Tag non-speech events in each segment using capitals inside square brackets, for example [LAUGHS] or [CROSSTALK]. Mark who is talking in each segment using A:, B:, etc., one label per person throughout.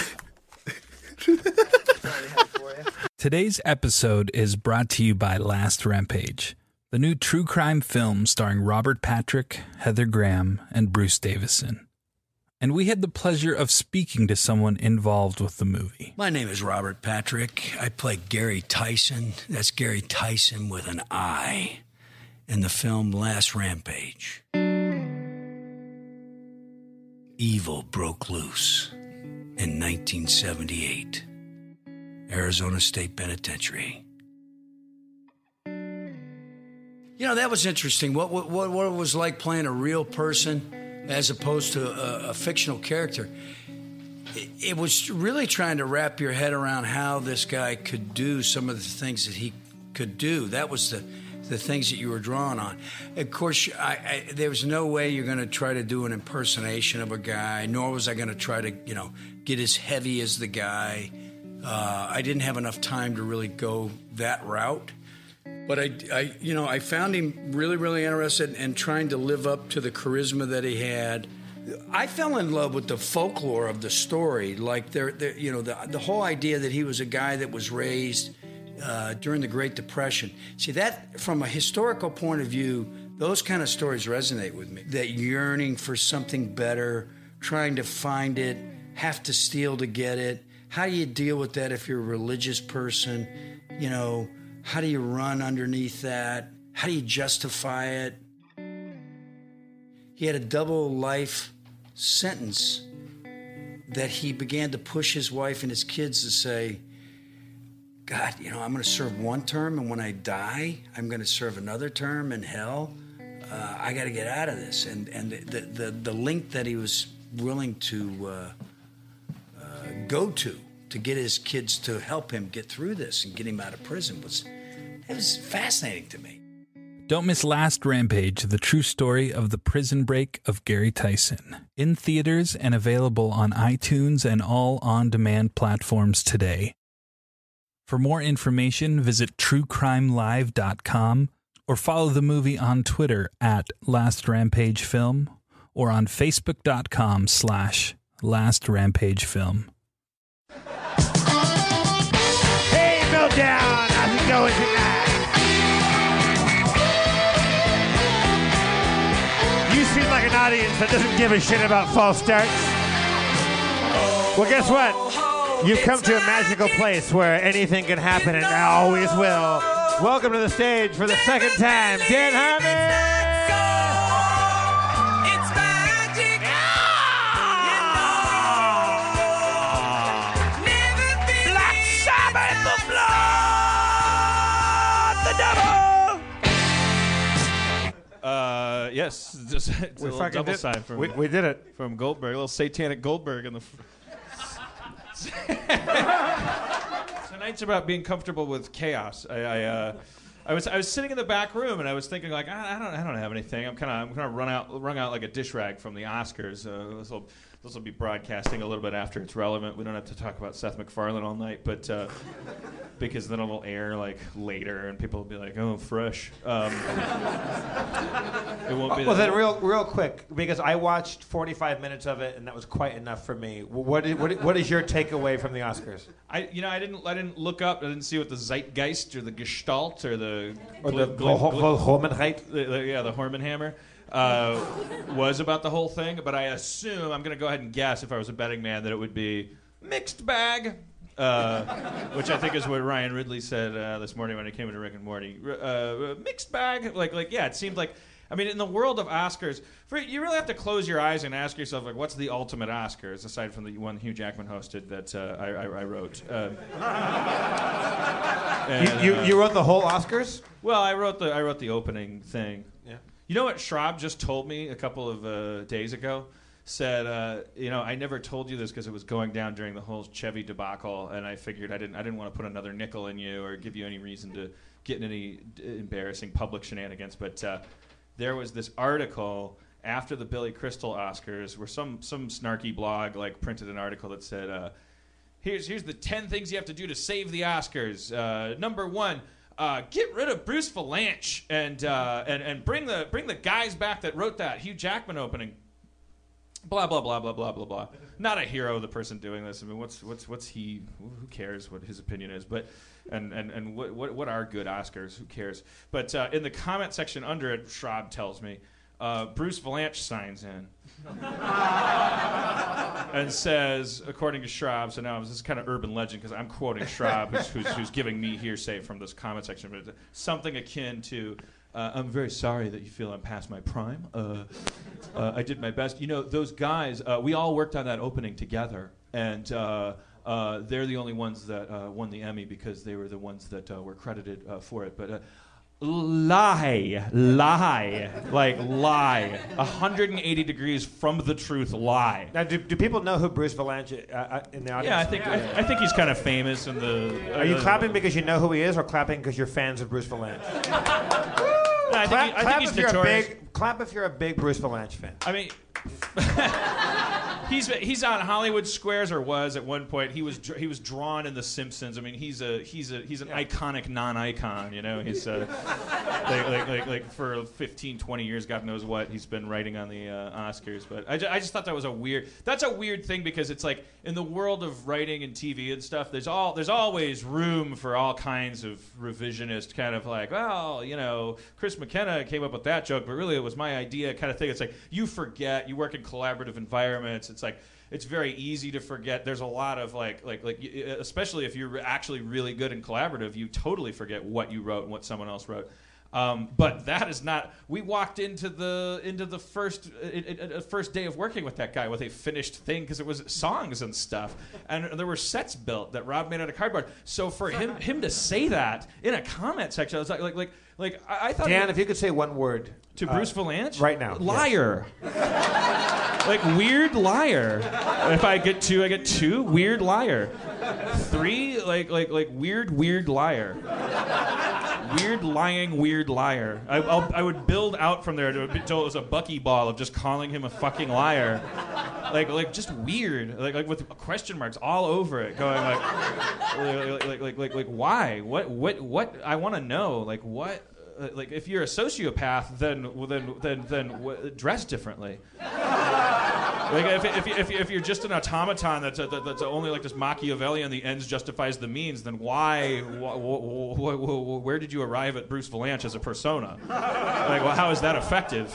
A: [LAUGHS] Today's episode is brought to you by Last Rampage, the new true crime film starring Robert Patrick, Heather Graham, and Bruce Davison. And we had the pleasure of speaking to someone involved with the movie.
B: My name is Robert Patrick. I play Gary Tyson. That's Gary Tyson with an I in the film Last Rampage. Evil broke loose in 1978, Arizona State Penitentiary. You know, that was interesting. What, what, what what it was like playing a real person as opposed to a, a fictional character it was really trying to wrap your head around how this guy could do some of the things that he could do. That was the the things that you were drawing on. Of course, I, I, there was no way you're going to try to do an impersonation of a guy, nor was I going to try to you know get as heavy as the guy. Uh, I didn't have enough time to really go that route. But I, I, you know, I found him really, really interested in trying to live up to the charisma that he had. I fell in love with the folklore of the story, like there, there you know, the the whole idea that he was a guy that was raised uh, during the Great Depression. See that from a historical point of view, those kind of stories resonate with me. That yearning for something better, trying to find it, have to steal to get it. How do you deal with that if you're a religious person? You know, how do you run underneath that? How do you justify it? He had a double life sentence that he began to push his wife and his kids to say, God, you know, I'm going to serve one term, and when I die, I'm going to serve another term in hell. Uh, I got to get out of this. And and the the, the link that he was willing to uh, uh, go to to get his kids to help him get through this and get him out of prison was it was fascinating to me.
A: Don't miss Last Rampage, the true story of the prison break of Gary Tyson. In theaters and available on iTunes and all on demand platforms today. For more information, visit truecrimelive.com or follow the movie on Twitter at Last Rampage Film or on facebook.com slash Last Rampage Film.
C: Hey, Meltdown! How's it going tonight? You seem like an audience that doesn't give a shit about false starts. Well, guess what? You've come to a magical place where anything can happen and always will. Welcome to the stage for the second time, Dan Harmon! Black Sabbath, the blood!
D: Uh, Yes, [LAUGHS] just it's a little
E: fucking
D: double
E: did-
D: side from
E: we, we did it.
D: from Goldberg, a little satanic Goldberg in the. Tonight's about being comfortable with chaos. I, I, uh, I was I was sitting in the back room and I was thinking like I, I don't I don't have anything. I'm kind of I'm kind of run out rung out like a dish rag from the Oscars. Uh, this will this will be broadcasting a little bit after it's relevant. We don't have to talk about Seth MacFarlane all night, but uh, because then it'll air like later and people will be like, oh, fresh. Um, it won't be.
C: Well,
D: that-
C: then, real, real quick, because I watched 45 minutes of it, and that was quite enough for me. What is, what is, what is your takeaway from the Oscars?
D: I you know I didn't I didn't look up I didn't see what the Zeitgeist or the Gestalt or the
C: Or
D: gl-
C: the
D: gl-
C: Vol-
D: gl-
C: Vol- Volhomenheit?
D: the, the- yeah the Hormanhammer uh, was about the whole thing, but I assume I'm gonna go ahead and guess if I was a betting man that it would be mixed bag, uh, which I think is what Ryan Ridley said uh, this morning when he came into Rick and Morty. R- Uh, mixed bag, like like yeah, it seemed like. I mean, in the world of Oscars, for, you really have to close your eyes and ask yourself, like, what's the ultimate Oscars aside from the one Hugh Jackman hosted that uh, I, I, I wrote? Uh, and,
C: You,
D: uh,
C: you wrote the whole Oscars?
D: well, I wrote the I wrote the opening thing.
C: Yeah.
D: You know what Schraub just told me a couple of uh, days ago? Said, uh, you know, I never told you this because it was going down during the whole Chevy debacle, and I figured I didn't I didn't want to put another nickel in you or give you any reason to get in any d- embarrassing public shenanigans. But uh, there was this article after the Billy Crystal Oscars where some some snarky blog like printed an article that said. Uh, Here's here's the ten things you have to do to save the Oscars. Uh, number one, uh, get rid of Bruce Valanche and uh, and and bring the bring the guys back that wrote that Hugh Jackman opening. Blah blah blah blah blah blah blah. Not a hero, the person doing this. I mean, what's what's what's he? Who cares what his opinion is? But and and and what what, what are good Oscars? Who cares? But uh, in the comment section under it, Schraub tells me uh, Bruce Valanche signs in and says, according to Schraub, so now this is kind of urban legend because I'm quoting Schraub, who's, who's, who's giving me hearsay from this comment section, but it's something akin to, uh, I'm very sorry that you feel I'm past my prime. Uh, uh, I did my best. You know, those guys, uh, we all worked on that opening together, and uh, uh, they're the only ones that uh, won the Emmy because they were the ones that uh, were credited uh, for it. But uh, lie, lie, like lie, 180 degrees from the truth, lie.
C: Now, do, do people know who Bruce Valanche uh, uh, in the audience?
D: Yeah, I think I, I think he's kind of famous in the. uh,
C: Are you clapping because you know who he is, or clapping because you're fans of Bruce Valanche?
D: No, I
C: clap
D: think, he- I think
C: clap
D: he's
C: if you're a
D: notorious.
C: big clap if you're a big Bruce Valanche fan.
D: I mean. [LAUGHS] He's, he's on Hollywood Squares or was at one point. He was dr- he was drawn in The Simpsons. I mean, he's a he's a he's an iconic non-icon. You know, he's uh, [LAUGHS] like, like, like, like for 15, 20 years, God knows what he's been writing on the uh, Oscars. But I, ju- I just thought that was a weird. That's a weird thing because it's like in the world of writing and TV and stuff. There's all there's always room for all kinds of revisionist kind of like, well, you know, Chris McKenna came up with that joke, but really it was my idea kind of thing. It's like you forget. You work in collaborative environments. It's like it's very easy to forget. There's a lot of like, like, like, y- e, especially if you're actually really good and collaborative, you totally forget what you wrote and what someone else wrote. Um, but that is not. We walked into the into the first it, it, it- first day of working with that guy with a finished thing because it was songs and stuff, and there were sets built that Rob made out of cardboard. So for him him to say that in a comment section, I was like like like like I, I thought
C: Dan, if you could say one word uh,
D: to Bruce Valanche
C: right now, yes.
D: liar, like weird liar. If I get two, I get two weird liar. Three like like like weird weird liar. Weird lying, weird liar. I, I'll, I would build out from there to- until it was a buckyball of just calling him a fucking liar, like like just weird, like like with question marks all over it, going like like like like like, like why? What what what? I want to know like what. uh, Like if you're a sociopath, then well, then then then w- dress differently. Like if, if, if, if you're just an automaton that's, a, that's only like this Machiavellian, the ends justifies the means, then why, wh- wh- wh- wh- where did you arrive at Bruce Valanche as a persona? Like, well, how is that effective?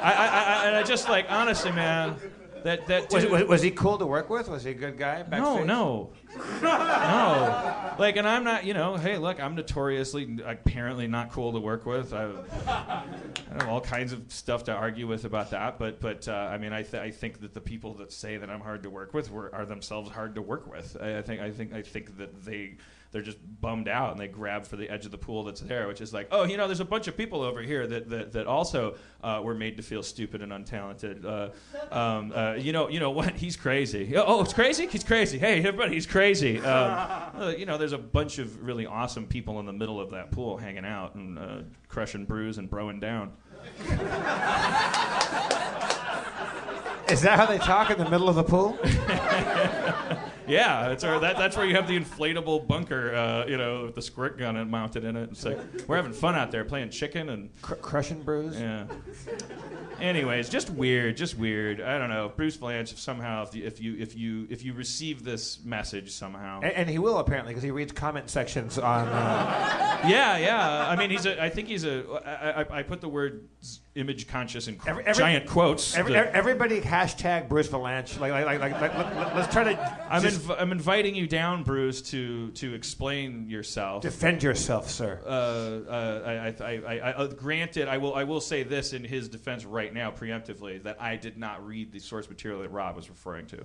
D: I, I, I, and I just like, honestly, man, that, that
C: was,
D: dude-
C: was, was he cool to work with? Was he a good guy?
D: no,
C: Backstage?
D: no, no. Like, and I'm not, you know, hey, look, I'm notoriously, apparently not cool to work with. I, I have all kinds of stuff to argue with about that, but, but uh, I mean, I, th- I think that the people that say that I'm hard to work with were, are themselves hard to work with. I, I think, I think, I think that they. they're just bummed out and they grab for the edge of the pool that's there, which is like, oh, you know, there's a bunch of people over here that that, that also uh, were made to feel stupid and untalented. Uh, um, uh, you know, you know what? [LAUGHS] He's crazy. Oh, it's crazy. He's crazy. Hey, everybody, he's crazy. Um, uh, you know, there's a bunch of really awesome people in the middle of that pool hanging out and uh, crushing brews and broing down.
C: Is that how they talk in the middle of the pool?
D: Yeah, it's, or that, that's where you have the inflatable bunker, uh, you know, with the squirt gun and mounted in it. It's like, we're having fun out there playing chicken and.
C: Cr- crushing brews?
D: Yeah. Anyways, just weird, just weird. I don't know. Bruce Blanche, if somehow, if you, if you, if you, if you receive this message somehow,
C: And, and he will apparently because he reads comment sections on. Uh,
D: yeah, yeah. I mean, he's a. I think he's a. I, I, I put the word s- image conscious in qu-
C: Every- every-
D: giant quotes.
C: every,
D: The-
C: everybody hashtag Bruce Valanche. Like, like, like, like, like let, let, let's try to
D: I'm,
C: just
D: inv- I'm inviting you down, Bruce, to to explain yourself.
C: defend yourself, sir.
D: uh, uh, I, I, I, I, uh, granted, I will, I will say this in his defense right now, preemptively, that I did not read the source material that Rob was referring to.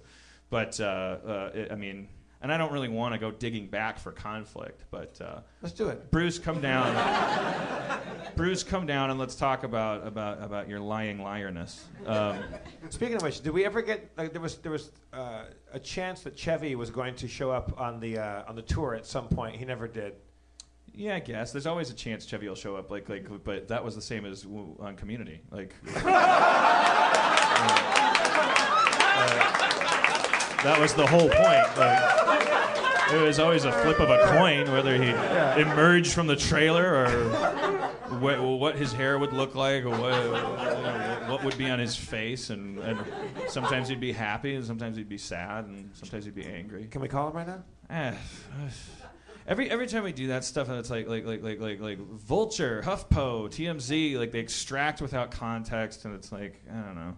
D: But, uh, uh, it, I mean, and I don't really want to go digging back for conflict, but uh,
C: Let's do it.
D: Bruce,
C: [LAUGHS]
D: come down. Bruce, come down and let's talk about, about, about your lying liarness. Um,
C: Speaking of which, did we ever get like there was there was uh, a chance that Chevy was going to show up on the uh, on the tour at some point? He never did.
D: yeah, I guess. There's always a chance Chevy will show up, like, like, but that was the same as w- on Community. Like, uh, That was the whole point. Like, it was always a flip of a coin whether he emerged from the trailer or wh- what his hair would look like or what, what would be on his face. And, and sometimes he'd be happy and sometimes he'd be sad and sometimes he'd be angry.
C: Can we call him right now?
D: Eh, Every, every time we do that stuff, and it's like like like like like like Vulture, HuffPo, TMZ, like they extract without context, and it's like I don't know.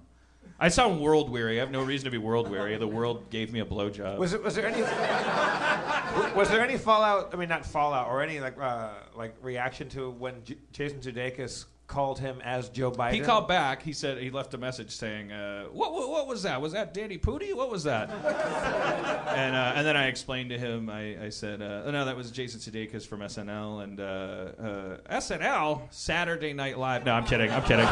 D: I sound world weary. I have no reason to be world weary. The world gave me a blowjob.
C: Was it was there any [LAUGHS] was there any fallout? I mean, not fallout or any like uh, like reaction to when J- Jason Sudeikis called him as Joe Biden?
D: He called back. He said he left a message saying, uh, what, "What what was that? Was that Danny Pooty? What
C: [LAUGHS]
D: was that?" and uh, and then I explained to him. I, I said, uh, "No, that was Jason Sudeikis from SNL and uh, uh, SNL Saturday Night Live." No, I'm kidding. I'm kidding.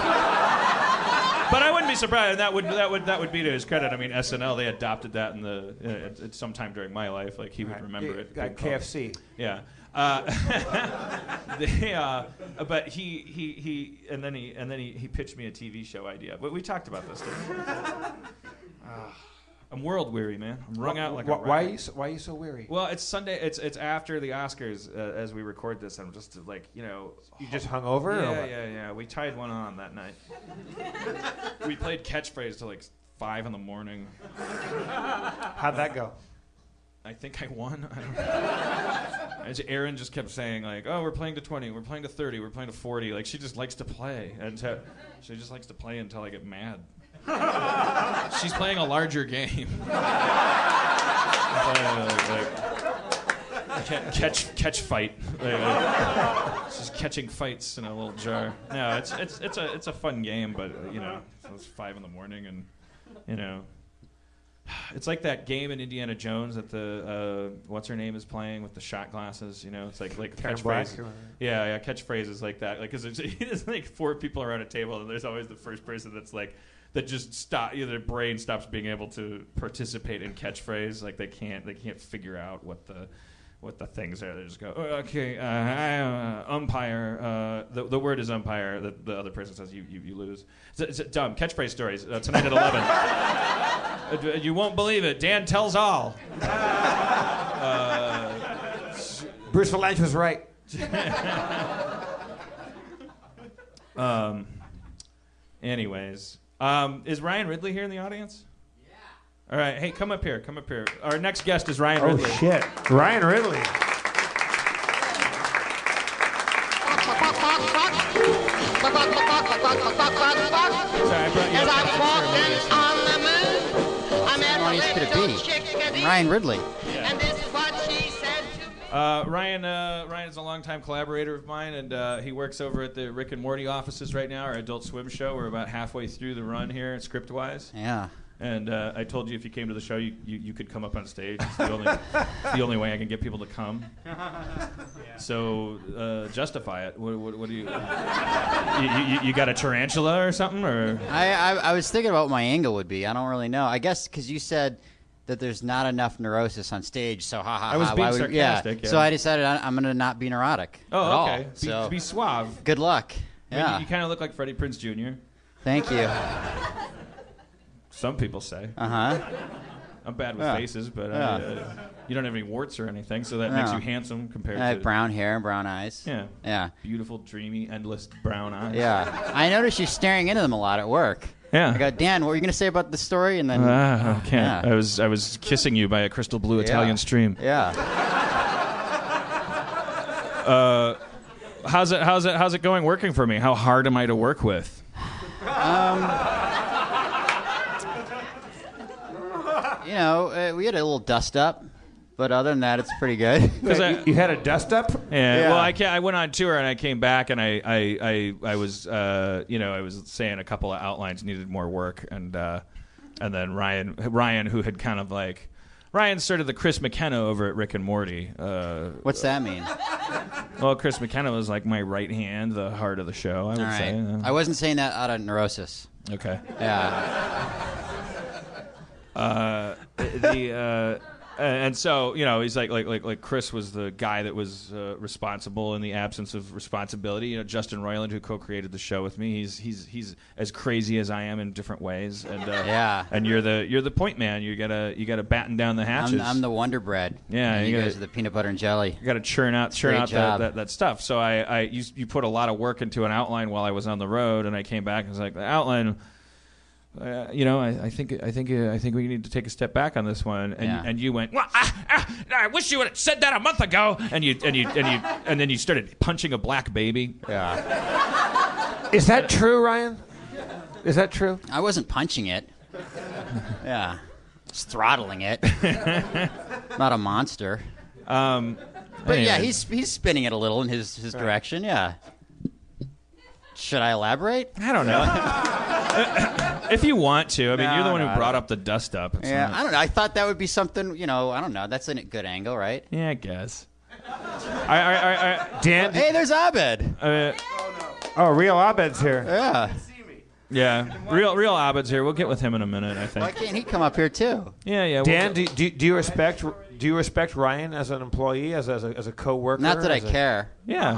D: But I wouldn't be surprised. and That would that would that would be to his credit. I mean, SNL they adopted that in the uh, at, at some time during my life. Like he would remember it.
C: Like
D: being called.
C: KFC.
D: Yeah. Uh, [LAUGHS] they, uh, but he, he, he, and then he, and then he, he pitched me a TV show idea. But we talked about this. Didn't we? Ah, I'm world weary, man. I'm wrung out like
C: why,
D: a rat.
C: why are you so, why are you so weary?
D: Well, it's Sunday. It's it's after the Oscars uh, as we record this. I'm just like you know.
C: you just hung over? or
D: Yeah,
C: what?
D: yeah, yeah. We tied one on that night. we played catchphrase till like five in the morning.
C: How'd that go?
D: I think I won. I don't know. And she- Erin just kept saying like, "Oh, we're playing to 20, we're playing to 30, we're playing to 40." Like she just likes to play, and so- she just likes to play until I
C: [LAUGHS]
D: get mad. She's playing a larger game. Uh, like, ca- catch, catch fight. Like, uh, she's catching fights in a little jar. No, it's it's it's a it's a fun game, but uh, you know, it's five in the morning, and you know, [SIGHS] it's like that game in Indiana Jones that the uh, what's her name is playing with the shot glasses. You know, it's like like
C: Karen Black,
D: catchphrases.
C: or-
D: Yeah, yeah, catchphrases like that. Like, because it's, [LAUGHS] it's like four people around a table, and there's always the first person that's like that just stop. You know, their brain stops being able to participate in catchphrase. Like they can't they can't figure out what the what the things are. They just go, oh, okay, uh, I, uh, umpire. Uh, the, the word is umpire. The, the other person says you you, you lose. It's, it's dumb catchphrase stories uh, tonight
C: [LAUGHS]
D: at eleven. Uh, d- you won't believe it. Dan tells [LAUGHS] all. Uh,
C: Bruce Valanche was right.
D: [LAUGHS] Um, anyways, um, is Ryan Ridley here in the audience? Yeah. All right. Hey, come up here. Come up here. Our next guest is Ryan
C: Oh
D: Ridley.
C: shit, Ryan Ridley.
D: Sorry, I brought you up.
F: nice could it be? Ryan Ridley.
D: Uh, Ryan, uh, Ryan is a longtime collaborator of mine, and uh, he works over at the Rick and Morty offices right now, our Adult Swim show. We're about halfway through the run here, script-wise.
F: Yeah.
D: And uh, I told you if you came to the show, you, you, you could come up on stage. It's the only, it's the only way I can get people to come. So uh, justify it. What, what, what do you, you, you? You got a tarantula or something? Or
F: I, I I was thinking about what my angle would be. I don't really know. I guess because you said that there's not enough neurosis on stage, so ha ha.
D: I was
F: ha,
D: being
F: why would-
D: sarcastic, yeah.
F: So I decided I, I'm going to not be neurotic. at
D: oh,
F: all.
D: okay. Be,
F: So
D: be suave.
F: good luck.
D: I mean,
F: Yeah.
D: you kind of look like Freddie Prince Jr.
F: Thank you.
D: Some people say.
F: Uh huh.
D: I'm bad with
F: Yeah.
D: faces, but
F: Yeah.
D: I, uh, you don't have any warts or anything, so that makes
F: Yeah.
D: you handsome compared
F: I have
D: to
F: brown hair and brown eyes.
D: Yeah.
F: Yeah.
D: beautiful, dreamy, endless brown eyes.
F: Yeah. [LAUGHS] I noticed you staring into them a lot at work.
D: Yeah.
F: I go, Dan, what were you going to say about the story? And then,
D: Ah, I can't.
F: Yeah.
D: I was I was kissing you by a crystal blue Italian stream.
F: yeah.
D: Uh, How's it how's it how's it going working for me? How hard am I to work with?
G: Um,
F: You know, uh, we had a little dust up, but other than that, it's
C: [LAUGHS]
F: pretty good.
D: 'Cause I-
C: You, you had a dust up?
D: [LAUGHS] Yeah.
F: Yeah.
D: Well, I ca I went on tour and I came back and I I I, I was uh, you know I was saying a couple of outlines needed more work and uh, and then Ryan Ryan who had kind of like Ryan's sort of the Chris McKenna over at Rick and Morty. Uh,
F: What's that mean?
D: [LAUGHS] well, Chris McKenna was like my right hand, the heart of the show. I would
F: All right.
D: say. yeah.
F: I wasn't saying that out of neurosis.
D: okay.
F: Yeah.
D: Uh, the uh, and so you know he's like like like like Chris was the guy that was uh, responsible in the absence of responsibility. You know Justin Roiland who co-created the show with me. He's he's he's as crazy as I am in different ways. And uh,
F: Yeah.
D: And you're the you're the point man. You gotta you gotta batten down the hatches.
F: I'm, I'm the Wonder Bread.
D: Yeah,
F: And
D: you
F: you,
D: gotta-
F: guys are the peanut butter and jelly.
D: you got to churn out, churn
F: great
D: out that,
F: job.
D: that, that stuff. So I, I you, you put a lot of work into an outline while I was on the road, and I came back and was like, the outline. Uh, you know, I, I think I think uh, I think we need to take a step back on this one. And
F: Yeah.
D: and you went, well, ah, ah, I wish you would have said that a month ago. And you and you and you and then you started punching a black baby.
F: Yeah.
C: Is that true, Ryan? Is that true?
F: I wasn't punching it.
C: [LAUGHS]
F: Yeah. Just throttling it. Not a monster.
C: Um,
F: But yeah,
D: Anyway.
F: he's he's spinning it a little in his, his direction. Yeah. Should I elaborate?
D: I don't know.
F: [LAUGHS]
D: if you want to, I mean,
F: No,
D: you're the one
F: no,
D: who
F: I
D: brought up the dust up. It's
F: Yeah.
D: not-
F: I don't know. I thought that would be something. You know, I don't know. That's a good angle, right?
D: yeah, I guess. I, I, I, I, Uh,
C: Dan?
F: Hey, there's Abed.
C: Oh, real Abed's here.
F: Yeah.
D: yeah, real real Abbott's here. We'll get with him in a minute. I
F: Why
D: think.
F: can't he come up here too?
D: Yeah, yeah. we'll
C: Dan,
D: get-
C: do, do, do you respect do you respect Ryan as an employee, as as a, as a coworker?
F: Not that I
C: as a-
F: care.
D: Yeah.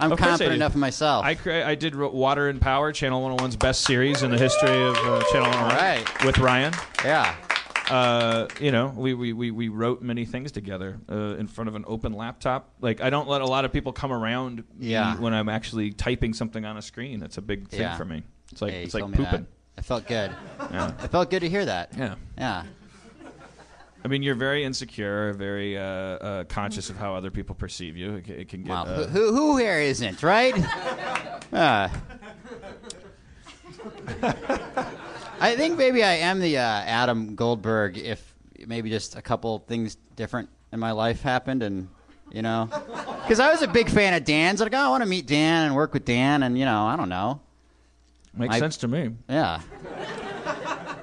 F: I'm
D: Of course I
F: confident
D: do.
F: enough in myself.
D: I, cre- I did Ro- Water and Power, Channel 101's best series in the history of uh, Channel 101
F: right.
D: with Ryan.
F: yeah.
D: Uh, you know, we, we, we, we wrote many things together uh, in front of an open laptop. Like, I don't let a lot of people come around me
F: Yeah.
D: when I'm actually typing something on a screen. That's a big thing
F: Yeah.
D: for me. It's like,
F: Hey,
D: it's
F: you
D: like
F: told me that.
D: pooping.
F: It felt good.
D: Yeah.
F: It felt good to hear that.
D: Yeah.
F: Yeah.
D: I mean, you're very insecure, very uh, uh, conscious of how other people perceive you. It, ca- it can get.
F: Wow.
D: uh,
F: who, who who here isn't
D: [LAUGHS]
F: right? Uh. I think maybe I am the uh, Adam Goldberg if maybe just a couple things different in my life happened and you know because I was a big fan of Dan's like oh, I want to meet Dan and work with Dan and you know I don't know
D: makes
F: I-
D: sense to me.
F: yeah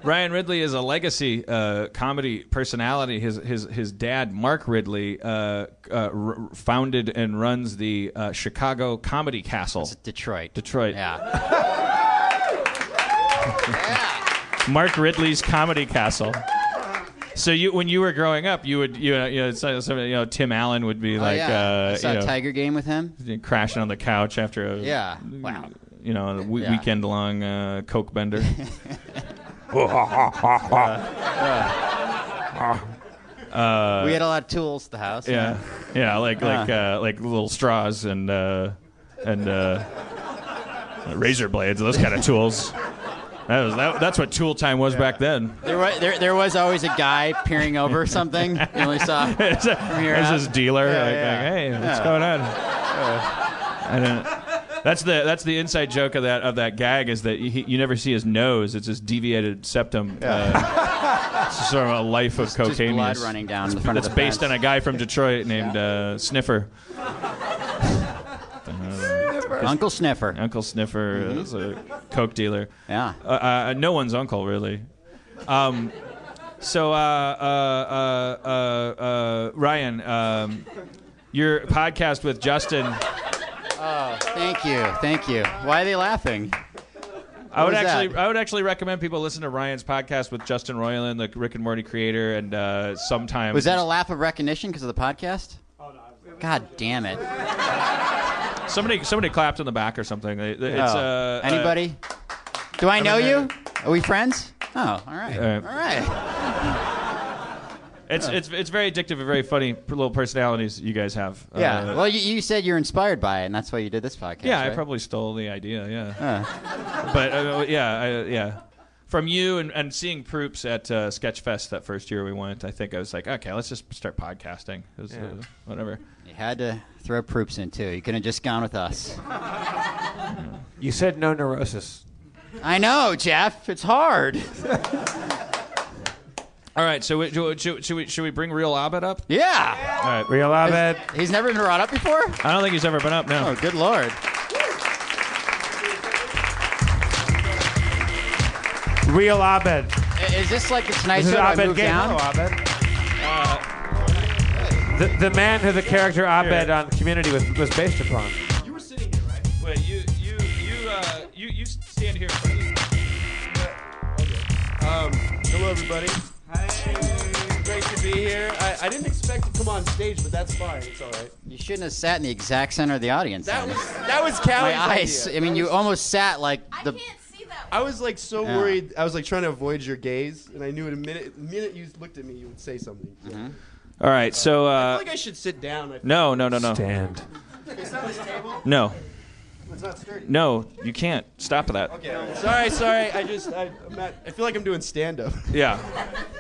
D: Ryan Ridley is a legacy uh, comedy personality. His his his dad, Mark Ridley, uh, uh, r- founded and runs the uh, Chicago Comedy Castle.
F: Detroit
D: Detroit.
F: yeah
D: [LAUGHS] Mark Ridley's Comedy Castle. So you, when you were growing up, you would you know, you know, so- so, you know Tim Allen would be
F: Oh,
D: like
F: yeah. I
D: uh,
F: saw
D: you know, Uh,
F: a Tiger game with him
D: crashing on the couch after a
F: yeah wow
D: you know a we-
F: Yeah.
D: weekend long uh,
F: [LAUGHS]
D: coke bender.
C: [LAUGHS]
F: we had a lot of tools at the house
D: Uh, Yeah, yeah, like like uh, like little straws and uh, and uh, razor blades, those kind of tools. That was that, that's what tool time was back then.
F: There was there, there was always a guy peering
D: [LAUGHS]
F: over something. You only saw from
D: It's a-
F: here
D: There's
F: out.
D: this dealer, like,
F: yeah.
D: like, hey, what's going on? I don't. That's the that's the inside joke of that of that gag is that you, you never see his nose. It's his deviated septum. Uh, [LAUGHS] it's sort of a life of
F: just
D: cocaine.
F: blood
D: use.
F: running down the front
D: That's
F: of the
D: based
F: fence.
D: on a guy from Detroit named uh, Sniffer.
F: Uncle Sniffer. Mm-hmm.
D: Uncle Sniffer is a coke dealer.
F: Yeah.
D: Uh, uh, no one's uncle really. Um, so, uh, uh, uh, uh, uh, Ryan, um, your podcast with Justin.
F: Thank you, thank you. Why are they laughing?
D: I would
F: was that?
D: actually, I would actually recommend people listen to Ryan's podcast with Justin Roiland, the Rick and Morty creator, and uh, sometimes
F: Was that a laugh of recognition because of the podcast? God damn it!
D: somebody somebody clapped in the back or something. They- they- It's,
F: Oh.
D: uh, uh,
F: Anybody? Do I know
D: mean,
F: you? Are we friends? Oh, all right,
D: Yeah.
F: all right.
D: it's it's it's very addictive and very funny little personalities you guys have.
F: Yeah.
D: Uh,
F: well, you, you said you're inspired by it, and that's why you did this podcast.
D: yeah, I
F: right?
D: probably stole the idea. Yeah, but uh, yeah, I, yeah, from you and, and seeing Proops at uh, Sketchfest that first year we went. I think I was like, okay, let's just start podcasting. It was, uh, whatever.
F: You had to throw proops in too. You could have just gone with us.
C: You said no neurosis.
F: I know, Jeff. It's hard.
C: [LAUGHS]
D: All right, so we, should, should, should we should we bring Real Abed up?
F: Yeah.
D: All right.
C: Real Abed.
F: He's never been brought up before.
D: I don't think he's ever been up. No.
F: Oh, good lord.
E: Real Abed.
F: I- Is this like it's
C: This
F: nice
C: is
F: that I
C: Abed
F: moved
C: Gay.
F: down?
C: Hello, Abed. the, the man who the character Abed on Community was, was based upon.
D: You were sitting here, right? Wait, you you you uh you you stand here. In front of the-
G: Um, hello, everybody. Hi. Great to be here. I, I didn't expect to come on stage, but that's fine. It's all right.
F: You shouldn't have sat in the exact center of the audience.
G: That
F: then.
G: was that was Callie's
F: my eyes.
G: idea.
F: I mean, you almost sat like the.
H: see that.
G: I was like so
F: Yeah.
G: worried. I was like trying to avoid your gaze, and I knew in a minute, minute you looked at me, you would say something.
F: Mm-hmm.
D: All right, so
G: I
D: uh
G: feel like I should sit down. I
D: no no no no
C: Stand.
G: It's not this table.
D: no
G: It's not sturdy.
D: no you can't stop that.
G: Okay. Sorry, sorry. I just I, I'm not. I feel like I'm doing stand up.
D: Yeah.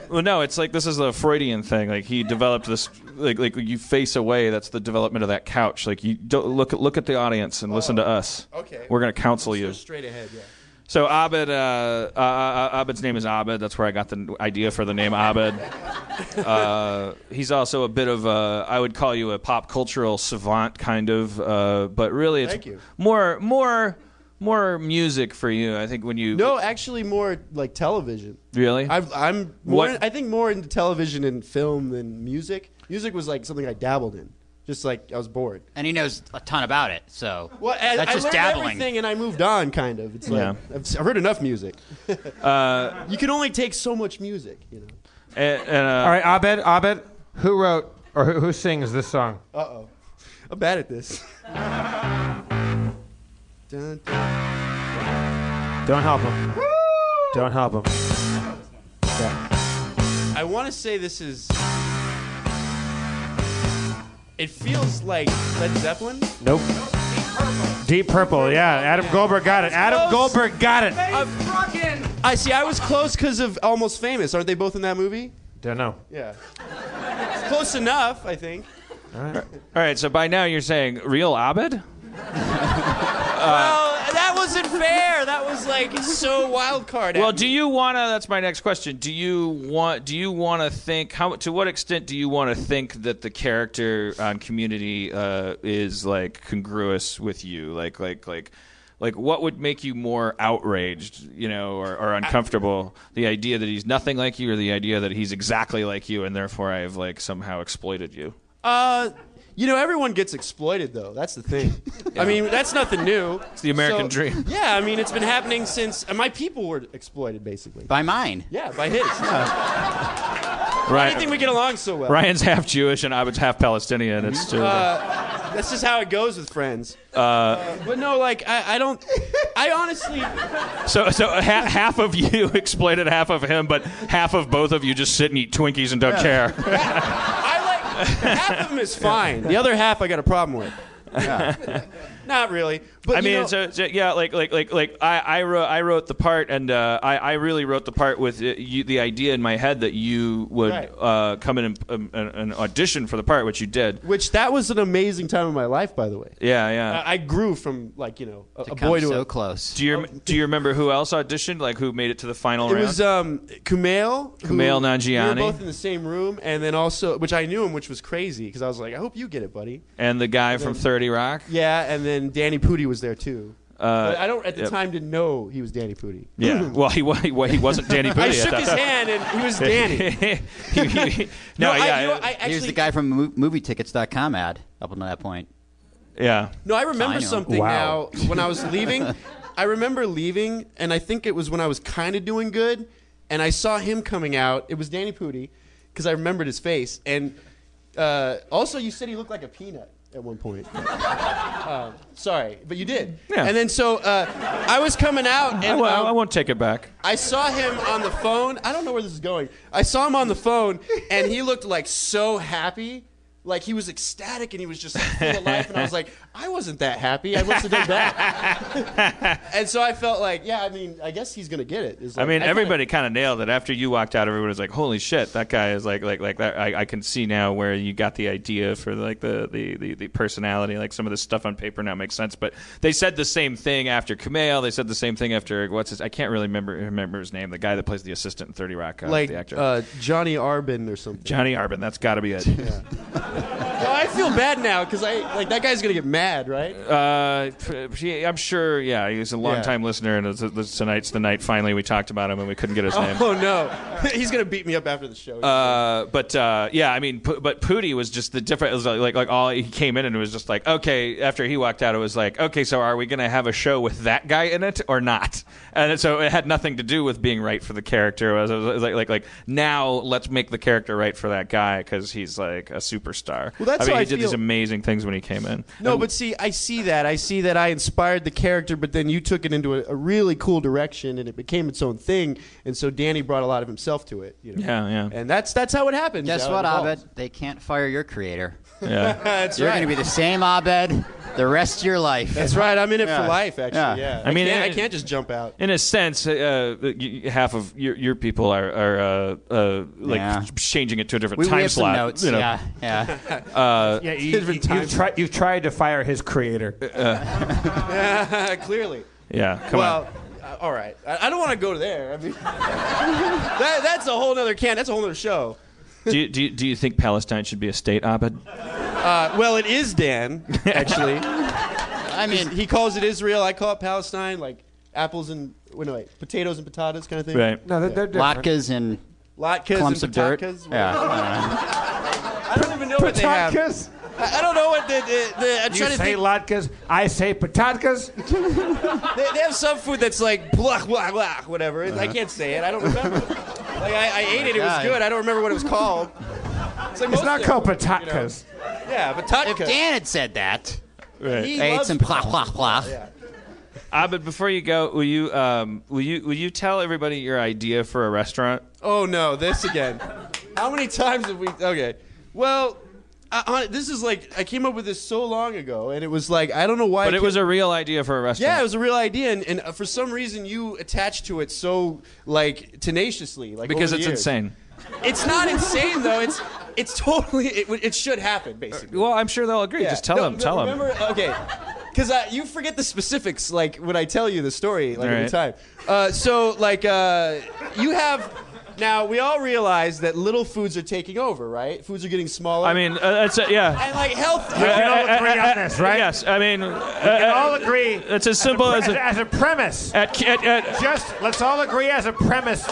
D: Well, no, it's like this is a Freudian thing. Like he developed this, like like you face away. That's the development of that couch. Like you don't look at look at the audience and listen to us.
G: Oh, okay.
D: We're gonna counsel you.
G: Just straight ahead. Yeah.
D: So Abed, uh, uh, uh, uh, Abed's name is Abed. That's where I got the n- idea for the name Abed.
G: [LAUGHS]
D: Uh, he's also a bit of a, I would call you a pop cultural savant kind of, uh, but really it's
G: Thank you.
D: more more more music for you. I think when
G: [LAUGHS]
D: you
G: No, actually, more like television.
D: really
G: I've, I'm more.
D: What-
G: I think more into television and film than music. Music was like something I dabbled in, just like I was bored.
F: And he knows a ton about it, so
G: Well, I,
F: that's
G: I
F: just
G: learned
F: dabbling.
G: everything and I moved on, kind of. It's like
D: Yeah.
G: I've, s- I've heard enough music. [LAUGHS] you can only take so much music, you know.
D: Uh, and, and, uh,
C: All right, Abed. Abed. Who wrote or who, who sings this song?
G: Uh oh, I'm bad at this. Dun, dun.
C: Don't help him. Don't help him.
G: I want to say this is. It feels like Led Zeppelin.
C: Nope. Deep Purple, yeah. Adam Goldberg got it. Adam
G: close.
C: Goldberg got it.
G: I see. I was close because of Almost Famous. Aren't they both in that movie?
C: Don't know.
G: Yeah. It's close enough, I think.
D: all right. So by now you're saying real Abed. Uh,
G: Well, Uh, that wasn't fair. That was like so wild card.
D: Well, do you want to? That's my next question. Do you want? Do you want to think? How to what extent do you want to think that the character on Community uh, is like congruous with you? Like, like, like, like, what would make you more outraged? You know, or, or uncomfortable? the idea that he's nothing like you, or the idea that he's exactly like you, and therefore I have like somehow exploited you.
G: Uh, you know, everyone gets exploited, though. That's the thing. I mean, that's nothing new. It's
D: the American dream.
G: Yeah, I mean, it's been happening since uh, my people were exploited, basically.
F: By mine.
G: Yeah, by his. I didn't think
D: Ryan,
G: we get along so well. Uh,
D: Ryan's half Jewish, and Abed's half Palestinian. It's too.
G: That's just how it goes with friends. Uh, but no, like I, I don't. I honestly,
D: So, so
G: [LAUGHS]
D: uh, ha- half of you [LAUGHS] exploited half of him, but half of both of you just sit and eat Twinkies and don't care.
G: [LAUGHS] I like half of them is fine. The other half, I got a problem with.
D: [LAUGHS]
G: Not really. But
D: I
G: you
D: mean,
G: know-
D: so, so, yeah, like, like, like, like, I, I wrote, I wrote the part, and uh, I, I really wrote the part with uh, you, the idea in my head that you would
G: Right.
D: uh, come in and, um, and, and audition for the part, which you did.
G: which that was an amazing time in my life, by the way.
D: Yeah, yeah.
G: I, I grew from like you know a, a
F: Come
G: boy to
F: so
G: a
F: close.
D: do you rem- do you remember who else auditioned? Like, who made it to the final
G: It
D: round?
G: was um, Kumail. who-
D: Kumail Nanjiani.
G: We were both in the same room, and then also, which I knew him, which was crazy because I was like, I hope you get it, buddy.
D: and the guy from Thirty Rock.
G: Yeah, and then Danny Pudi was there too.
D: Uh,
G: But I don't at the
D: yep.
G: time didn't know he was Danny Pudi.
D: Yeah. [LAUGHS] Well, he wa- he, wa- he wasn't Danny
G: [LAUGHS]
D: Pudi.
G: I
D: at
G: shook
D: that
G: his
D: time.
G: hand and he
D: [LAUGHS]
G: was Danny.
D: He- he-
G: [LAUGHS]
D: he- no,
G: I,
D: yeah,
G: you
F: He
G: know, I
F: was
G: actually
F: the guy from mo- movietickets.com ad up until that point.
D: yeah.
G: No, I remember
F: I know.
G: something
I: Wow.
G: now. When I
D: [LAUGHS]
G: was
F: [LAUGHS]
G: leaving, I remember leaving, and I think it was when I was kind of doing good, and I saw him coming out. It was Danny Pudi, because I remembered his face. And uh, also, you said he looked like a peanut at one
D: [LAUGHS]
G: point. Uh, sorry, but you did.
D: Yeah.
G: And then so uh, I was coming out,
D: I,
G: and
D: won't-
G: um,
D: I won't take it back.
G: I saw him on the phone. I don't know where this is going. I saw him on the phone, and he looked like so happy. Like he was ecstatic and he was just like, full of life. And I was like, I wasn't that happy. I
D: [LAUGHS]
G: must have done that. and so I felt like, yeah, I mean, I guess he's going to get it. It's
D: I
G: like-
D: mean,
G: kinda-
D: everybody kind of nailed it. After you walked out, everyone was like, "Holy shit, that guy is like, like, like that." I, I can see now where you got the idea for like the, the, the, the personality. Like some of the stuff on paper now makes sense. But they said the same thing after Kumail. They said the same thing after what's his? I can't really remember remember his name. The guy that plays the assistant in Thirty Rock, uh, the
G: like
D: actor
G: uh, Johnny Arbin or something.
D: Johnny Arbin. That's got to be it.
G: [LAUGHS] No, I feel bad now because I like that guy's going to get mad, right?
D: Uh, p- p- I'm sure. Yeah, he's a long time listener, and it's, it's- tonight's the night. Finally, we talked about him, and we couldn't get his name.
G: [LAUGHS] Oh no, he's going to beat me up after the show.
D: Uh, but uh, yeah, I mean, P- but Pooty was just the different. It was like, like like all he came in and it was just like okay. After he walked out, it was like okay, so are we gonna have a show with that guy in it or not? And so it had nothing to do with being right for the character. It was, it was like like like now let's make the character right for that guy because he's like a superstar.
G: Well, that's
D: I mean,
G: how
D: he
G: I
D: did these
G: feel.
D: amazing things when he came in.
G: No, but see, I see that. I see that I inspired the character, but then you took it into a, a really cool direction, and it became its own thing. And so Danny brought a lot of himself to it. You know?
D: Yeah, yeah.
G: And that's that's how it happened.
F: Guess
G: how it
F: what,
G: evolved.
F: Abed? They can't fire your creator.
G: [LAUGHS]
D: Yeah.
G: That's
F: You're
G: right.
F: going to be the same Abed the rest of your life.
G: that's right. I'm in it
F: Yeah.
G: for life. Actually,
F: Yeah.
G: yeah.
D: I mean,
G: can't,
D: it-
G: I can't just jump out. [LAUGHS]
D: in a sense, uh, uh, y- y- half of your, your people are, are uh, uh, like
F: Yeah.
D: changing it to a different
F: We, we
D: time
F: have
D: slot.
F: some notes.
D: you know. Uh,
F: Yeah,
C: [LAUGHS]
F: yeah.
C: Yeah, you, you, you've, tried, you've tried to fire his creator.
G: uh. Clearly.
D: Yeah, come on.
G: well, uh, all right. I, I don't want to go there. I mean, [LAUGHS] that, that's a whole other can. That's a whole other show.
D: do, you, do, you, do you think Palestine should be a state, Abed?
G: Uh, well, it is Dan [LAUGHS]
D: [LAUGHS]
G: actually.
F: I mean,
G: he calls it Israel. I call it Palestine. Like apples and wait, no, wait, potatoes and potatoes kind of thing.
D: Right.
C: No, they're, they're different.
F: latkes and
G: Latkes
F: clumps of
G: and
F: dirt.
G: patakas.
F: Yeah.
G: I don't even know what they have.
C: Patatkas?
G: I I don't know what the, the, the I'm
C: You
G: trying to
C: say
G: think.
C: latkes, I say patatkas.
G: They, they have some food that's like blah blah blah whatever.
D: Uh-huh.
G: It's-
C: Uh-huh.
G: I can't say it. I don't
D: [LAUGHS]
G: remember. like I, I
D: Oh
G: ate it. It was
F: Yeah.
G: good. I don't remember what it was called. It's, like
C: It's
G: most
C: not
G: of
C: called
G: them.
C: patatkas.
G: [LAUGHS] Yeah,
F: if
G: patatka.
F: Dan had said that,
G: He
F: I ate
G: loves
F: some plah, plah, plah.
D: Abed, before you go, will you um, will you will you tell everybody your idea for a restaurant?
G: Oh no, this again. How many times have we? Okay. Well, I, hon- this is like I came up with this so long ago, and it was like I don't know why.
D: But
G: I
D: it
G: came-
D: was a real idea for a restaurant.
G: Yeah, it was a real idea, and, and uh, for some reason you attached to it so like tenaciously, like
D: because
G: over the
D: it's
G: years.
D: insane.
G: It's not insane though. It's it's totally it, would- it should happen basically.
D: Well, I'm sure they'll agree.
G: Yeah.
D: Just tell
G: No,
D: them.
G: no,
D: tell
G: remember,
D: them.
G: Okay. Because you forget the specifics, like when I tell you the story, like
D: All
G: every
D: right.
G: time. Uh, so, like, uh, you have now. We all realize that little foods are taking over, right? Foods are getting smaller.
D: I mean, uh, that's a, yeah. Uh,
G: and like health.
C: can all agree on this, right?
D: Yes. I mean,
C: We
D: uh,
C: can all
D: uh,
C: agree.
D: It's as simple as a,
C: as a premise.
D: at, at, at
C: Just let's all agree as a premise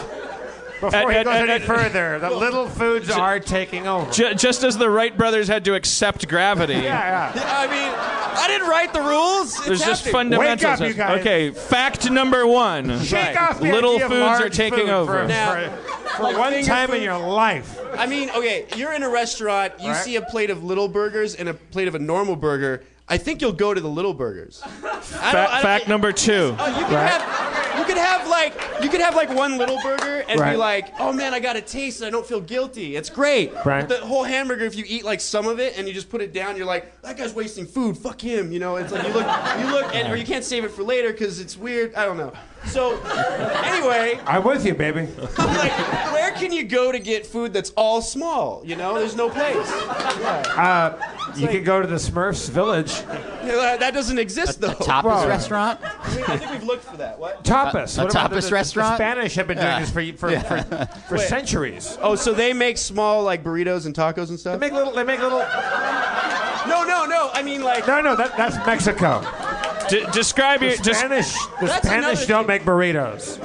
C: before he
D: Ed,
C: goes
D: Ed, Ed.
C: any further that little foods are taking over.
D: ju- just as the Wright brothers had to accept gravity.
C: Yeah, yeah.
G: [LAUGHS] I mean, I didn't write the rules. It's
D: There's just
G: happening.
D: fundamentals.
C: Wake up, you guys.
D: Okay, fact number one.
C: Shake off the
D: Little
C: idea of
D: foods
C: large
D: are taking
C: food for-
D: over.
G: Now,
C: for, for
G: like
C: one
G: finger
C: time in
G: food-
C: your life.
G: I mean, okay, you're in a restaurant, you see a plate of little burgers and a plate of a normal burger. I think you'll go to the little burgers. I don't-
D: Fa-
G: I don't-
D: fact number two.
G: Oh, you could have, you could have like, you could have like one little burger and be
C: Right.
G: like, oh man, I got a taste and I don't feel guilty. It's great.
C: Right.
G: But the whole hamburger, if you eat like some of it and you just put it down, you're like, that guy's wasting food. Fuck him. You know, it's like you look, you look, and, or you can't save it for later because it's weird. I don't know. So, anyway,
C: I'm with you,
D: [LAUGHS]
C: baby.
G: I'm like, where can you go to get food that's all small? You know, there's no place.
C: Uh, you can go to the Smurfs Village.
G: That that doesn't exist though.
F: Tapas
C: Well-
F: restaurant.
G: I think we've looked for that. What?
C: Tapas.
F: A- a
C: What about the-
F: tapas
C: the-
F: restaurant?
C: The Spanish have been doing
F: Yeah.
C: this for for,
G: [LAUGHS]
C: for, for centuries.
G: Oh, so they make small like burritos and tacos and
C: They
G: stuff?
C: make little. They make little.
G: No, no, no. I mean like
C: No, no, that, that's Mexico.
D: D- describe
C: The
D: your des-
C: Spanish, the Spanish don't make burritos.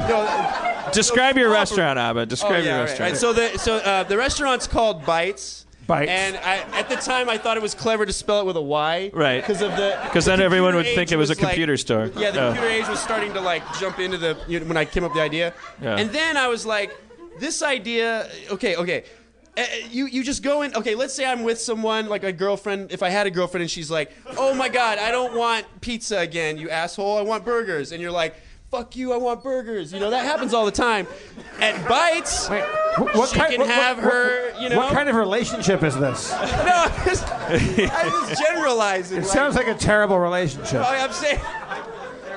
D: describe your restaurant, Abba. Describe
G: oh, yeah,
D: your
G: right,
D: restaurant.
G: right. So the so uh, the restaurant's called Bites.
C: Bites.
G: And I, at the time, I thought it was clever to spell it with a Y.
D: Right.
G: Because of the.
D: 'Cause then
G: the
D: everyone would
G: computer
D: think
G: age
D: it was a computer
G: like,
D: store.
G: Yeah, the
D: Oh.
G: computer age was starting to like jump into the you know, when I came up with the idea,
D: Yeah.
G: and then I was like, this idea. Okay, okay. Uh, you you just go in. Okay, let's say I'm with someone like a girlfriend. If I had a girlfriend and she's like, "Oh my God, I don't want pizza again, you asshole. I want burgers," and you're like, "Fuck you, I want burgers." You know that happens all the time. At bites,
C: Wait, wh- what
G: she
C: kind,
G: can
C: what- what-
G: have
C: what-
G: her. You know
C: What kind of relationship is this?
G: [LAUGHS] no, I'm just, [LAUGHS] I'm
C: [LAUGHS]
G: just generalizing.
C: It
G: like-
C: sounds like a terrible relationship.
G: [LAUGHS] Oh, I'm saying.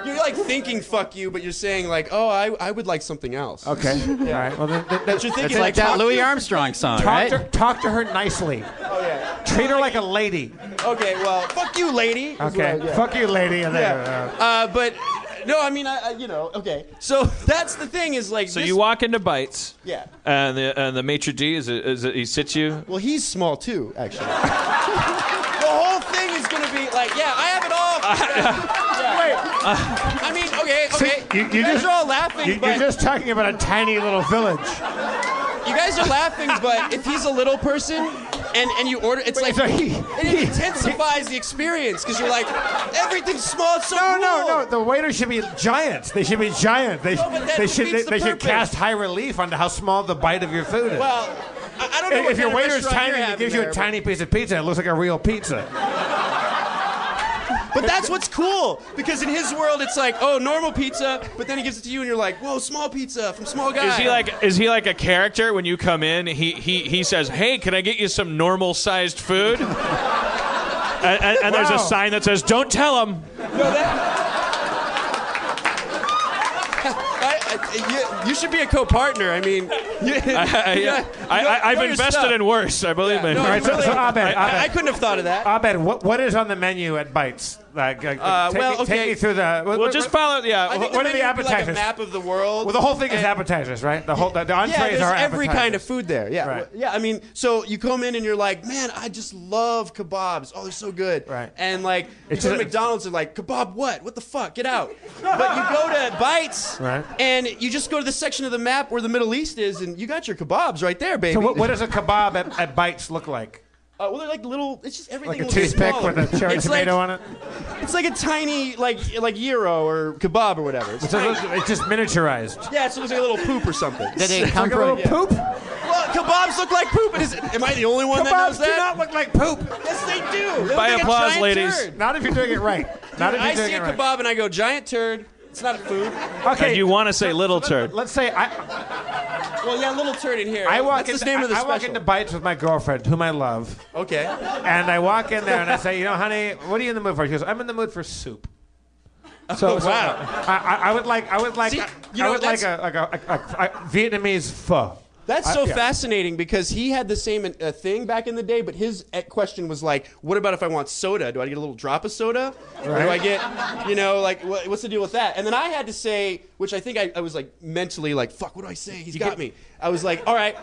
G: You're like thinking "fuck you," but you're saying like, "Oh, I, I would like something else."
C: Okay. All right. Well, then, then,
G: But you're thinking
A: It's like that
G: talk-
A: Louis Armstrong song,
C: talk,
A: right?
C: to, talk to her nicely.
G: Oh yeah.
C: Treat her like a lady.
G: Okay. Well, fuck you, lady. is
C: Okay.
G: what I- yeah.
C: Fuck you, lady. And then,
G: Yeah. Uh, but no, I mean, I, I you know, okay. So [LAUGHS] that's the thing is like.
D: So
G: this-
D: you walk into Bites.
G: Yeah.
D: And the and the maitre d is, is he sits you.
G: Well, he's small too, actually. the whole thing is gonna be like, yeah, I have it
D: [LAUGHS]
G: all. Wait. I mean, okay, okay.
C: you-
G: you,
C: you
G: guys
C: just-
G: are all laughing,
C: you,
G: but
C: are just talking about a tiny little village.
G: You guys are laughing, but if he's a little person and, and you order, it's like
C: so he-
G: it intensifies the experience because you're like everything's small. It's so
C: No, no,
G: cool."
C: no. The waiters should be giants. They should be giant. They,
G: No, but that
C: they should
G: defeats
C: they, they
G: the
C: should
G: purpose.
C: cast high relief onto how small the bite of your food is.
G: Well, I, I don't know.
C: if
G: what
C: if your
G: kind of
C: waiter's
G: restaurant you're
C: tiny, he
G: having
C: gives you a
G: there,
C: tiny piece of pizza. It looks like a real pizza.
G: But that's what's cool because in his world it's like oh normal pizza, but then he gives it to you and you're like whoa small pizza from small guy.
D: Is he like is he like a character when you come in? He he he says, "Hey, can I get you some normal sized
C: [LAUGHS]
D: food?" and and, and there's
C: Wow.
D: a sign that says, "Don't tell him."
G: [LAUGHS] I, I, you, you should be a co-partner. I mean, you, [LAUGHS]
D: I,
G: you know-
D: I,
G: you know-
D: I,
G: you
D: I've
G: know your
D: invested
G: stuff.
D: in worse. I believe me.
G: No,
C: All right, so-
G: really,
C: so Abed,
G: I- I,
C: Abed.
G: I couldn't have thought of that.
C: Abed, what, what is on the menu at Bites? Like, like,
G: Uh,
C: take,
G: well,
C: me, take
G: okay.
C: me through the.
D: Well, just follow. Yeah.
G: I think
C: What
G: the
C: are
G: menu
C: the
G: would be like a
C: appetizers?
G: map of the world.
C: Well, the whole thing is
G: And-
C: appetizers, right? The whole the, the entrees
G: Yeah, there's
C: are
G: every
C: appetizers.
G: kind of food there. Yeah,
C: Right.
G: yeah. I mean, so you come in and you're like, man, I just love kebabs. Oh, they're so good.
C: Right.
G: And like, you
C: It's
G: go to
C: just-
G: McDonald's and like, kebab, what? What the fuck? Get out. but you go to Bites,
C: Right.
G: and you just go to the section of the map where the Middle East is, and you got your kebabs right there, baby.
C: So what, what does a kebab at, at Bites look like?
G: Uh, well, they're like little. It's just everything.
C: Like a
G: will be
C: toothpick
G: smaller.
C: with a cherry
G: it's
C: tomato
G: like,
C: on it?
G: it. It's like a tiny, like like gyro or kebab or whatever. It's
C: So
G: tiny.
C: those- it's just miniaturized.
G: yeah, so it looks like a little poop or something.
A: Did they come
C: Like a little
A: from?
C: poop?
G: Well, kebabs look like poop. And is, am I the only one that knows
C: Kebabs do
G: that?
C: not look like poop.
G: Yes, they do. They
D: By
G: look like a
D: applause,
G: giant
D: ladies.
G: turd.
C: Not if you're doing it right. Not if you're
G: I
C: doing
G: see a
C: it right.
G: kebab and I go, giant turd. It's not a food.
C: Okay.
D: And you want to say little
C: let-
D: turd?
C: Let's say I,
G: Well, yeah, little turd in here.
C: I walk
G: That's
C: into,
G: the name
C: I,
G: of the
C: I
G: special.
C: walk into Bites with my girlfriend, whom I love,
G: okay.
C: and I walk in there and I say, you know, honey, what are you in the mood for? She goes, I'm in the mood for
G: [LAUGHS]
C: soup. So, so
G: Oh, wow.
C: I, I, I would like I would like
G: See,
C: I-
G: you
C: I
G: know,
C: would like a, like a, a, a, a Vietnamese pho.
G: That's
C: I-
G: so
C: yeah.
G: fascinating because he had the same uh, thing back in the day, but his uh, question was like, "What about if I want soda? Do I get a little drop of soda, or do I
C: Right.
G: get, you know, like what, what's the deal with that?" And then I had to say, which I think I, I was like mentally like, "Fuck, what do I say?" He's got me. I was like, "All right,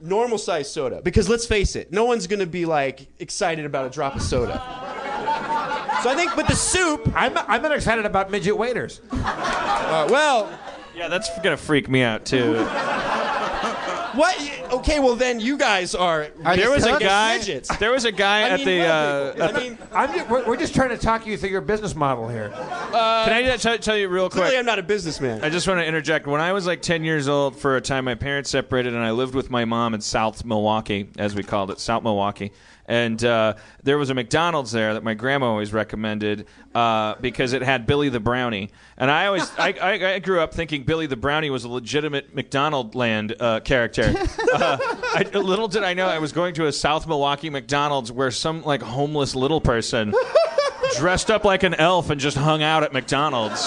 G: normal size soda," because let's face it, no one's gonna be like excited about a drop of soda. So I think, but the soup.
C: I'm I'm not excited about midget waiters.
G: Uh, well,
D: Yeah, that's gonna freak me out [LAUGHS] too.
G: what? Okay, well then you guys are.
A: they
D: There was a
A: Sucks.
D: guy.
G: Midgets.
D: There was a guy
G: I
D: at
G: mean,
D: the.
C: [LAUGHS]
G: what people-
D: Uh, at
G: I
D: the-
G: mean,
C: I'm just, we're, we're just trying to talk you through your business model here.
D: Uh, can I just tell- tell you real quick?
G: clearly I'm not a businessman.
D: I just want to interject. When I was like 10 years old, for a time, my parents separated, and I lived with my mom in South Milwaukee, as we called it, South Milwaukee. And uh, there was a McDonald's there that my grandma always recommended uh, because it had Billy the Brownie. And I [LAUGHS] always, I, I, I grew up thinking Billy the Brownie was a legitimate McDonald land uh, [LAUGHS] character. Uh, I, little did I know I was going to a South Milwaukee McDonald's where some like homeless little person dressed up like an elf and just hung out at McDonald's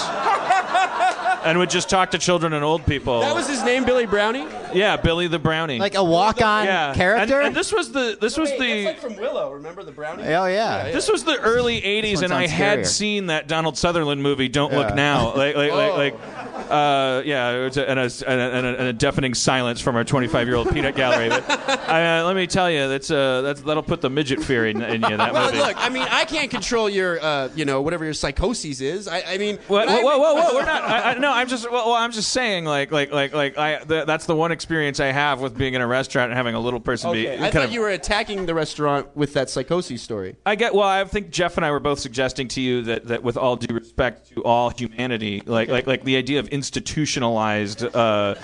D: and would just talk to children and old people.
G: That was his name, Billy Brownie.
D: yeah, Billy the Brownie.
A: Like a walk-on
D: yeah, And-
A: character?
D: And, this was the this was
G: Wait,
D: the.
G: that's like from Willow. Remember the brownie?
A: Hell Oh, yeah.
D: [LAUGHS] this was the early '80s,
A: one
D: and I
A: sounds
D: had
A: scarier.
D: seen that Donald Sutherland movie, "Don't Look
A: Yeah.
D: Now." Like, like, like, like, Uh, yeah, it's a- and a, and, a, and, a, and a deafening silence from our 25-year-old peanut gallery.
G: [LAUGHS]
D: But I, uh, let me tell you, that's, uh, that's that'll put the midget fear in, in you. That
G: Well,
D: movie.
G: look, I mean, I can't control your, uh, you know, whatever your psychoses is. I, I mean,
D: Whoa,
G: when I-
D: whoa, whoa, whoa,
G: [LAUGHS]
D: whoa! We're not. I, I, no, I'm just. Well, well, I'm just saying, like, like, like, like. I. Th- that's the one experience I have with being in a restaurant and having a little person be.
G: Okay, I
D: kind
G: thought
D: of-
G: you were attacking the restaurant with that psychoses story.
D: I get. Well, I think Jeff and I were both suggesting to you that, that with all due respect to all humanity, like, like, like the idea of institutionalized, uh,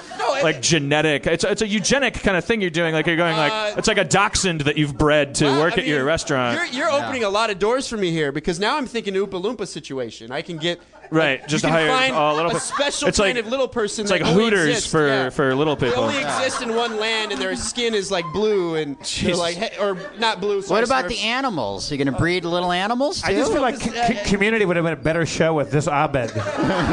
D: like genetic. It's a, it's a eugenic kind of thing you're doing. Like you're going
G: Uh,
D: like it's like a dachshund that you've bred to
G: Well,
D: work
G: I
D: at your
G: mean,
D: restaurant.
G: You're, you're opening a lot of doors for me here because now I'm thinking Oompa Loompa situation. I can get
D: Right,
G: like,
D: just
G: you can
D: hire
G: find
D: a little
G: a
D: per-
G: special
D: it's
G: kind
D: like-
G: of little person.
D: it's
G: that
D: like
G: only
D: Hooters
G: exists-
D: for-
G: yeah.
D: for little people.
G: They only exist in one land, and their skin is like blue, and they're like he- or not blue.
F: What about the animals? Are you going to breed little animals? Too?
E: I just feel like c- c-
C: uh,
E: community would have been a better show with this Abed.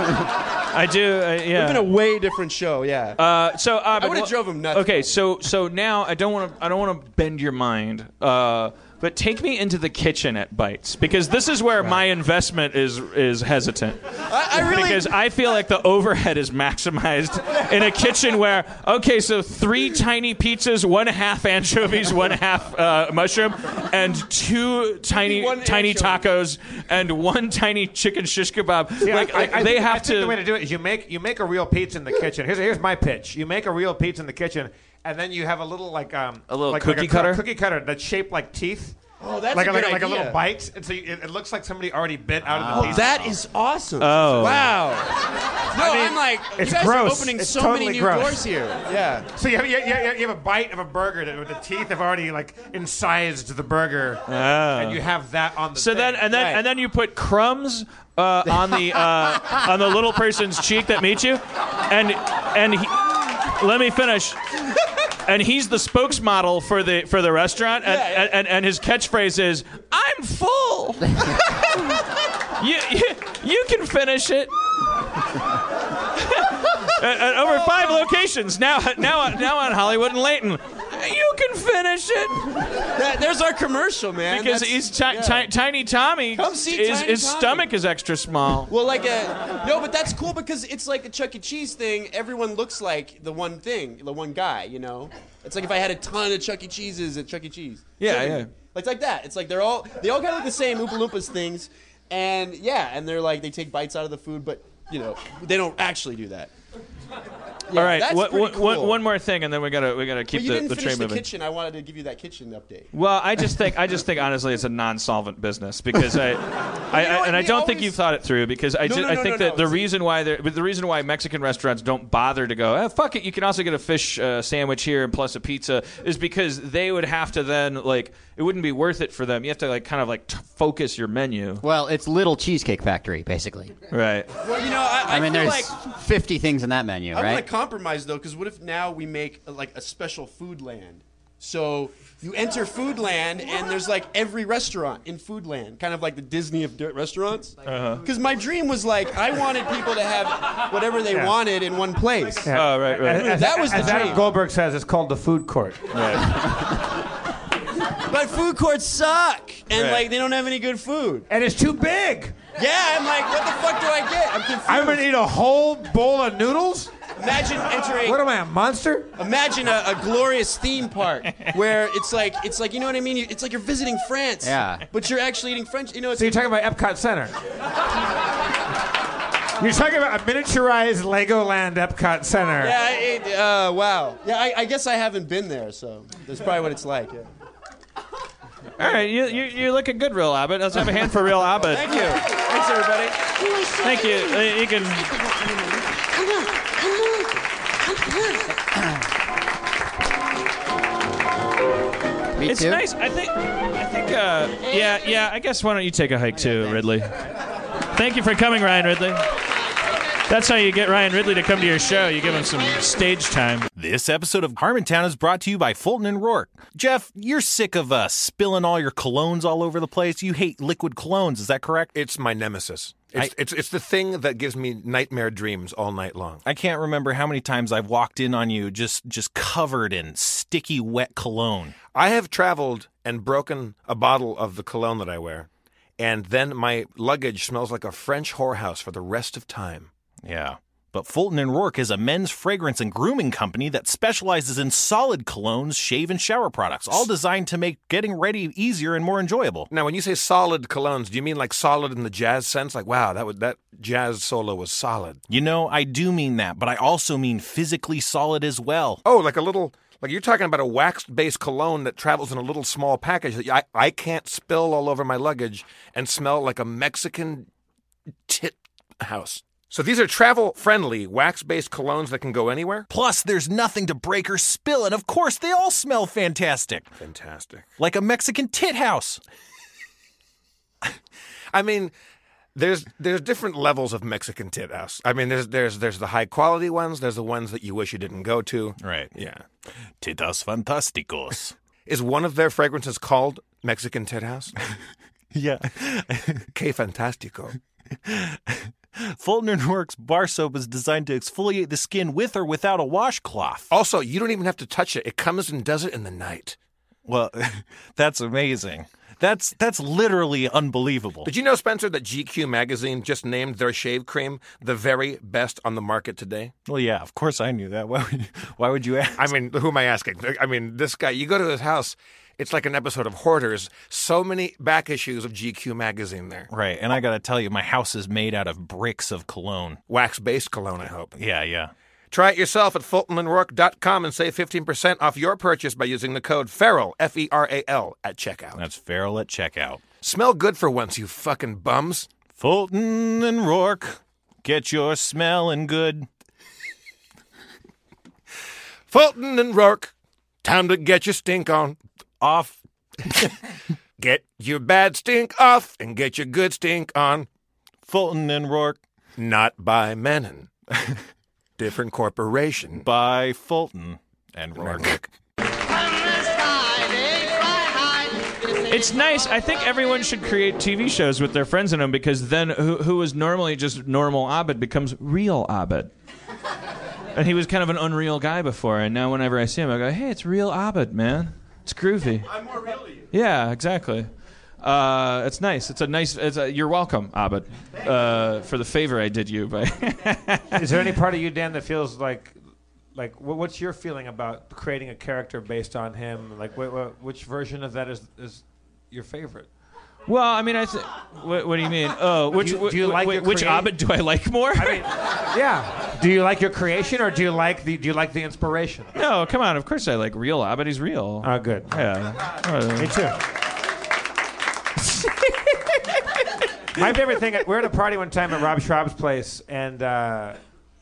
D: I do. I, yeah.
G: It's been a way different show. Yeah.
D: Uh, so uh, but
G: would've
D: wha-
G: drove him nuts.
D: Okay, so so now I don't want to I don't want to bend your mind, uh, but take me into the kitchen at Bites because this is where my investment is is hesitant.
G: I, I really
D: because I feel like the overhead is maximized in a kitchen where okay, so three tiny pizzas, one half anchovies, one half uh, mushroom, and two tiny
G: One
D: tiny
G: anchovy.
D: tacos and one tiny chicken shish kebab.
E: Yeah,
D: like
E: I-
D: like,
E: I
D: they
E: think- I
D: have
E: think
D: to.
E: the
C: way to do it is you make you make a real pizza in the kitchen. Here's here's my pitch. You make a real pizza in the kitchen, and then you have a little like um
D: A little
E: like,
D: cookie
E: like coo-
D: cutter?
E: cookie cutter that's shaped like teeth.
G: Oh, that's
E: like
G: a
E: like,
G: good
E: like a
G: idea.
E: little bite, and so you, it, it looks like somebody already bit out of the
G: Oh,
E: piece.
G: that is awesome.
D: Oh.
G: Wow. No, I
E: Oh. mean,
G: am like,
E: it's
G: you guys
E: gross.
G: are opening
E: It's
G: so
E: totally
G: many new
E: gross.
G: doors here. Yeah.
E: So you have, you, have, you have a bite of a burger that with the teeth have already like incised the burger, and you have that on the.
D: So then,
E: thing.
D: and then,
G: right.
D: and then you put crumbs uh, on the uh, on the little person's cheek that meets you, and and he, let me finish. And he's the spokesmodel for the for the restaurant, and
G: Yeah, yeah.
D: And, and, and his catchphrase is "I'm full." you, you you can finish it. [LAUGHS] at, at over five locations now now now on Hollywood and Layton. You can finish it.
G: That- there's our commercial, man.
D: Because
G: That's-
D: he's ti-
G: yeah.
D: ti- tiny Tommy.
G: Come see
D: his,
G: Tiny
D: his
G: Tommy.
D: stomach is extra small.
G: Well, like a no, but that's cool because it's like a Chuck E. Cheese thing. Everyone looks like the one thing, the one guy. You know, it's like if I had a ton of Chuck E. Cheeses at Chuck E. Cheese.
D: Yeah,
G: Sure.
D: yeah.
G: Like it's like that. It's like they're all they all kind of look the same. Oompa Loompas things, and yeah, and they're like they take bites out of the food, but you know they don't actually do that. Yeah,
D: All right,
G: that's
D: what,
G: pretty
D: what, what-
G: cool.
D: one more thing, and then we gotta we gotta keep
G: But you
D: the,
G: didn't
D: the
G: finish
D: train
G: the
D: moving.
G: kitchen. I wanted to give you that kitchen update.
D: Well, I just think I just think honestly, it's a non-solvent business
G: [LAUGHS]
D: because I, I,
G: You know
D: I
G: what?
D: and I
G: We
D: don't think
G: always-
D: you've thought it through because I, ju-
G: no,
D: I
G: no,
D: think
G: no,
D: that
G: no.
D: the reason why they're- but the reason why Mexican restaurants don't bother to go eh, fuck it you can also get a fish uh, sandwich here and plus a pizza is because they would have to then like it wouldn't be worth it for them you have to like kind of like t- focus your menu
F: [LAUGHS] well, it's Little Cheesecake Factory, basically.
D: right
G: Well, you know, I, I,
F: I, mean,
G: feel
F: there's
G: like
F: 50 things in that menu,
G: I
F: right?
G: want to compromise though, because what if now we make uh, like a special food land? So you enter food land, and there's like every restaurant in food land, kind of like the Disney of dirt restaurants. Because my dream was like I wanted people to have whatever they wanted in one place.
D: oh right right
E: As-
G: That was the
E: as Adam
G: dream.
E: Goldberg says, it's called the food court.
G: But food courts suck, and
D: Right.
G: like they don't have any good food.
E: And it's too big.
G: Yeah, I'm like, what the fuck do I get? I'm confused.
E: I'm gonna eat a whole bowl of noodles.
G: Imagine entering.
E: What am I, a monster?
G: Imagine a, a glorious theme park where it's like it's like you know what I mean. You- It's like you're visiting France.
F: Yeah.
G: But you're actually eating French. You know, it's
E: So you're talking about Epcot Center. You're talking about a miniaturized Legoland Epcot Center.
G: Yeah, I, it- uh, wow. Yeah, I, I guess I haven't been there, so that's probably what it's
D: [LAUGHS]
G: like. yeah.
D: All right, you, you, you're looking good, Real Abbott. Let's have a hand for Real Abbott.
G: Thank you. Thanks, everybody.
D: Thank you. Uh, You can.
F: Me
D: It's
F: too.
D: nice. I think. I think. Uh, yeah, yeah. I guess why don't you take a hike too, Ridley? Thank you for coming, Ryan Ridley. That's how you get Ryan Ridley to come to your show. You give him some stage time.
J: This episode of Harmontown is brought to you by Fulton and Rourke. Jeff, you're sick of us spilling all your colognes all over the place. You hate liquid colognes, is that correct?
H: It's my nemesis. It's, it's, it's the thing that gives me nightmare dreams all night long.
J: I can't remember how many times I've walked in on you just just covered in sticky wet cologne.
H: I have traveled and broken a bottle of the cologne that I wear, and then my luggage smells like a French whorehouse for the rest of time.
J: Yeah.
K: But Fulton and Rourke is a men's fragrance and grooming company that specializes in solid colognes, shave, and shower products, all designed to make getting ready easier and more enjoyable.
L: Now, when you say solid colognes, do you mean like solid in the jazz sense? Like, wow, that was, that jazz solo was solid.
K: You know, I do mean that, but I also mean physically solid as well.
L: Oh, like a little, like you're talking about a wax-based cologne that travels in a little small package that I, I can't spill all over my luggage and smell like a Mexican tit house. So these are travel-friendly wax-based colognes that can go anywhere.
K: Plus, there's nothing to break or spill, and of course, they all smell fantastic.
L: Fantastic.
K: Like a Mexican tit house.
L: I mean, there's there's different levels of Mexican tit house. I mean, there's there's there's the high quality ones. There's the ones that you wish you didn't go to.
K: Right.
L: Yeah.
K: Tit house fantásticos.
L: [LAUGHS] Is one of their fragrances called Mexican tit
K: [LAUGHS]
L: house?
M: Yeah.
L: que fantástico.
K: Fulton and Rourke's bar soap is designed to exfoliate the skin with or without a washcloth.
L: Also, you don't even have to touch it. It comes and does it in the night.
K: Well, [LAUGHS] that's amazing. That's that's literally unbelievable.
L: Did you know, Spencer, that GQ magazine just named their shave cream the very best on the market today?
K: Well, yeah, of course I knew that. [LAUGHS] Why would you, why would you ask?
L: I mean, who am I asking? I mean, this guy. You go to his house. It's like an episode of Hoarders. So many back issues of GQ magazine there.
K: Right, and I gotta tell you, my house is made out of bricks of cologne.
L: Wax-based cologne, I hope.
K: Yeah, yeah.
L: Try it yourself at FultonandRourke.com and save 15% off your purchase by using the code FERAL, F E R A L, at checkout.
K: That's feral at checkout.
L: Smell good for once, you fucking bums.
K: Fulton and Rourke, get your smelling good.
L: Fulton and Rourke, time to get your stink on.
K: [LAUGHS]
L: Off. get your bad stink off and get your good stink on.
K: Fulton and Rourke,
L: Not by
K: [LAUGHS]
L: Menon. Different corporation.
K: by Fulton and Rourke.
D: It's nice. I think everyone should create TV shows with their friends in them because then who, who was normally just normal Abed becomes real Abed. And he was kind of an unreal guy before, and now whenever I see him, I go, "Hey, it's real Abed, man. It's groovy." I'm more real you. Yeah, exactly. Uh, it's nice. It's a nice. It's a, you're welcome, Abed, uh, for the favor I did you. By [LAUGHS]
C: [LAUGHS] Is there any part of you, Dan, that feels like, like, wh- what's your feeling about creating a character based on him? Like, wh- wh- which version of that is is your favorite?
D: well, I mean, I. Th- what, what do you mean? Oh, which
C: you- do you
D: wh-
C: like
D: wh-
C: your
D: which
C: create-
D: Abed do I like more? [LAUGHS]
C: Yeah. Do you like your creation, or do you like the do you like the inspiration?
D: No, come on. Of course I like real Abed. He's real.
C: Oh, good.
D: yeah.
C: Me
D: Uh,
C: too. My favorite thing, we're at a party one time at Rob Schraub's place, and uh,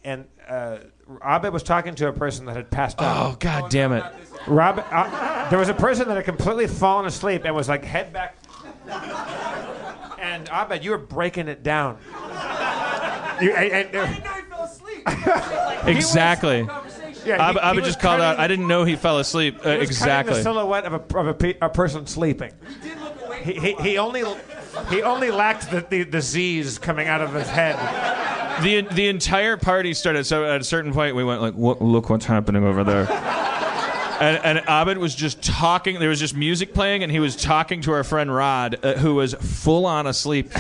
C: and uh, Abed was talking to a person that had passed
D: oh
C: out.
D: God damn it!
C: Rob, uh, there was a person that had completely fallen asleep and was like head back. And Abed, you were breaking it down. You, and, and,
D: Exactly.
C: yeah,
D: Ab
C: he- he
D: Abba
C: was
D: just called out.
C: cutting-
D: I didn't know he fell asleep. Uh,
C: He was cutting
D: exactly.
C: The silhouette of a of a, pe- a person sleeping. He did look away. He, he, only he only lacked the, the, the Z's coming out of his head.
D: The the entire party started. So at a certain point, we went like, "What? Look what's happening over there." And, and Abed was just talking. There was just music playing, and he was talking to our friend Rod, uh, who was full on asleep.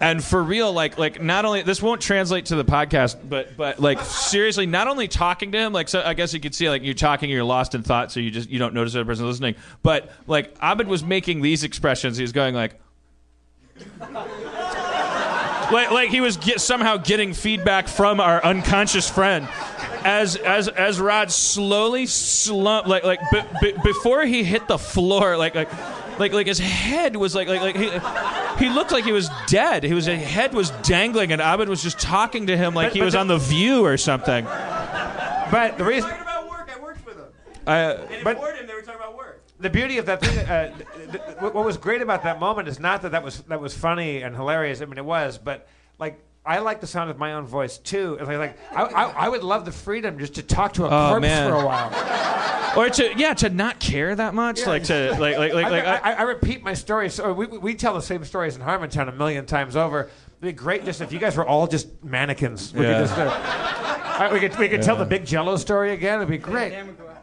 D: And for real, like, like not only this won't translate to the podcast, but but like seriously, not only talking to him, like, so I guess you could see like you're talking, you're lost in thought, so you just you don't notice the other person listening. But like Abed was making these expressions. He was going like, like, like he was get, somehow getting feedback from our unconscious friend as as as Rod slowly slumped like like b- b- before he hit the floor like like like like his head was like like like he, he looked like he was dead he was his head was dangling and Abed was just talking to him like
C: But-
D: he
C: but
D: was
C: the-
D: on the view or something
C: But the reason
D: I,
C: but The beauty of that thing, uh, th- th- what what was great about that moment is not that that was that was funny and hilarious. I mean, it was, but like. I like the sound of my own voice too. It's Like, like I, I, I would love the freedom just to talk to a
D: Oh,
C: corpse
D: man.
C: for a while.
D: or to yeah to not care that much like to like like like, uh, like
C: I, I, I repeat my stories. So we, we- we tell the same stories in Harmontown a million times over. It'd be great just if you guys were all just mannequins. We
D: Yeah.
C: could just. Uh, all right, we could we could tell the big Jello story again. It'd be great.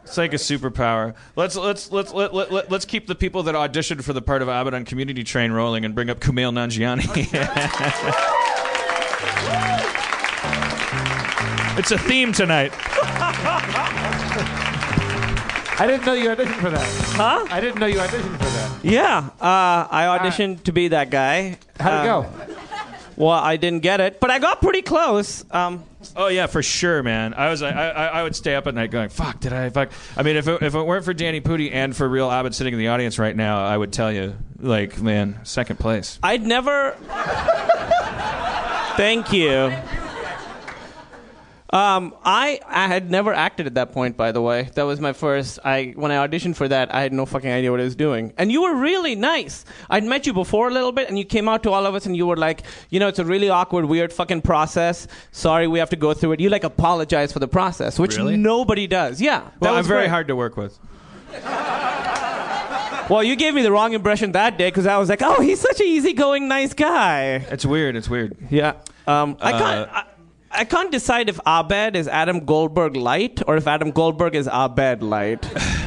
D: It's like a superpower. Let's let's let's let, let, let, let's keep the people that auditioned for the part of Abbott on Community Train rolling and bring up Kumail Nanjiani. [LAUGHS] It's a theme tonight.
C: I didn't know you auditioned for that. Huh? I didn't know you auditioned for that.
N: Yeah, uh, I auditioned to be that guy.
C: How'd it
N: it go? Well, I didn't get it, but I got pretty close. Um,
D: Oh yeah, for sure, man. I was I, I, I would stay up at night going, "Fuck, did I fuck?" I mean, if it, if it weren't for Danny Pudi and for real Abbott sitting in the audience right now, I would tell you, like, man, second place.
N: I'd never. Thank you. Um, I I had never acted at that point, by the way. That was my first. I when I auditioned for that, I had no fucking idea what I was doing. And you were really nice. I'd met you before a little bit, and you came out to all of us, and you were like, you know, it's a really awkward, weird fucking process. Sorry, we have to go through it. You like apologize for the process, which
D: Really?
N: nobody does. Yeah, that
D: Well, I'm
N: was
D: very
N: great.
D: hard to work with.
N: [LAUGHS] Well, you gave me the wrong impression that day because I was like, oh, he's such an easygoing, nice guy.
D: It's weird. It's weird.
N: Yeah. Um, I can't.
D: Uh,
N: I, I can't decide if Abed is Adam Goldberg light or if Adam Goldberg is Abed light.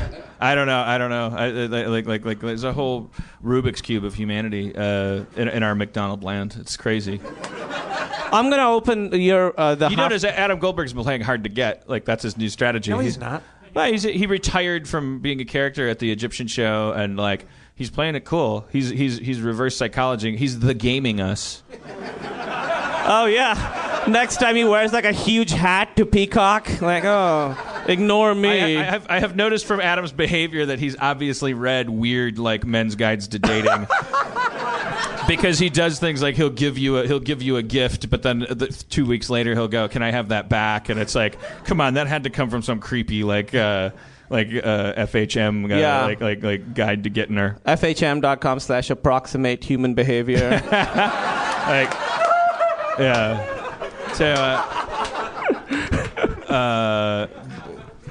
D: [SIGHS] I don't know. I don't know. I, I- like, like, like, there's a whole Rubik's cube of humanity uh, in, in our McDonald land. It's crazy.
N: I'm gonna open your uh, the.
D: You
N: half-
D: notice that Adam Goldberg's been playing hard to get. Like that's his new strategy.
N: No, he's not.
D: Well, he's, he retired from being a character at the Egyptian show, and like he's playing it cool. He's he's he's reverse psychology. He's the gaming us.
N: oh yeah. Next time he wears like a huge hat to Peacock, like oh, ignore me.
D: I, I have I have noticed from Adam's behavior that he's obviously read weird like men's guides
N: [LAUGHS]
D: to dating. Because he does things like he'll give you a, he'll give you a gift, but then the, two weeks later he'll go, "Can I have that back?" And it's like, come on, that had to come from some creepy like uh, like uh, FHM uh,
N: Yeah.
D: like like like guide to getting her.
N: FHM.com slash approximate human behavior.
D: [LAUGHS] like, yeah. So, uh, uh,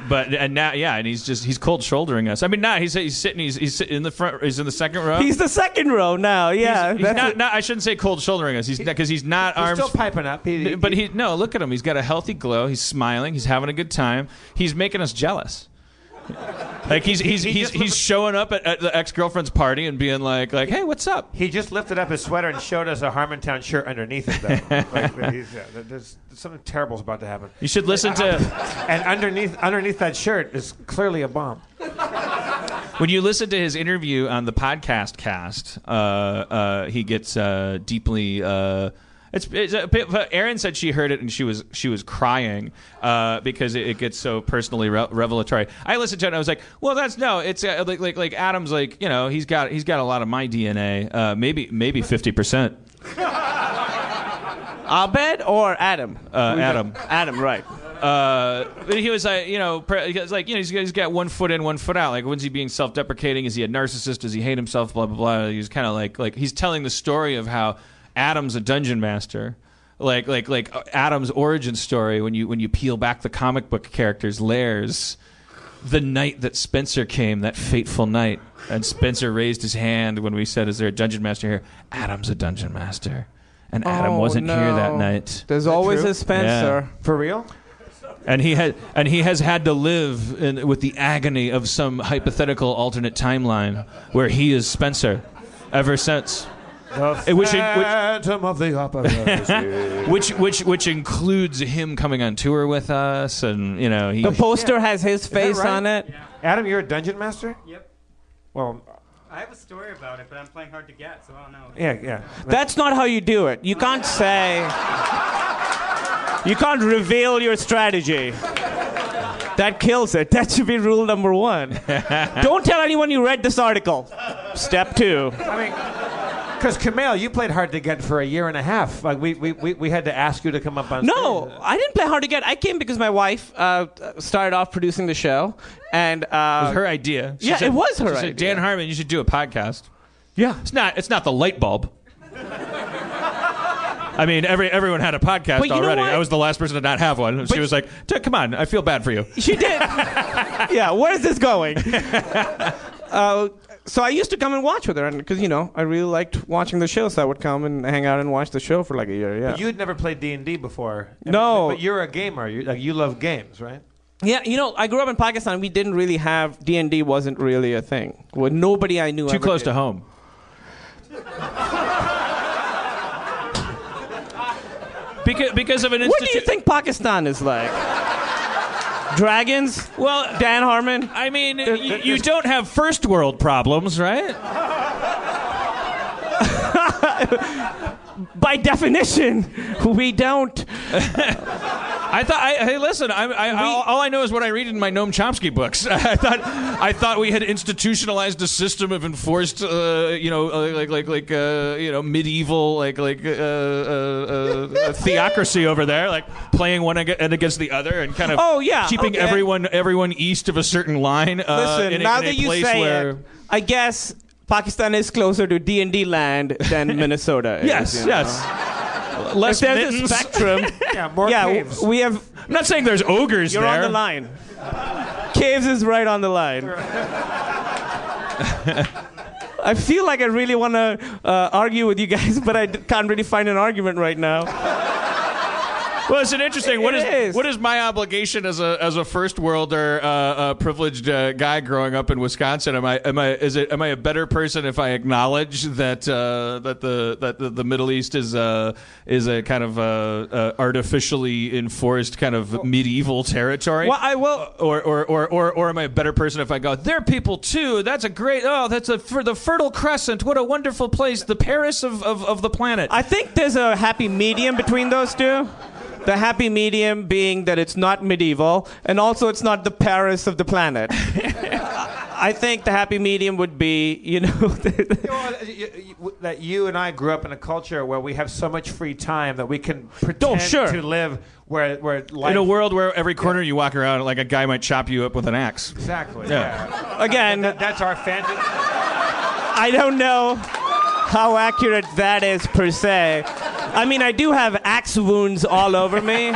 D: but and now, yeah, and he's just he's cold shouldering us. I mean, now he's he's sitting he's he's sitting in the front. He's in the second row.
N: He's the second row now. Yeah.
D: He's, he's not, not- I shouldn't say cold shouldering us. He's because he's not
C: He's
D: arms.
C: still piping up. He- he-
D: but he no, look at him. He's got a healthy glow. He's smiling. He's having a good time. He's making us jealous. Like he's he's
C: He
D: he's,
C: just
D: he's showing up at, at the ex girlfriend's party and being like like hey what's up
C: He just lifted up his sweater and showed us a Harmontown [LAUGHS] shirt underneath it,
D: [LAUGHS]
C: though. like, he's, yeah, there's, something terrible's about to happen.
D: you should listen to
C: And underneath, underneath that shirt is clearly a bomb.
D: When you listen to his interview on the podcast cast, uh, uh, he gets uh, deeply. Uh, it's, it's a bit, but Aaron said she heard it and she was she was crying uh, because it, it gets so personally re- revelatory. I listened to it and I was like, well, that's no, it's uh, like like like Adam's like you know he's got he's got a lot of my DNA, uh, maybe maybe fifty percent.
N: Abed or Adam?
D: Uh, Adam.
N: Adam, right.
D: Uh, but he was like, you know, pre- he was like, you know, he's, he's got one foot in, one foot out. Like, when's he being self-deprecating? Is he a narcissist? Does he hate himself? Blah blah blah. He's kind of like, like he's telling the story of how Adam's a dungeon master, like, like, like uh, Adam's origin story. When you when you peel back the comic book character's layers, the night that Spencer came, that fateful night, and Spencer raised his hand when we said, "Is there a dungeon master here?" Adam's a dungeon master, and Adam
N: Oh,
D: wasn't here that
N: no.
D: night.
N: There's always
C: true?
N: a Spencer.
C: For real?
D: And he had, and he has had to live in, with the agony of some hypothetical alternate timeline where he is Spencer, ever since, [LAUGHS]
C: The
D: It- which- which-
C: Phantom of the
D: [LAUGHS]
C: Opera. is here.
D: which which which includes him coming on tour with us, and you know he.
N: The poster has his face
C: right?
N: on it.
C: Adam, you're a dungeon master?
O: Yep.
C: Well,
O: I have a story about it, but I'm playing hard to get, so I don't know.
C: yeah, yeah.
N: That's not how you do it. You can't say. You can't reveal your strategy. That kills it. That should be rule number
D: [LAUGHS]
N: one. Don't tell anyone you read this article. Step two.
C: I mean, because Camille, you played hard to get for a year and a half. Like we, we, we, we had to ask you to come up on
N: No,
C: stage.
N: I didn't play hard to get. I came because my wife uh, started off producing the show, and
D: it
N: uh,
D: was her idea. She
N: Yeah,
D: said-
N: it was her
D: she said,
N: idea.
D: Dan Harmon, you should do a podcast.
N: yeah,
D: It's not. It's not the light bulb. I mean, every everyone had a podcast
N: But you know
D: already.
N: what?
D: I was the last person to not have one. She
N: But-
D: was like, "D- "Come on, I feel bad for you."
N: She
D: [LAUGHS]
N: did. yeah, where is this going? uh, so I used to come and watch with her, because you know I really liked watching the show, so I would come and hang out and watch the show for like a year. Yeah.
C: You'd never played D and D before.
N: No.
C: but you're a gamer. You like you love games, right?
N: yeah, you know I grew up in Pakistan. We didn't really have D and D wasn't really a thing. Well, nobody I knew.
D: Too
N: ever
D: close
N: did.
D: to
N: [LAUGHS]
D: home. Because, because of an
N: What do you think Pakistan is like? Dragons? Well, Dan Harmon?
D: I mean, you, you don't have first world
N: [LAUGHS]
D: problems, right?
N: By definition, we don't.
D: I thought. I, hey, listen. I, I, all, all I know is what I read in my Noam Chomsky books. [LAUGHS] I thought. I thought we had institutionalized a system of enforced, uh, you know, uh, like like like uh, you know, medieval like like uh, uh, uh, uh, theocracy over there, like playing one ag- and against the other, and kind of
N: Oh, yeah,
D: keeping
N: okay.
D: everyone everyone east of a certain line. Uh,
N: Listen,
D: in a-
N: now
D: in a
N: that you
D: place
N: say
D: where,
N: it, I guess Pakistan is closer to D and D land
D: [LAUGHS]
N: than Minnesota. is,
D: Yes,
N: you know?
D: yes. Less
N: if there's
D: mittens.
N: a [LAUGHS] spectrum.
C: yeah, [LAUGHS] more
N: yeah, w-
C: caves.
N: we have.
D: I'm not saying there's ogres
N: You're on
D: there.
N: the line. caves is right on the
D: [LAUGHS]
N: line. I feel like I really want to uh, argue with you guys, [LAUGHS] but I d- can't really find an argument right now.
D: Well, it's an interesting. What
N: It
D: is,
N: is.
D: what is my obligation as a as a first worlder, uh, uh, privileged uh, guy growing up in Wisconsin? Am I am I is it am I a better person if I acknowledge that uh, that the that the, the Middle East is uh, is a kind of uh, uh, artificially enforced kind of medieval territory?
N: Well, I will.
D: Uh, Or or, or, or or am I a better person if I go? They're people too. That's a great. Oh, that's a for the Fertile Crescent. What a wonderful place. The Paris of, of, of the planet.
N: I think there's a happy medium between those two. The happy medium being that it's not medieval, and also it's not the Paris of the
D: [LAUGHS]
N: planet. I think the happy medium would be, you know,
C: Well, you- you- you- that you and I grew up in a culture where we have so much free time that we can pretend
D: Oh, sure.
C: to live where where life
D: In a world where every corner you walk around, like a guy might chop you up with an axe.
C: exactly.
D: Yeah.
N: again,
C: that's our fantasy.
N: I don't know how accurate that is per se. I mean, I do have axe wounds all over
D: [LAUGHS]
N: me.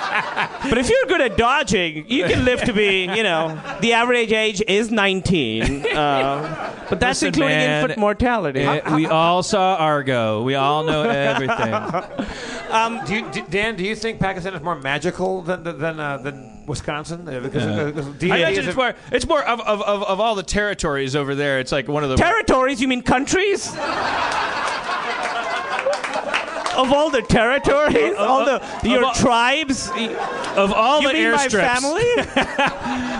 N: But if you're good at dodging, you can live to be, you know, the average age is 19. Uh, but that's
D: Listen,
N: including
D: man,
N: infant mortality.
D: Eh, we all saw Argo. We all
C: [LAUGHS]
D: know [LAUGHS] everything. Um,
C: Do you, d- Dan, do you think Pakistan is more magical than than than, uh, than Wisconsin? Uh, Because, because D&D
D: I
C: is
D: imagine
C: a-
D: it's more, it's more of, of, of, of all the territories over there. It's like one of the
N: territories? You mean countries? Of all the territories, all the your
D: all-
N: tribes,
D: of all
N: you
D: the
N: mean my
D: airstrips, [LAUGHS]
N: family?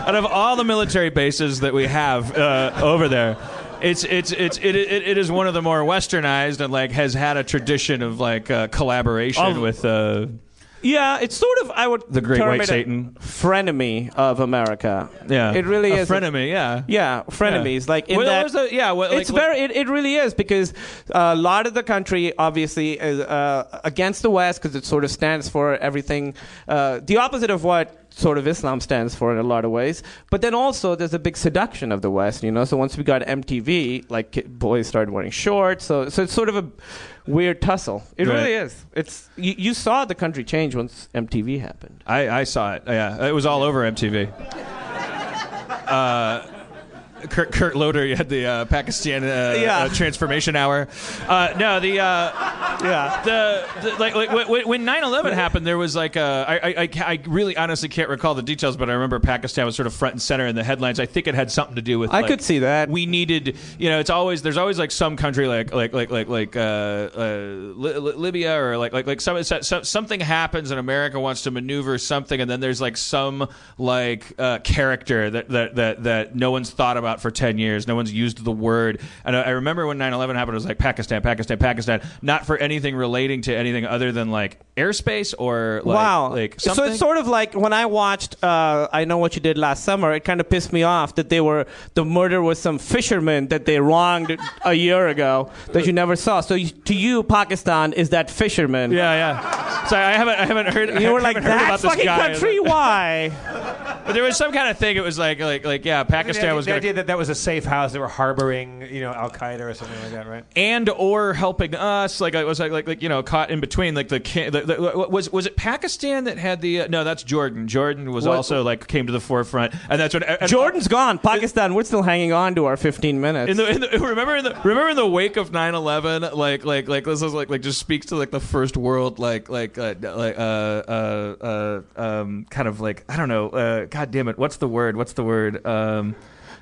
D: out of all the military bases that we have uh, over there. It's it's it's it, it, it is one of the more westernized and like has had a tradition of like uh, collaboration
N: All-
D: with uh,
N: yeah, it's sort of I would
D: the Great
N: term
D: White
N: it a-
D: Satan.
N: frenemy of America.
D: Yeah,
N: It really
D: a
N: is.
D: frenemy. Yeah,
N: Yeah, frenemies.
D: Yeah.
N: Like in
D: Well,
N: that,
D: there's a- yeah, well, like-
N: it's very. It, it really is because uh, a lot of the country obviously is uh, against the West because it sort of stands for everything, uh, the opposite of what sort of Islam stands for in a lot of ways. But then also there's a big seduction of the West, you know. So once we got MTV, like ki- boys started wearing shorts. So so it's sort of a weird tussle. It
D: Right.
N: really is. It's you, you saw the country change once MTV happened.
D: I, I saw it. Yeah, it was all over MTV. Uh, Kurt, Kurt Loder, you had the uh, Pakistan uh,
N: Yeah.
D: uh, transformation hour. Uh, no, the. Uh,
N: Yeah.
D: the, the like, like when- when 9/11 happened, there was like a I, I- I ca- I really honestly can't recall the details, but I remember Pakistan was sort of front and center in the headlines. I think it had something to do with
N: I
D: like,
N: could see that.
D: we needed you know it's always there's always like some country like like like like like uh, uh, Li- Li- Libya or like like like some, so- so- something happens and America wants to maneuver something, and then there's like some like uh, character that that that that no one's thought about for 10 years, no one's used the word, and I, I remember when 9/11 happened, it was like Pakistan, Pakistan, Pakistan, not for anything relating to anything other than like airspace or like,
N: wow.
D: like
N: so
D: something.
N: it's sort of like when I watched uh, I Know What You Did Last Summer, it kind of pissed me off that they were, the murder was some fisherman that they wronged a year ago that you never saw. So you, to you, Pakistan is that fisherman.
D: yeah, yeah. So I haven't, [LAUGHS] I haven't heard. I
N: You were like,
D: haven't heard
N: that
D: about this
N: fucking
D: guy." [LAUGHS]
N: country? Why?
D: But there was some kind of thing. It was like, like, like, yeah,
C: The
D: Pakistan
C: idea-
D: was
C: the
D: going
C: idea that that was a safe house. They were harboring, you know, Al Qaeda or something like that, right?
D: and or helping us. Like, it was like, like, like, you know, caught in between. Like the, ca- the, the was was it Pakistan that had the? Uh, no, that's Jordan. Jordan was
N: What-
D: also like came to the forefront, and that's when and-
N: Jordan's gone. Pakistan, we're still hanging on to our 15 minutes.
D: In the, in the [LAUGHS] remember in the remember in the wake of 9-11, like like like this is like like just speaks to like the first world like like uh, like uh, uh, uh, um kind of like I don't know uh, God damn it what's the word what's the word um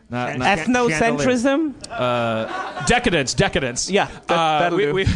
D: not, not-
N: Ethnocentrism?
D: uh, decadence, decadence.
N: Yeah, that-
D: Uh,
N: that'll
D: we- [LAUGHS]
N: do.
D: we-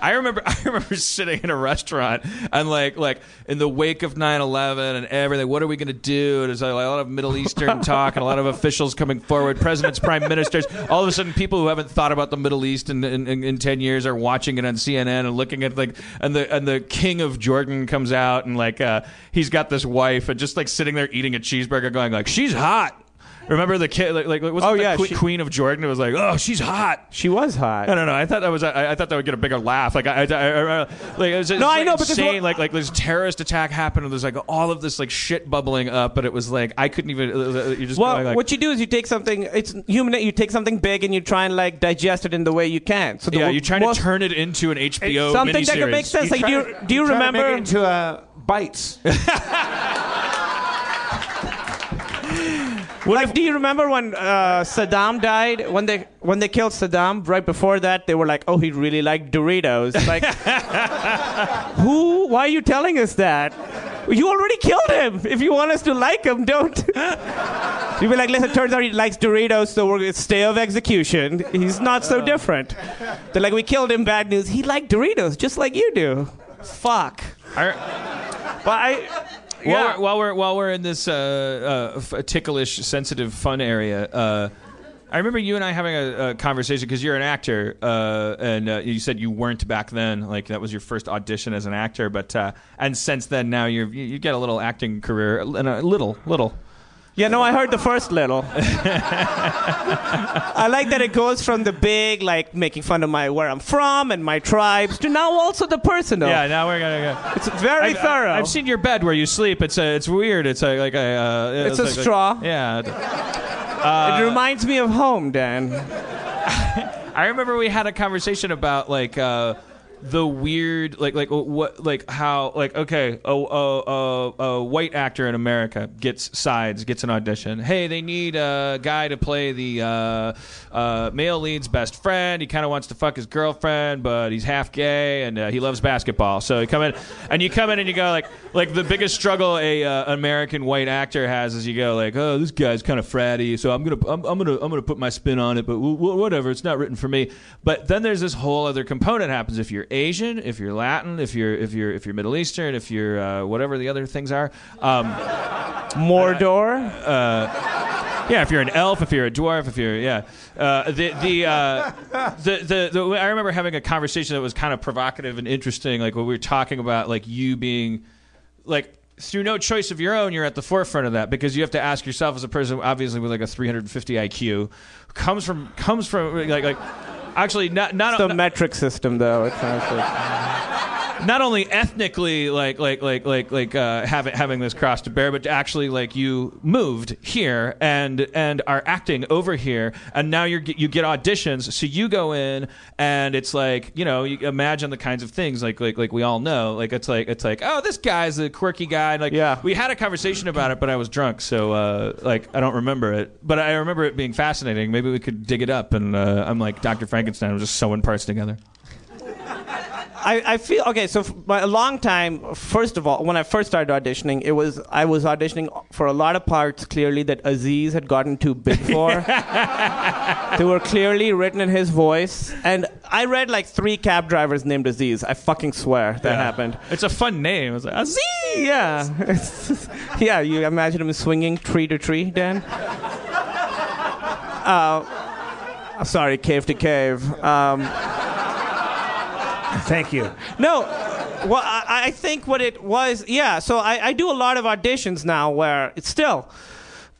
D: I remember I remember sitting in a restaurant and like like in the wake of 9/11 and everything. What are we going to do? And There's like a lot of
N: [LAUGHS]
D: Middle Eastern talk and a lot of officials coming forward, presidents, prime ministers. All of a sudden, people who haven't thought about the Middle East in in, in, in 10 years are watching it on CNN and looking at like and the and the king of Jordan comes out and like uh, he's got this wife and just like sitting there eating a cheeseburger, going like she's hot. Remember the kid, like, like was
N: Oh,
D: the
N: yeah,
D: que-
N: she-
D: queen of Jordan? It was like, oh, she's hot.
N: She was hot.
D: I don't know. I thought that was. I, I thought that would get a bigger laugh. Like I, I, I, I like it was
N: No, I know, but this
D: insane.
N: one-
D: like like this terrorist attack happened, and there's like all of this like shit bubbling up, but it was like I couldn't even. uh, You just
N: well,
D: going, like,
N: what you do is you take something. It's human. You take something big and you try and like digest it in the way you can. So the
D: yeah,
N: wo-
D: you're trying to
N: most-
D: turn it into an HBO
N: something that
D: miniseries.
N: could make sense. like, do you, do you
C: try to
N: remember?
C: make it into uh,
N: [LAUGHS]
C: bites?
N: like, do you remember when uh, Saddam died? When they when they killed Saddam, right before that, they were like, "Oh, he really liked Doritos." Like,
C: [LAUGHS]
N: who? Why are you telling us that? You already killed him. If you want us to like him, don't. [LAUGHS] You'd be like, "Listen, turns out he likes Doritos, so we're it's stay of execution. He's not so different." They're like, "We killed him. Bad news. He liked Doritos, just like you do." Fuck. But I.
D: While,
N: Yeah.
D: we're, while we're while we're in this uh, uh, f- ticklish, sensitive, fun area, uh, I remember you and I having a, a conversation because you're an actor, uh, and uh, you said you weren't back then. Like that was your first audition as an actor, but uh, and since then, now you're, you you get a little acting career, and a little, little.
N: Yeah, no, I heard the first little. [LAUGHS] I like that it goes from the big, like making fun of my where I'm from and my tribes, to now also the personal.
D: Yeah, now we're gonna go.
N: It's very
D: I've-
N: thorough.
D: I've seen your bed where you sleep. It's a, it's weird. It's a, like a. Uh,
N: It's a
D: like- like-
N: straw.
D: yeah. Uh,
N: it reminds me of home, Dan.
D: [LAUGHS] I remember we had a conversation about like uh, the weird, like like what, like how, like okay, a, a, a, a white actor in America gets sides, gets an audition. Hey, they need a guy to play the uh, uh, male lead's best friend. He kind of wants to fuck his girlfriend, but he's half gay and uh, he loves basketball. So you come in and you come in and you go like like the biggest struggle a uh, American white actor has is you go like oh this guy's kind of fratty so I'm gonna I'm, I'm gonna I'm gonna put my spin on it but w- w- whatever it's not written for me but then there's this whole other component happens if you're Asian if you're Latin if you're if you're if you're Middle Eastern if you're uh, whatever the other things are um,
N: Mordor
D: uh, yeah if you're an elf if you're a dwarf if you're yeah uh, the the, uh, the the the I remember having a conversation that was kind of provocative and interesting like when we were talking about like you being like through no choice of your own, you're at the forefront of that because you have to ask yourself as a person, obviously with like a 350 IQ, comes from comes from like like actually not not
N: the metric system, though. It sounds like.
D: not only ethnically like like like like like uh, having having this cross to bear, but actually like you moved here and and are acting over here, and now you you get auditions. So you go in, and it's like you know you imagine the kinds of things like like like we all know. Like it's like it's like oh this guy's a quirky guy. And, like yeah. we had a conversation about it, but I was drunk, so uh, like I don't remember it. But I remember it being fascinating. Maybe we could dig it up, and uh, I'm like Dr. Frankenstein. I'm just sewing parts together.
N: I, I feel okay. So, for my- a long time, first of all, when I first started auditioning, it was I was auditioning for a lot of parts clearly that Aziz had gotten too big
D: [LAUGHS]
N: for. they were clearly written in his voice, and I read like three cab drivers named Aziz. I fucking swear that
D: Yeah.
N: happened.
D: It's a fun name. It's like Aziz.
N: Yeah, [LAUGHS] yeah. You imagine him swinging tree to tree, Dan. Uh, sorry, cave to cave. Um,
C: Thank you.
N: [LAUGHS] No. Well, I, I think what it was, yeah. So I, I do a lot of auditions now where it's still,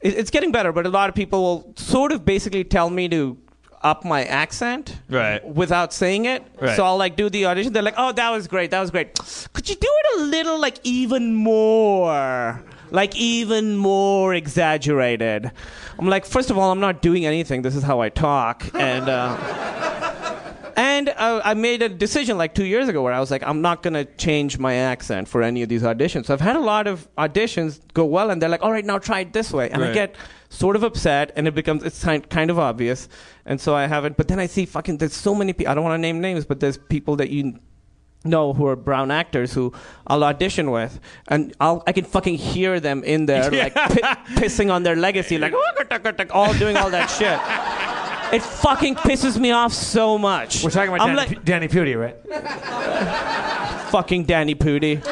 N: it, it's getting better, but a lot of people will sort of basically tell me to up my accent
D: Right.
N: without saying it.
D: Right.
N: So I'll like do the audition. They're like, oh, that was great. That was great. Could you do it a little like even more? Like even more exaggerated. I'm like, first of all, I'm not doing anything. This is how I talk. And, uh, [LAUGHS] and uh, I made a decision like two years ago where I was like, I'm not going to change my accent for any of these auditions. So I've had a lot of auditions go well, and they're like, all right, now try it this way. And I
D: Right.
N: get sort of upset, and it becomes, it's kind kind of obvious. And so I haven't, but then I see fucking, there's so many people, I don't want to name names, but there's people that you know who are brown actors who I'll audition with, and I'll, I can fucking hear them
C: [LAUGHS]
N: "Oh, in there, like pi- pissing on their legacy, like, all doing all that shit. It fucking pisses me off so much.
C: We're talking about
N: I'm
C: Danny,
N: like,
C: Pu- Danny Pudi, right?
N: fucking Danny Pudi.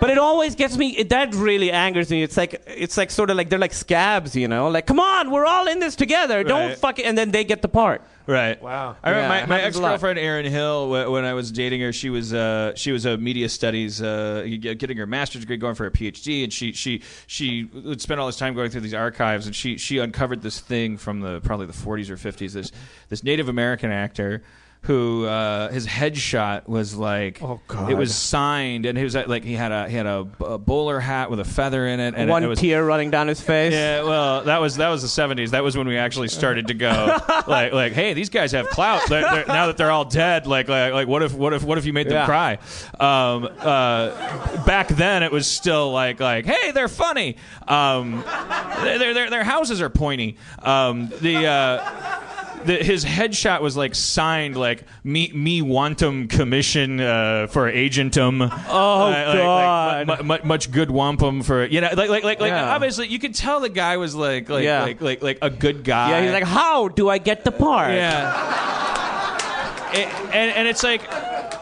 N: but it always gets me. It, that really angers me. It's like it's like sort of like they're like scabs, you know? Like, come on, we're all in this together. Don't
D: Right.
N: fucking. And then they get the part.
D: Right.
C: Wow.
D: I remember
N: Yeah,
D: my, my
N: happens
D: ex
N: a lot.
D: girlfriend Erin Hill. wh- When I was dating her, she was uh, she was a media studies uh, g- getting her master's degree, going for her PhD, and she she she would spend all this time going through these archives, and she she uncovered this thing from the probably the 40s or 50s. This this Native American actor. Who uh, his headshot was like? Oh
C: God!
D: It was signed, and he was at, like he had a he had a, b- a bowler hat with a feather in it, and
N: One
D: it, it was,
N: tear running down his face.
D: yeah, well, that was that was the '70s. That was when we actually started
N: [LAUGHS]
D: to go like like, hey, these guys have clout. They're- they're- now that they're all dead, like, like like what if what if what if you made them
N: Yeah.
D: cry? Um, uh, back then, it was still like like, hey, they're funny. Um, their- their their their houses are pointy. Um, the. Uh, the, his headshot was like signed like me me wantum commission uh, for agentum. Oh
N: God.
D: mu- mu- much good wampum for you know like like like, like
N: Yeah.
D: obviously you could tell the guy was like like
N: Yeah.
D: like, like like a good guy.
N: Yeah, he's like, how do I get the part?
D: Yeah. It- and and it's like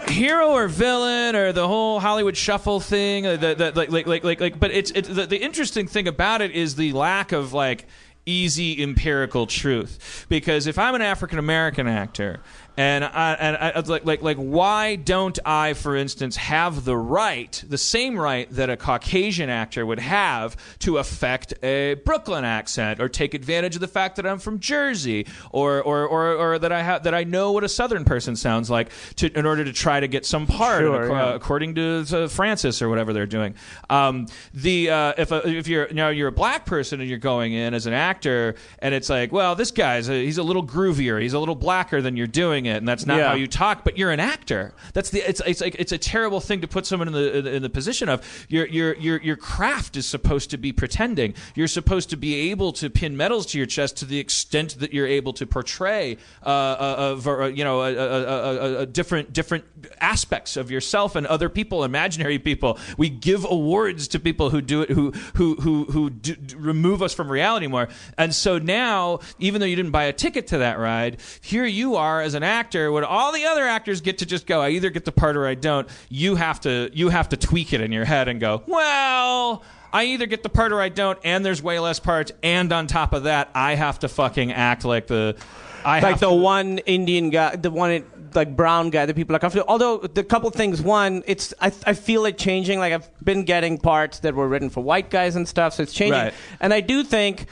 D: hero or villain or the whole Hollywood shuffle thing. uh, The, the, like, like like like like. But it's it's the, the interesting thing about it is the lack of like easy empirical truth. Because if I'm an African American actor. And I, and I it's like like like why don't I, for instance, have the right, the same right that a Caucasian actor would have to affect a Brooklyn accent or take advantage of the fact that I'm from Jersey or or, or, or that I have that I know what a Southern person sounds like to, in order to try to get some part
N: Sure,
D: ac-
N: yeah.
D: uh, according to uh, Francis or whatever they're doing. Um, the uh, if a, if you're you know you're a black person and you're going in as an actor and it's like well this guy's a, he's a little groovier he's a little blacker than you're doing it and that's not
N: Yeah.
D: how you talk but you're an actor that's the it's it's like it's a terrible thing to put someone in the in the- in the position of your your your your craft is supposed to be pretending you're supposed to be able to pin medals to your chest to the extent that you're able to portray uh, a, a ver- you know a, a, a, a- a different different aspects of yourself and other people imaginary people we give awards to people who do it who who who who do, d- remove us from reality more and so now even though you didn't buy a ticket to that ride here you are as an actor when all the other actors get to just go i either get the part or i don't you have to you have to tweak it in your head and go well I either get the part or I don't, and there's way less parts, and on top of that, I have to fucking act like the, I
N: like
D: have
N: the one Indian guy, the one like brown guy that people are comfortable. Although the couple things, one, it's I, I feel it changing. Like I've been getting parts that were written for white guys and stuff, so it's changing.
D: Right.
N: And I do think.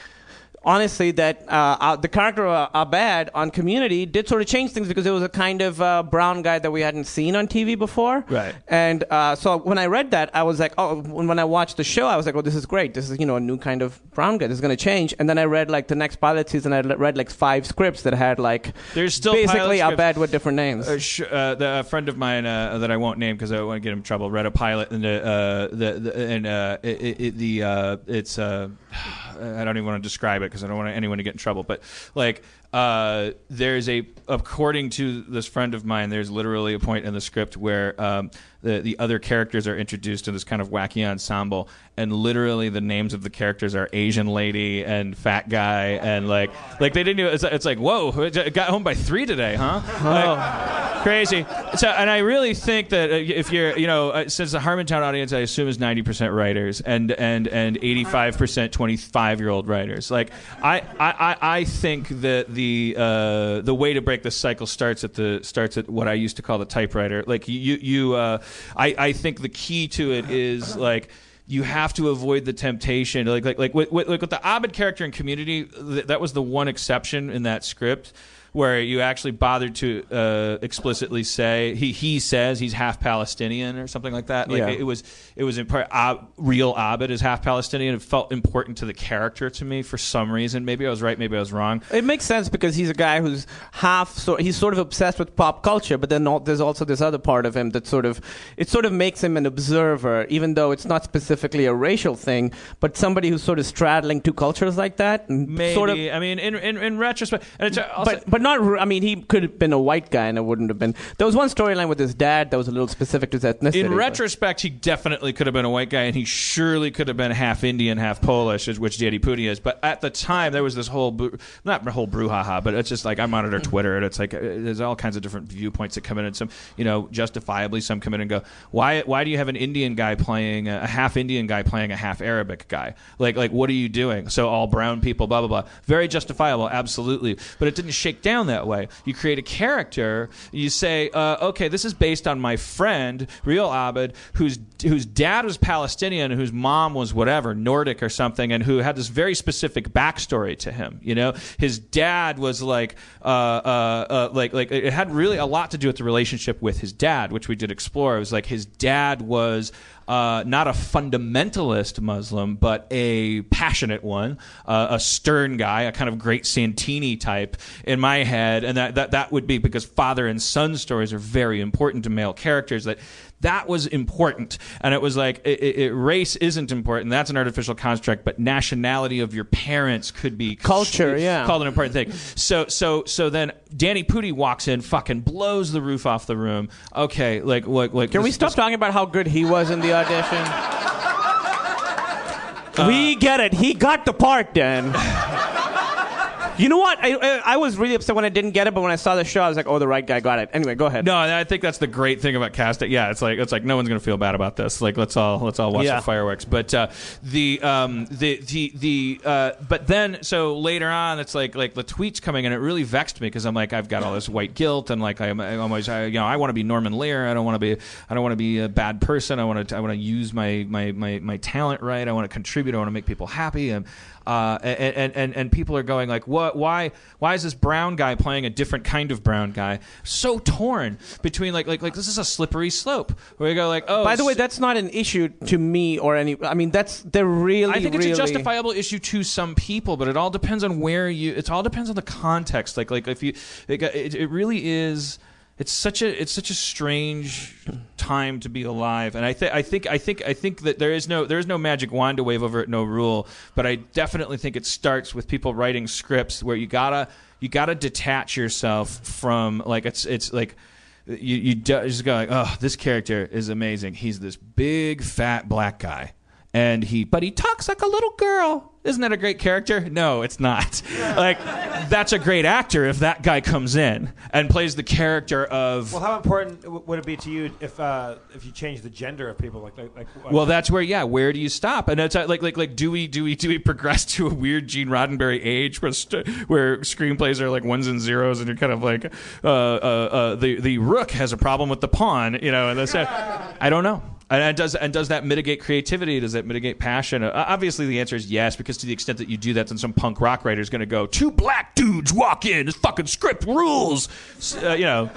N: Honestly, that uh, uh, the character of Abad on Community did sort of change things because it was a kind of uh, brown guy that we hadn't seen on TV before.
D: Right.
N: And uh, so when I read that, I was like, oh, when when I watched the show, I was like, oh, this is great. This is, you know, a new kind of brown guy. This is going to change. And then I read like the next pilot season, I le- read like five scripts that had like
D: There's still
N: basically
D: pilot
N: a
D: scripts.
N: bed with different names.
D: Uh, sh- uh, the, a friend of mine uh, that I won't name because I don't want to get him in trouble read a pilot and uh, uh, the, the and uh, it, it- it, the uh, it's uh, I don't even want to describe it because I don't want anyone to get in trouble. But like uh, there's a according to this friend of mine, there's literally a point in the script where um, the the other characters are introduced in this kind of wacky ensemble, and literally the names of the characters are Asian lady and fat guy and like like they didn't. even- It's, it's like whoa, it got home by three today, huh? Like, crazy. So, and I really think that uh, if you're, you know, uh, since the Harmontown audience, I assume is 90% writers and and and 85% 25 year old writers. Like, I I, I- I think that the uh, the way to break this cycle starts at the starts at what I used to call the typewriter. Like, you you uh, I I think the key to it is like you have to avoid the temptation. Like like like with, with, like with the Abed character in Community, th- that was the one exception in that script where you actually bothered to uh, explicitly say he he says he's half Palestinian or something like that. Like
N: Yeah.
D: it, it was it was in part Ab, real Abed is half Palestinian. It felt important to the character to me for some reason. Maybe I was right. Maybe I was wrong.
N: it makes sense because he's a guy who's half so he's sort of obsessed with pop culture, but then all, there's also this other part of him that sort of it sort of makes him an observer, even though it's not specifically a racial thing, but somebody who's sort of straddling two cultures like that and
D: Maybe
N: sort of
D: I mean in in, in retrospect, and it's, also,
N: but but but not. r- I mean, he could have been a white guy, and it wouldn't have been. There was one storyline with his dad that was a little specific to his ethnicity.
D: In
N: but-
D: retrospect, he definitely could have been a white guy, and he surely could have been half Indian, half Polish, is- which J.D. Pudi is. But at the time, there was this whole bru- not a whole brouhaha, but it's just like I monitor Twitter, and it's like uh, there's all kinds of different viewpoints that come in, and some you know justifiably some come in and go, why why do you have an Indian guy playing uh, a, a half Indian guy playing a half Arabic guy? Like like what are you doing? So all brown people, blah blah blah. Very justifiable, absolutely. But it didn't shake down that way. You create a character. You say, uh, okay, this is based on my friend, real Abed, whose whose dad was Palestinian, whose mom was whatever Nordic or something, and who had this very specific backstory to him. You know, his dad was like, uh, uh, uh, like, like it had really a lot to do with the relationship with his dad, which we did explore. It was like his dad was uh, not a fundamentalist Muslim, but a passionate one, uh, a stern guy, a kind of great Santini type in my head, and that, that that would be because father and son stories are very important to male characters. That that was important, and it was like it, it, it- race isn't important. That's an artificial construct, but nationality of your parents could be [LAUGHS]
N: Culture, yeah.
D: called an important thing. So so so then Danny Pudi walks in, fucking blows the roof off the room. Okay, like like like.
N: Can we
D: this-
N: stop
D: this-
N: talking about how good he was in the
D: [LAUGHS]
N: audition? we
D: Uh,
N: get it. He got the part, Dan. you know what? I, I, I was really upset when I didn't get it, but when I saw the show, I was like, oh, the right guy got it. Anyway, go ahead.
D: No, and I think that's the great thing about casting. Yeah, it's like it's like no one's gonna feel bad about this. Like let's all let's all watch
N: Yeah.
D: the fireworks. But uh, the um, the the the uh, but then so later on, it's like like the tweets coming and it really vexed me because I'm like I've got all this white guilt and like I'm, I'm always I, you know I want to be Norman Lear. I don't want to be I don't want to be a bad person. I want to I want to use my my my my talent right. I want to contribute. I want to make people happy. And uh, and, and, and, and people are going like, what? Why? Why is this brown guy playing a different kind of brown guy? So torn between like, like, like this is a slippery slope where you go like, oh.
N: By the way,
D: s-
N: that's not an issue to me or any. I mean, that's they're really.
D: I think
N: really,
D: it's a justifiable issue to some people, but it all depends on where you. It all depends on the context. Like, like if you, like, uh, it, it really is. It's such a it's such a strange time to be alive, and I think I think I think I think that there is no there is no magic wand to wave over it, no rule. But I definitely think it starts with people writing scripts where you gotta you gotta detach yourself from like it's it's like you you ju- just go like oh this character is amazing he's this big fat black guy and he but he talks like a little girl isn't that a great character no it's not [LAUGHS] like that's a great actor if that guy comes in and plays the character of
C: Well, how important w- would it be to you if uh, if you change the gender of people? Like, like, uh, like
D: Well, that's where yeah. Where do you stop? And it's uh, like like like do we do we do we progress to a weird Gene Roddenberry age where st- where screenplays are like ones and zeros and you're kind of like uh, uh, uh, the the rook has a problem with the pawn, you know? And that's I don't know. And and does and does that mitigate creativity? Does that mitigate passion? Uh, obviously, the answer is yes, because to the extent that you do that, then some punk rock writer is going to go, two black dudes walk in, this fucking script rules, S- uh, you know,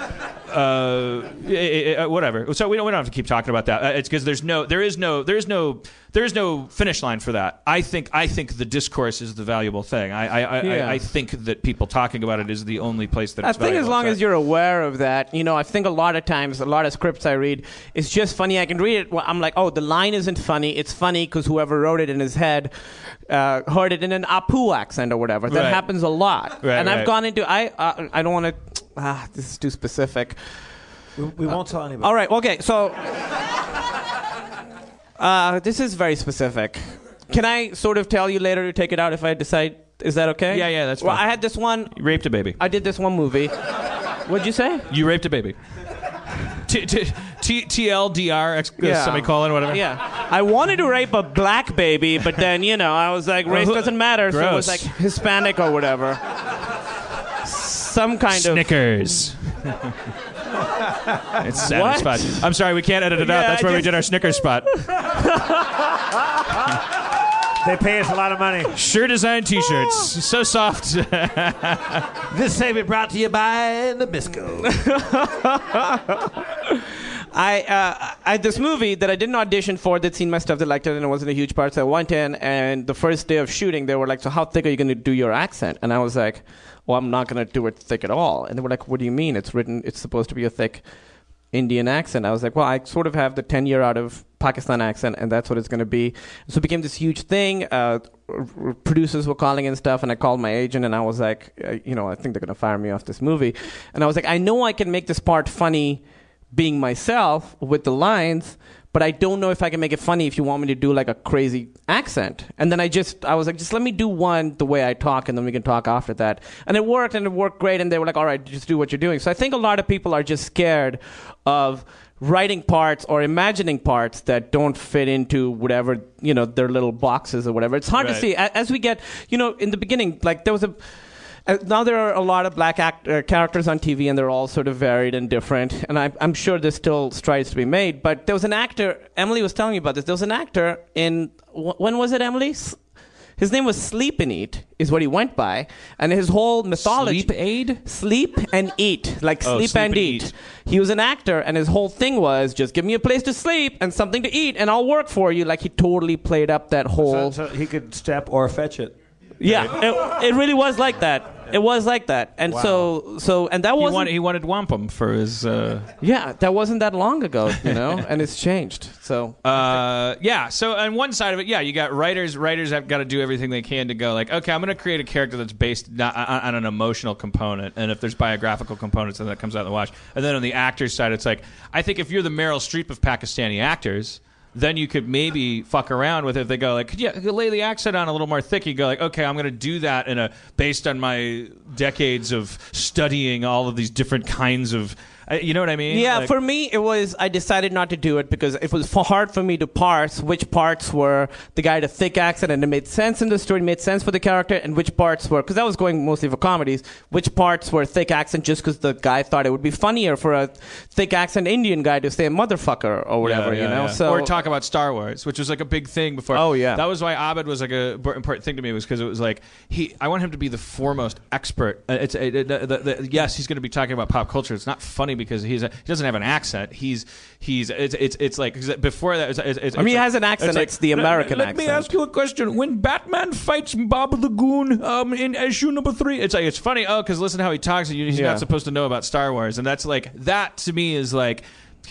D: uh, eh, eh, eh, whatever. So we don't we don't have to keep talking about that. Uh, It's because there's no there is no there is no there is no finish line for that. I think I think the discourse is the valuable thing. I I, I,
N: Yeah.
D: I, I think that people talking about it is the only place that
N: I
D: it's
N: think as
D: valuable.
N: long
D: So-
N: as you're aware of that, you know, I think a lot of times, a lot of scripts I read, it's just funny. I can read it. Well, I'm like, oh, the line isn't funny. It's funny because whoever wrote it in his head uh, heard it in an Apu accent or whatever. That
D: Right.
N: happens a lot.
D: Right,
N: and
D: right.
N: I've gone into, I, uh, I don't want to, ah, this is too specific. Uh,
C: we, we won't tell anybody.
N: All right, okay, so. [LAUGHS] Uh, this is very specific. Can I sort of tell you later to take it out if I decide? Is that okay?
D: Yeah, yeah, that's
N: Well,
D: fine.
N: I had this one.
D: You raped a baby.
N: I did this one movie. What'd you say?
D: You raped a baby. T- t- t- TLDR, ex- semicolon, whatever.
N: Yeah. I wanted to rape a black baby, but then, you know, I was
D: [LAUGHS]
N: like, race
D: who-
N: doesn't matter. So it was like
D: Gross.
N: Hispanic or whatever. Some kind [LAUGHS]
D: Snickers.
N: of.
D: It's satisfied. I'm sorry, we can't edit it out.
N: Yeah,
D: That's where
N: I
D: we did our
N: [LAUGHS]
D: Snickers spot.
C: They pay us a lot of money.
D: Sure design T-shirts, so soft.
C: this
D: [LAUGHS]
C: segment brought to you by Nabisco.
N: I, uh, I this movie that I didn't audition for, they'd seen my stuff, they liked it, and it wasn't a huge part, so I went in. And the first day of shooting, they were like, "So how thick are you going to do your accent?" And I was like, "Well, I'm not going to do it thick at all." And they were like, "What do you mean? It's written. It's supposed to be a thick Indian accent. I was like, well, I sort of have the 10 year out of Pakistan accent, and that's what it's going to be. So it became this huge thing. Uh, r- r- producers were calling and stuff, and I called my agent, and I was like, uh, you know, I think they're going to fire me off this movie. And I was like, I know I can make this part funny being myself with the lines but i don't know if i can make it funny if you want me to do like a crazy accent and then i just i was like just let me do one the way i talk and then we can talk after that and it worked and it worked great and they were like all right just do what you're doing so i think a lot of people are just scared of writing parts or imagining parts that don't fit into whatever you know their little boxes or whatever it's hard to
D: Right.
N: see A- as we get you know in the beginning like there was a uh, now there are a lot of black act- uh, characters on TV, and they're all sort of varied and different. And I, I'm sure there's still strides to be made. But there was an actor. Emily was telling me about this. There was an actor in wh- when was it, Emily? S- His name was Sleep and Eat, is what he went by, and his whole mythology. Sleep
D: Aid.
N: Sleep and Eat, like
D: Oh,
N: sleep,
D: Sleep
N: and,
D: and
N: eat. He was an actor, and his whole thing was just give me a place to sleep and something to eat, and I'll work for you. Like he totally played up that
C: [LAUGHS]
N: whole.
C: So he could step or fetch it.
N: Yeah, it, it really was like that. It was like that, and so so and that
D: He,
N: wasn't.
D: wanted, he wanted wampum for his. Uh,
N: yeah, that wasn't that long ago,
D: [LAUGHS]
N: you know, and it's changed. So
D: Uh, yeah. So on one side of it, yeah, you got writers. Writers have got to do everything they can to go like, okay, I'm going to create a character that's based not, on, on an emotional component, and if there's biographical components, then that comes out in the wash. And then on the actors' side, it's like, I think if you're the Meryl Streep of Pakistani actors. Then you could maybe fuck around with it. If they go like, could you could you lay the accent on a little more thick? You go like, okay, I'm going to do that in a based on my decades of studying all of these different kinds of, uh, you know what I mean?
N: Yeah,
D: Like-
N: for me, it was I decided not to do it because it was f- hard for me to parse which parts were the guy had a thick accent and it made sense in the story, made sense for the character, and which parts were because I was going mostly for comedies. Which parts were thick accent just because the guy thought it would be funnier for a thick accent Indian guy to say motherfucker or whatever,
D: Yeah,
N: you
D: yeah,
N: know?
D: yeah.
N: So
D: or talk about Star Wars, which was like a big thing before.
N: Oh, yeah.
D: that was why Abed was like a b- important thing to me was because it was like he. I want him to be the foremost expert. Uh, It's it, it- the, the, the, yes, he's going to be talking about pop culture. It's not funny because he's a, he doesn't have an accent. He's he's it's it's, it's like 'cause before that. It's, it's, it's,
N: I mean, he
D: like-
N: has an accent,
D: like,
N: it's the
D: "Let-
N: American
D: let me
N: accent."
D: ask you a question. When Batman fights Bob the Goon um, in issue number three, it's like it's funny. Oh, because listen to how he talks, and you- he's
N: Yeah.
D: not supposed to know about Star Wars, and that's like that to me is like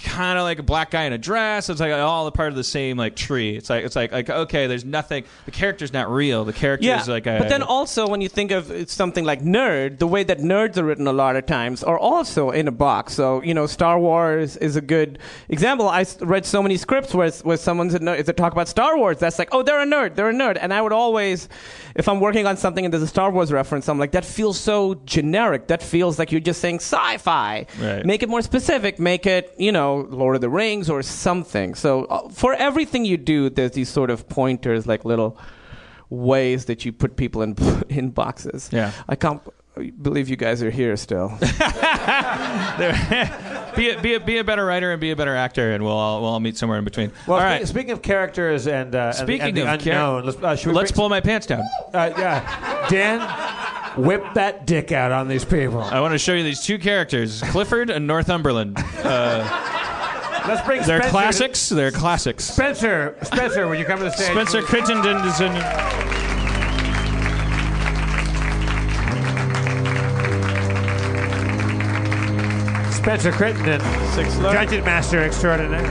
D: kind of like a black guy in a dress. It's like all a part of the same like tree. It's like it's like like okay, there's nothing. The character's not real. The character
N: yeah,
D: is like uh, a
N: but then also when you think of it's something like nerd, the way that nerds are written a lot of times are also in a box. So you know, Star Wars is a good example. I s- read so many scripts where it's- where someone's a nerd. It's a talk about Star Wars. That's like, oh, they're a nerd. They're a nerd. And I would always, if I'm working on something and there's a Star Wars reference, I'm like, that feels so generic. That feels like you're just saying sci-fi.
D: Right.
N: Make it more specific. Make it you know Lord of the Rings or something. So uh, for everything you do, there's these sort of pointers, like little ways that you put people in [LAUGHS] in boxes.
D: Yeah.
N: I can't believe you guys are here still.
D: [LAUGHS] be a, be a, be a better writer and be a better actor, and we'll all, we'll all meet somewhere in between.
C: Well,
D: all
C: spe-
D: right.
C: speaking of characters and uh, and the-
D: Speaking
C: and the,
D: of char-
C: unknown, let's, uh, should we
D: Let's
C: bring-
D: pull my pants down.
C: Uh, yeah, Dan, whip that dick out on these people.
D: I want to show you these two characters, Clifford and Northumberland. Uh,
C: Let's bring
D: they're
C: Spencer-
D: classics. They're classics.
C: Spencer, Spencer, when you come to the stage,
D: Spencer Crittenden is in.
C: Spencer Crittenden, Dungeon Master Extraordinaire.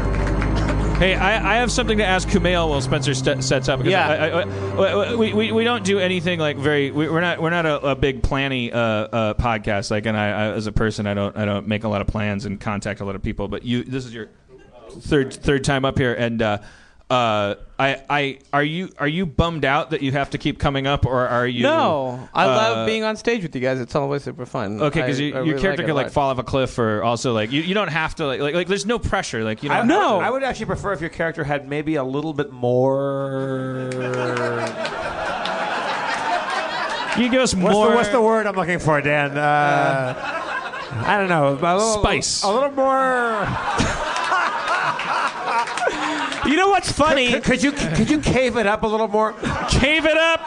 D: Hey, I, I have something to ask Kumail while Spencer st- sets up. because
C: Yeah.
D: I, I, I, we, we, we don't do anything like very. We, we're not we're not a, a big planny uh, uh, podcast. Like, and I, I as a person, I don't I don't make a lot of plans and contact a lot of people. But you, this is your third third time up here, and uh, uh, I I are you are you bummed out that you have to keep coming up, or are [LAUGHS] you?
N: no, I
D: uh,
N: love being on stage with you guys. It's always super fun.
D: Okay, because
N: I-
D: you,
N: I
D: your
N: really
D: character
N: it
D: could
N: a
D: like
N: lot.
D: fall off a cliff, or also like you, you don't have to like like, like there's no pressure. Like you know,
C: I, I would actually prefer if your character had maybe a little bit more.
D: you give us
C: what's
D: more-
C: The, what's the word I'm looking for, Dan? Uh, I don't know. A little,
D: Spice.
C: A little more.
N: You know what's funny?
C: Could, could you could you cave it up a little more?
D: Cave it up.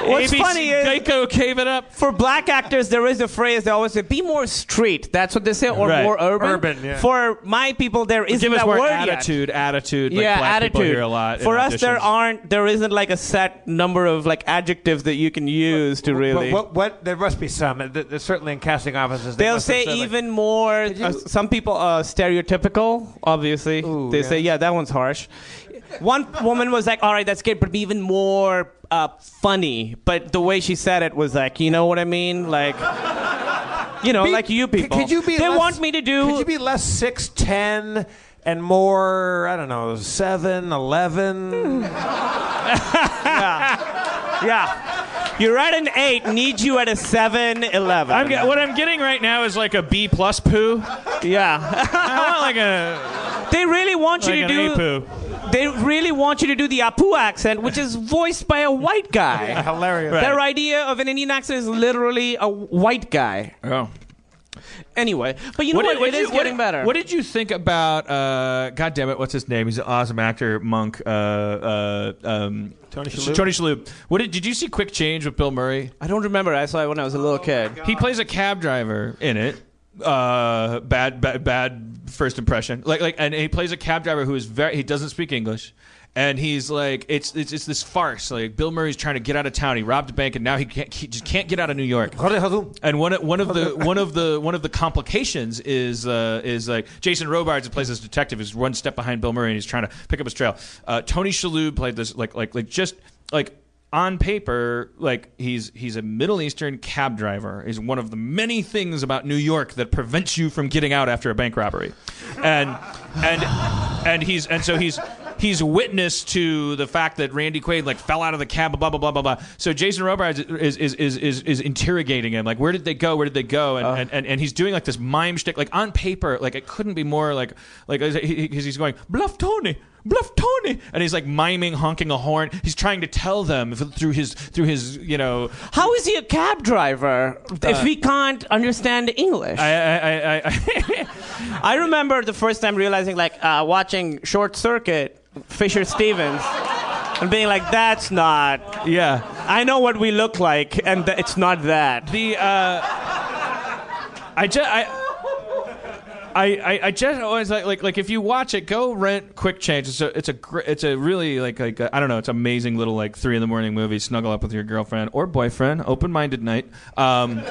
N: What's
D: ABC
N: funny is
D: Geico
N: gave it up. For black actors, there is a phrase they always say, "Be more street." That's what they say, or
D: Right.
N: more urban.
D: Urban, yeah.
N: For my people, there isn't
D: Give us
N: that
D: more
N: word yet.
D: attitude, attitude. Like
N: yeah,
D: black
N: attitude.
D: People hear a lot. in
N: For us, there
D: auditions.
N: aren't, there isn't like a set number of like adjectives that you can use to really.
C: What, what, what? There must be some. uh, th- th- certainly in casting offices. They
N: They'll
C: must have
N: say
C: said, like,
N: even more. uh, some people are stereotypical, obviously. they
C: yeah.
N: say, yeah, that one's harsh. One woman was like, all right, that's good, but be even more uh, funny. But the way she said it was like, you know what I mean? Like, you know,
C: Be-
N: like you
C: c-
N: people.
C: Could you be?
N: they
C: less,
N: want me to do.
C: Could you be less six ten and more? I don't know, seven eleven.
N: yeah. yeah. You're at an eight. Need you at a seven eleven.
D: I'm get, what I'm getting right now is like a B plus poo.
N: Yeah.
D: I want like a.
N: They really want you
D: Like
N: to
D: an
N: do. They really want you to do the Apu accent, which is voiced by a white guy.
D: Yeah, hilarious.
N: Their
D: Right.
N: idea of an Indian accent is literally a white guy.
D: Oh.
N: Anyway, but you know what?
D: did-
N: it
D: did
N: is
D: you-
N: getting
D: did-
N: better.
D: What did you think about? Uh, God damn it! What's his name? He's an awesome actor, Monk. Uh, uh, um, Tony
N: Shalhoub?
D: Tony Shalhoub. What did, did you see? Quick Change with Bill Murray.
N: I don't remember. I saw it when I was a little kid.
D: He plays a cab driver in it. Uh, bad, bad, bad first impression. Like, like, and he plays a cab driver who is very. He doesn't speak English. And he's like, it's, it's it's this farce. Like Bill Murray's trying to get out of town. He robbed a bank, and now he can't he just can't get out of New York. And one of- one of the one of the one of the complications is uh, is like Jason Robards who plays this detective is one step behind Bill Murray, and he's trying to pick up his trail. Uh, Tony Shalhoub played this like like like just like on paper, like he's he's a Middle Eastern cab driver is one of the many things about New York that prevents you from getting out after a bank robbery, and and and he's and so he's he's witness to the fact that Randy Quaid like fell out of the cab, blah blah blah blah blah. So Jason Robards is is is is, is interrogating him, like where did they go, where did they go, and, and, and and he's doing like this mime shtick, like on paper, like it couldn't be more like like because he's going bluff Tony. Bluff Tony, and he's like miming, honking a horn. He's trying to tell them through his through his you know
N: How is he a cab driver if
D: Uh,
N: he can't understand English?
D: I I I, I
N: [LAUGHS] I remember the first time realizing, like, uh, watching Short Circuit, Fisher Stevens, and being like, that's not.
D: Yeah.
N: I know what we look like, and th- it's not that.
D: The, uh. I just I. I, I, I just always like, like like if you watch it, go rent Quick Change. It's a it's a gr- it's a really like like uh, I I don't know. It's an amazing little like three in the morning movie. Snuggle up with your girlfriend or boyfriend, open minded night, um,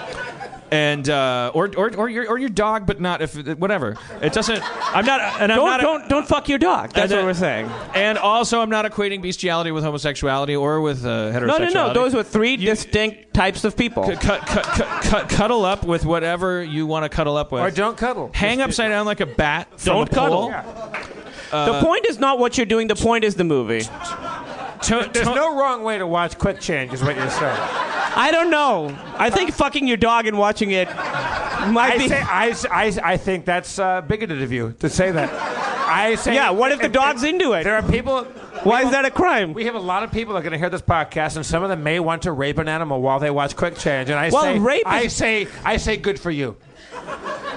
D: and uh, or or or your or your dog, but not if uh, whatever. It doesn't. I'm not. And I'm
N: Don't-
D: not. uh,
N: don't- don't fuck your dog. That's what we're saying.
D: And also, I'm not equating bestiality with homosexuality or with uh,
N: No,
D: heterosexuality.
N: no, no. Those were three distinct types of people.
D: cut, cut, cut, cut, cuddle up with whatever you want to cuddle up with,
N: Or don't cuddle.
D: Hang upside down like a bat. from
N: Don't
D: a pole.
N: cuddle. the
D: Uh,
N: point is not what you're doing. The point is the movie.
C: There's no wrong way to watch Quick Change, is what you're saying.
N: I don't know. I think fucking your dog and watching it might
C: I
N: be.
C: Say, I, s- I s- I think that's uh, bigoted of you to say that. I say.
N: Yeah, what if the dog's into it?
C: There are people.
N: Why is that a crime?
C: We have a lot of people that are going to hear this podcast, and some of them may want to rape an animal while they watch Quick Change. And I
N: Well,
C: say,
N: rape
C: I
N: is-
C: say, I say, good for you.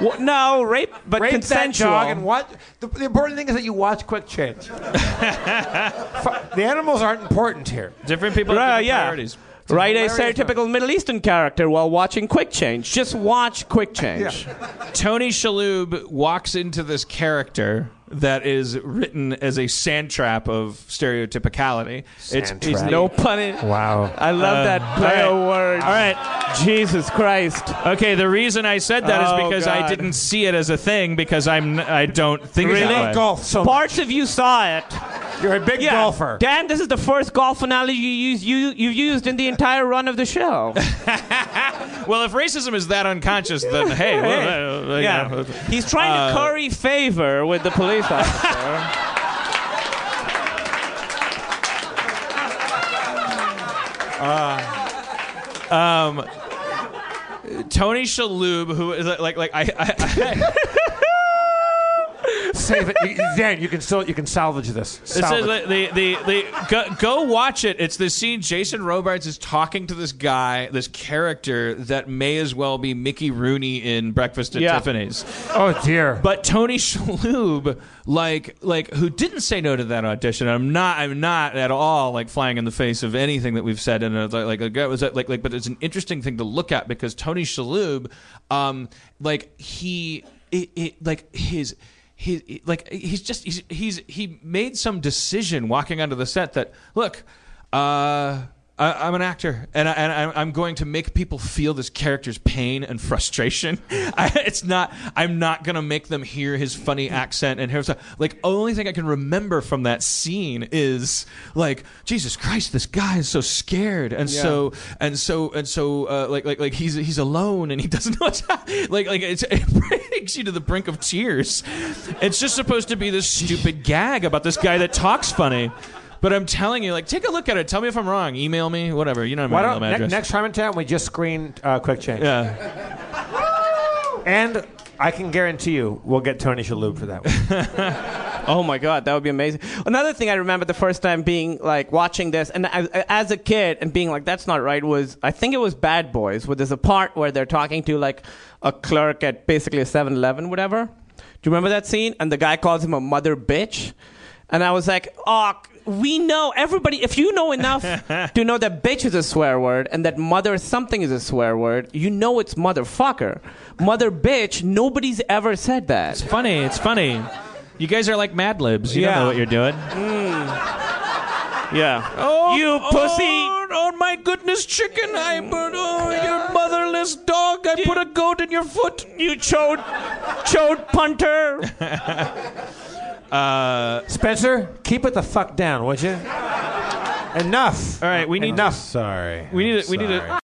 N: Well, no, rape, but
C: rape
N: consensual.
C: That dog and what? The, the important thing is that you watch Quick
N: [LAUGHS]
C: Change. Fu- the animals aren't important here.
D: Different people have
N: Right,
D: different
N: yeah.
D: priorities.
N: Write a
D: Hilarious
N: stereotypical Middle Eastern character while watching Quick Change. Just watch Quick Change.
D: Tony Shalhoub walks into this character that is written as a sand trap of stereotypicality.
N: Sand trap. No pun in- Wow. I love
D: Uh,
N: that play of words.
D: All right,
N: Jesus Christ.
D: Okay, the reason I said that is
N: Oh,
D: because I
N: God.
D: didn't see it as a thing because I'm n- I don't think
N: Really?
D: that way.
N: Parts of you saw it.
C: You're a big golfer.
N: Dan, this is the first golf analogy you use you you've used in the entire run of the
D: [LAUGHS]
N: show.
D: Well, if racism is that unconscious,
N: [LAUGHS]
D: then hey, well, uh, uh,
N: yeah.
D: yeah.
N: He's trying to
D: Uh,
N: curry favor with the police
D: [LAUGHS]
N: officer.
D: Uh, um, [LAUGHS] Tony Shalhoub, who is like like I. I, I
C: save it, you, Dan. You can still you can salvage this.
D: This
C: Salvage.
D: is like the the, the go, go watch it. It's the scene Jason Robards is talking to this guy, this character that may as well be Mickey Rooney in Breakfast at
C: Yeah.
D: Tiffany's.
C: Oh dear!
D: But Tony [LAUGHS] Shalhoub, like like who didn't say no to that audition. I'm not I'm not at all like flying in the face of anything that we've said. And it's like like it was like like but it's an interesting thing to look at because Tony Shalhoub, um, like he it, it like his he like he's just he's, he's he made some decision walking onto the set that look uh I, I'm an actor, and, I, and I'm- I'm going to make people feel this character's pain and frustration. [LAUGHS] I, it's not. I'm not going to make them hear his funny accent and hear his- like. Only thing I can remember from that scene is like, Jesus Christ, this guy is so scared and
P: Yeah.
D: so and so and so uh, like like like he's he's alone and he [LAUGHS] doesn't know what's happening. Like like it's, [LAUGHS] it brings you to the brink of tears. It's just supposed to be this stupid gag about this guy that talks funny. But I'm telling you, like, take a look at it. Tell me if I'm wrong. Email me, whatever. You know my
C: Why
D: email
C: don't ne-
D: address.
C: next time in town we just screen uh, quick change?
D: Yeah.
C: and I can guarantee you we'll get Tony Shalhoub for that. One.
N: [LAUGHS] Oh my god, that would be amazing. Another thing I remember the first time being like watching this, and as, as a kid, and being like, "That's not right." Was I think it was Bad Boys, where there's a part where they're talking to like a clerk at basically a 7-Eleven, whatever. Do you remember that scene? And the guy calls him a mother bitch, and I was like, "Oh." We know everybody. If you know
D: [LAUGHS]
N: enough to know that bitch is a swear word and that mother something is a swear word, you know it's motherfucker. Mother bitch, nobody's ever said that. It's
D: funny. It's funny. You guys are like Mad Libs. You don't know what you're doing.
N: Yeah.
D: Oh,
N: [LAUGHS] you pussy!
D: Oh, oh, my goodness, chicken! I put oh, your motherless dog. I put a goat in your foot.
N: You chode, chode punter.
C: [LAUGHS] uh, Spencer, keep it the fuck down, would you? Enough. All right, we
D: need-
C: enough. Sorry.
D: We need. A, we need. A,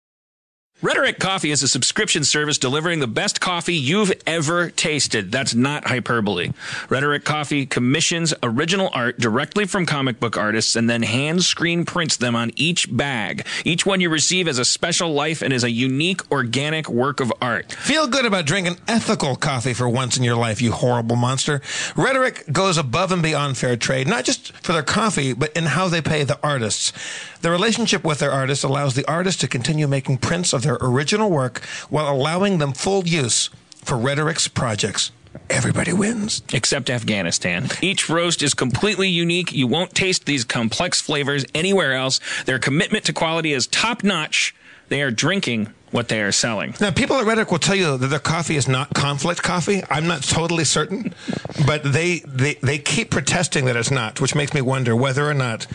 Q: Rhetoric Coffee is a subscription service delivering the best coffee you've ever tasted. That's not hyperbole. Rhetoric Coffee commissions original art directly from comic book artists and then hand screen prints them on each bag. Each one you receive has a special life and is a unique organic work of art.
R: Feel good about drinking ethical coffee for once in your life, you horrible monster. Rhetoric goes above and beyond fair trade, not just for their coffee, but in how they pay the artists. Their relationship with their artists allows the artists to continue making prints of their original work while allowing them full use for Rhetoric's projects. Everybody wins.
Q: Except Afghanistan. Each roast is completely unique. You won't taste these complex flavors anywhere else. Their commitment to quality is top notch. They are drinking what they are selling.
R: Now, people at Reddick will tell you that their coffee is not conflict coffee. I'm not totally certain, but they, they, they keep protesting that it's not, which makes me wonder whether or not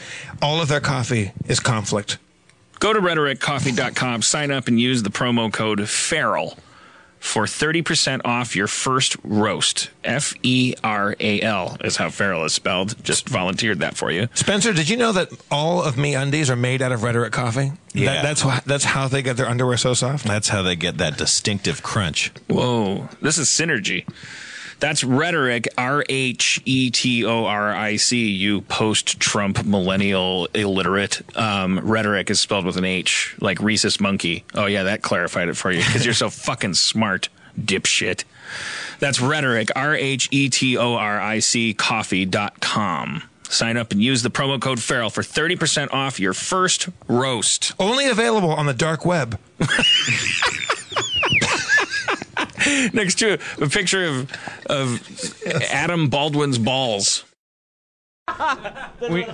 R: all of their coffee is conflict.
Q: Go to rhetoriccoffee.com, sign up, and use the promo code FERAL for 30% off your first roast. F E R A L is how FERAL is spelled. Just volunteered that for you.
R: Spencer, did you know that all of me undies are made out of Rhetoric coffee?
Q: Yeah.
R: That, that's, why, that's how they get their underwear so soft.
J: That's how they get that distinctive crunch.
Q: Whoa, this is synergy. That's rhetoric, R H E T O R I C, you post Trump millennial illiterate. Um, rhetoric is spelled with an H, like rhesus monkey. Oh, yeah, that clarified it for you because you're so fucking smart, dipshit. That's rhetoric, R H E T O R I C, coffee.com. Sign up and use the promo code Farrell for 30% off your first roast.
R: Only available on the dark web.
Q: [LAUGHS] next to a picture of of Adam Baldwin's balls.
D: we, we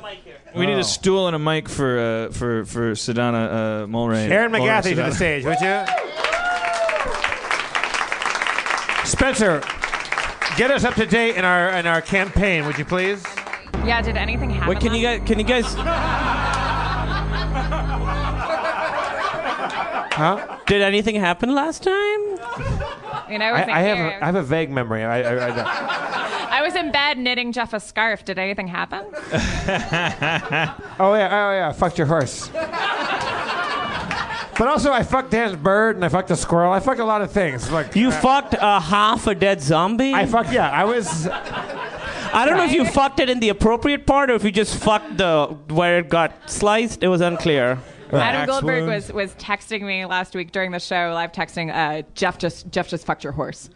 C: Oh.
N: Oh.
D: need a stool and a mic for uh, for for Sedona uh, Mulray.
C: Aaron
D: Mulray
C: McGathy to the
D: Sedona.
C: stage, would you? Spencer, get us up to date in our in our campaign, would you
N: [LAUGHS]
C: please?
S: Yeah, did anything happen?
N: Wait, can you guys? Can you guys?
C: Huh?
N: Did anything happen last time?
S: You know, I
C: I,
S: wasn't
C: I have
S: here.
C: a, I have a vague memory. I, I, I don't.
S: I was in bed knitting Jeff a scarf. Did anything happen?
C: oh yeah, oh yeah, I fucked your horse. But also, I fucked Dan's bird and I fucked a squirrel. I fucked a lot of things. Like uh,
N: You fucked a half a dead zombie. I
C: fucked. Yeah, I was.
N: I don't know if you fucked it in the appropriate part or if you just fucked the where it got sliced. It was unclear.
S: Adam Goldberg was, was texting me last week during the show, live texting, uh, Jeff just Jeff just fucked your horse.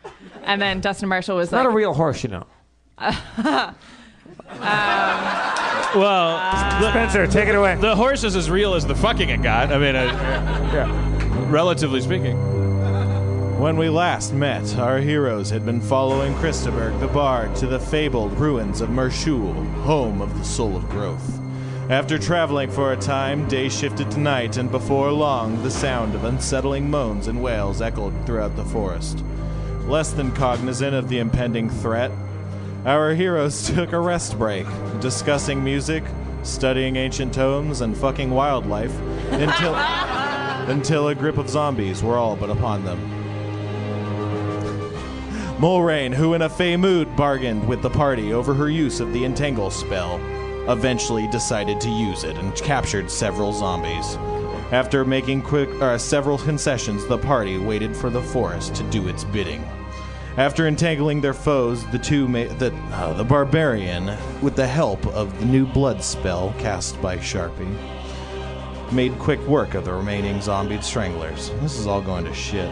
S: And then Dustin Marshall was
C: not
S: like,
C: a real horse, you know.
S: [LAUGHS] Um,
D: Well,
E: Spencer, take it away.
D: The horse is as real as the fucking it got. I mean, uh,
N: [LAUGHS]
D: yeah. relatively speaking.
K: When we last met, our heroes had been following Christaberg the Bard to the fabled ruins of Mershul, home of the Soul of Growth. After traveling for a time, day shifted to night, and before long, the sound of unsettling moans and wails echoed throughout the forest. Less than cognizant of the impending threat, our heroes [LAUGHS] took a rest break, discussing music, studying ancient tomes, and fucking wildlife, until, until a grip of zombies were all but upon them. Mulrain, who in a fey mood bargained with the party over her use of the entangle spell, eventually decided to use it and captured several zombies. After making quick uh, several concessions, the party waited for the forest to do its bidding. After entangling their foes, the two ma- the, uh, the barbarian, with the help of the new blood spell cast by Sharpie, made quick work of the remaining zombie stranglers. This is all going to shit.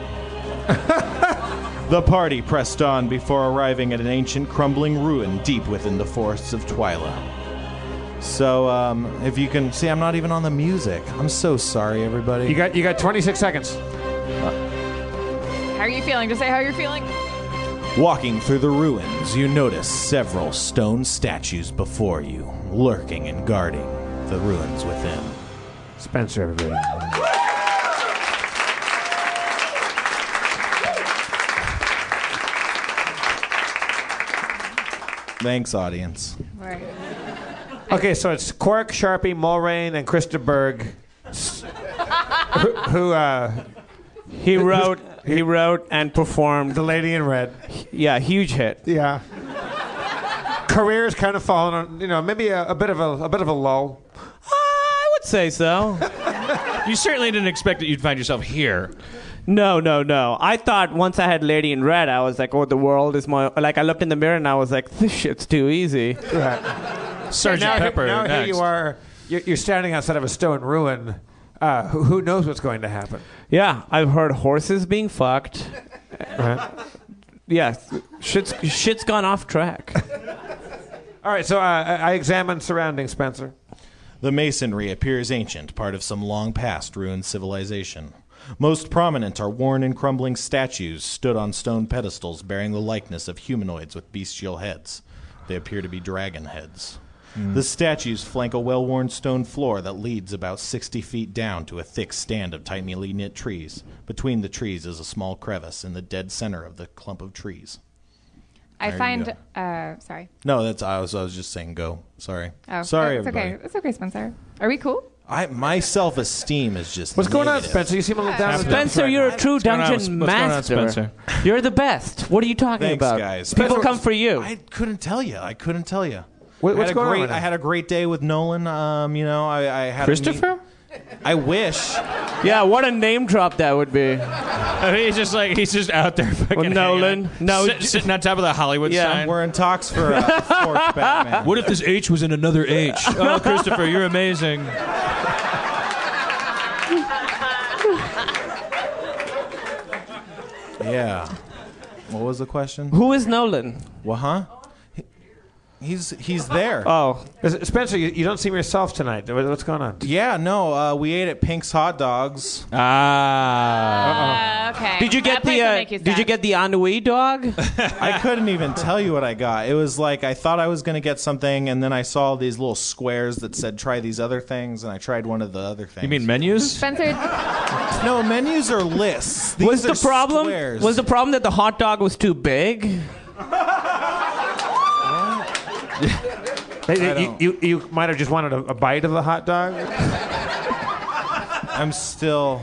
K: The party pressed on before arriving at an ancient crumbling ruin deep within the forests of Twyla. So, um, if you can see, I'm not even on the music. I'm so sorry, everybody.
C: You got you got 26 seconds.
S: How are you feeling? Just say how you're feeling.
K: Walking through the ruins, you notice several stone statues before you, lurking and guarding the ruins within.
C: Spencer, everybody.
K: Thanks, audience.
S: Right.
C: Okay, so it's Cork, Sharpie, Mulrain, and Krista Berg, s- who, who uh,
N: He wrote, he wrote and performed
C: The Lady in Red.
N: Yeah, huge hit.
C: Yeah. career's kind of fallen on, you know, maybe a, a bit of a, a bit of a lull.
N: I would say so.
P: you certainly didn't expect that you'd find yourself here.
N: No, no, no. I thought once I had Lady in Red, I was like, oh, the world is my. Like, I looked in the mirror and I was like, this shit's too easy.
C: Right.
N: Sergeant
C: now, here-
N: Pepper
C: Now here
N: next.
C: you are. You're, you're standing outside of a stone ruin. Uh, who, who knows what's going to happen?
N: Yeah, I've heard horses being fucked.
C: Right.
N: Yeah, shit's, shit's gone off track.
C: All right, so uh, I I examine surroundings, Spencer.
K: The masonry appears ancient, part of some long past ruined civilization. Most prominent are worn and crumbling statues stood on stone pedestals bearing the likeness of humanoids with bestial heads. They appear to be dragon heads.
R: Hmm.
K: The statues flank a well worn stone floor that leads about 60 feet down to a thick stand of tightly knit trees. Between the trees is a small crevice in the dead center of the clump of trees.
S: I
K: There you
S: find. Uh, sorry.
K: No, that's I was I was just saying go. Sorry.
S: Oh,
K: Sorry,
S: It's
K: everybody.
S: okay. It's okay, Spencer. Are we cool?
K: I my self esteem is just.
C: What's going on,
K: negative.
C: Spencer? You seem a little down.
K: Happening.
N: Spencer, you're a true
K: What's going on?
N: dungeon
K: What's- what's going on,
N: master.
K: Spencer?
N: You're the best. What are you talking
K: Thanks,
N: about?
K: guys.
N: People
K: Spencer,
N: come for you.
K: I couldn't tell you. I couldn't tell you.
N: What-
K: I
N: what's
K: had a
N: going on
K: great-
N: right now?
K: I had a great day with Nolan. Um, you know, I, I had a meet-
N: Christopher?
K: I wish.
N: Yeah, what a name drop that would be.
P: I mean, he's just like he's just out there fucking
N: Well,
P: hanging
N: Nolan.
P: out.
N: No,
P: Sit-
N: j-
P: sitting on top of the Hollywood
N: Yeah.
P: sign.
K: We're in talks for
N: [LAUGHS]
K: uh, fourth Batman.
P: What if this H was in another H? oh, Christopher, you're amazing.
K: Yeah. What was the question?
N: Who is Nolan?
K: Well, huh? He- He's he's there.
C: Oh, Is- Spencer, you, you don't seem yourself tonight. What- What's going on?
K: Yeah, no. Uh, we ate at Pink's Hot Dogs.
N: Ah.
S: Uh, okay.
N: Did you
S: That
N: get
S: place
N: the
S: will
N: uh,
S: make you
N: Did you
S: sad.
N: get the ennui dog?
K: [LAUGHS] I couldn't even tell you what I got. It was like I thought I was going to get something, and then I saw these little squares that said "try these other things," and I tried one of the other things. You mean
P: menus?
S: Spencer.
K: [LAUGHS] No, menus are lists. These
N: was the
K: are
N: problem
K: squares.
N: was the problem that the hot dog was too big?
C: Hey, you, you, you might have just wanted a, a bite of the hot dog.
K: I'm still.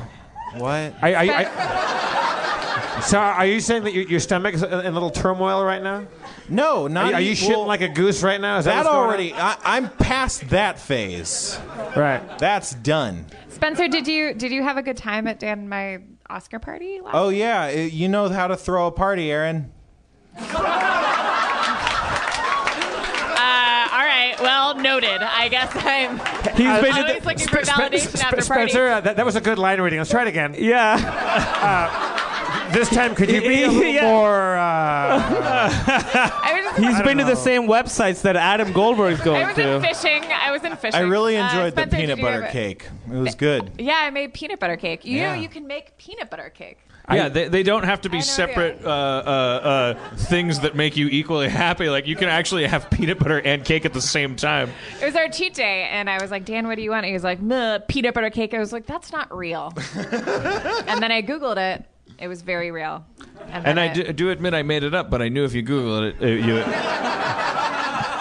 K: What?
C: I, I, I- so, are you saying that your, your stomach is in a little turmoil right now?
K: No,
C: Are,
K: not.
C: you- are you
K: e-
C: shitting
K: well,
C: like a goose right now? Is that,
K: that
C: what's going on?
K: already. I, I'm past that phase.
C: Right.
K: That's done.
S: Spencer, did you did you have a good time at Dan my Oscar party? last-
K: Oh yeah, i- you know how to throw a party, Aaron.
S: Uh, all right. Well, noted. I guess I'm.
C: He's
S: I'm
C: basically-
S: always looking for
C: Spe- Spe-
S: validation
C: Spe-
S: after parties.
C: Spencer, uh, that, that was a good line reading. Let's try it again.
N: Yeah.
E: this time, could you
K: [LAUGHS]
E: be a little
N: [LAUGHS] Yeah.
E: more? Uh,
N: He's been to the same websites that Adam Goldberg's
S: I
N: going
S: was in [LAUGHS]
N: to.
S: fishing. I was in fishing.
K: I really
S: Uh,
K: enjoyed the
S: Spencer, did
K: peanut
S: you
K: butter
S: ever-
K: cake. It was good.
S: Yeah, I made peanut butter cake. You
K: Yeah.
S: know, you can make peanut butter cake.
D: Yeah, they, they don't have to be separate uh, uh, uh, things that make you equally [LAUGHS] happy. Like you can actually have peanut butter and cake at the same time.
S: It was our cheat day, and I was like, Dan, what do you want? And he was like, "Meh, peanut butter cake. I was like, that's not real. and then I Googled it. It was very real. then
D: And I do, do admit I made it up, but I knew if you Google it, uh, you.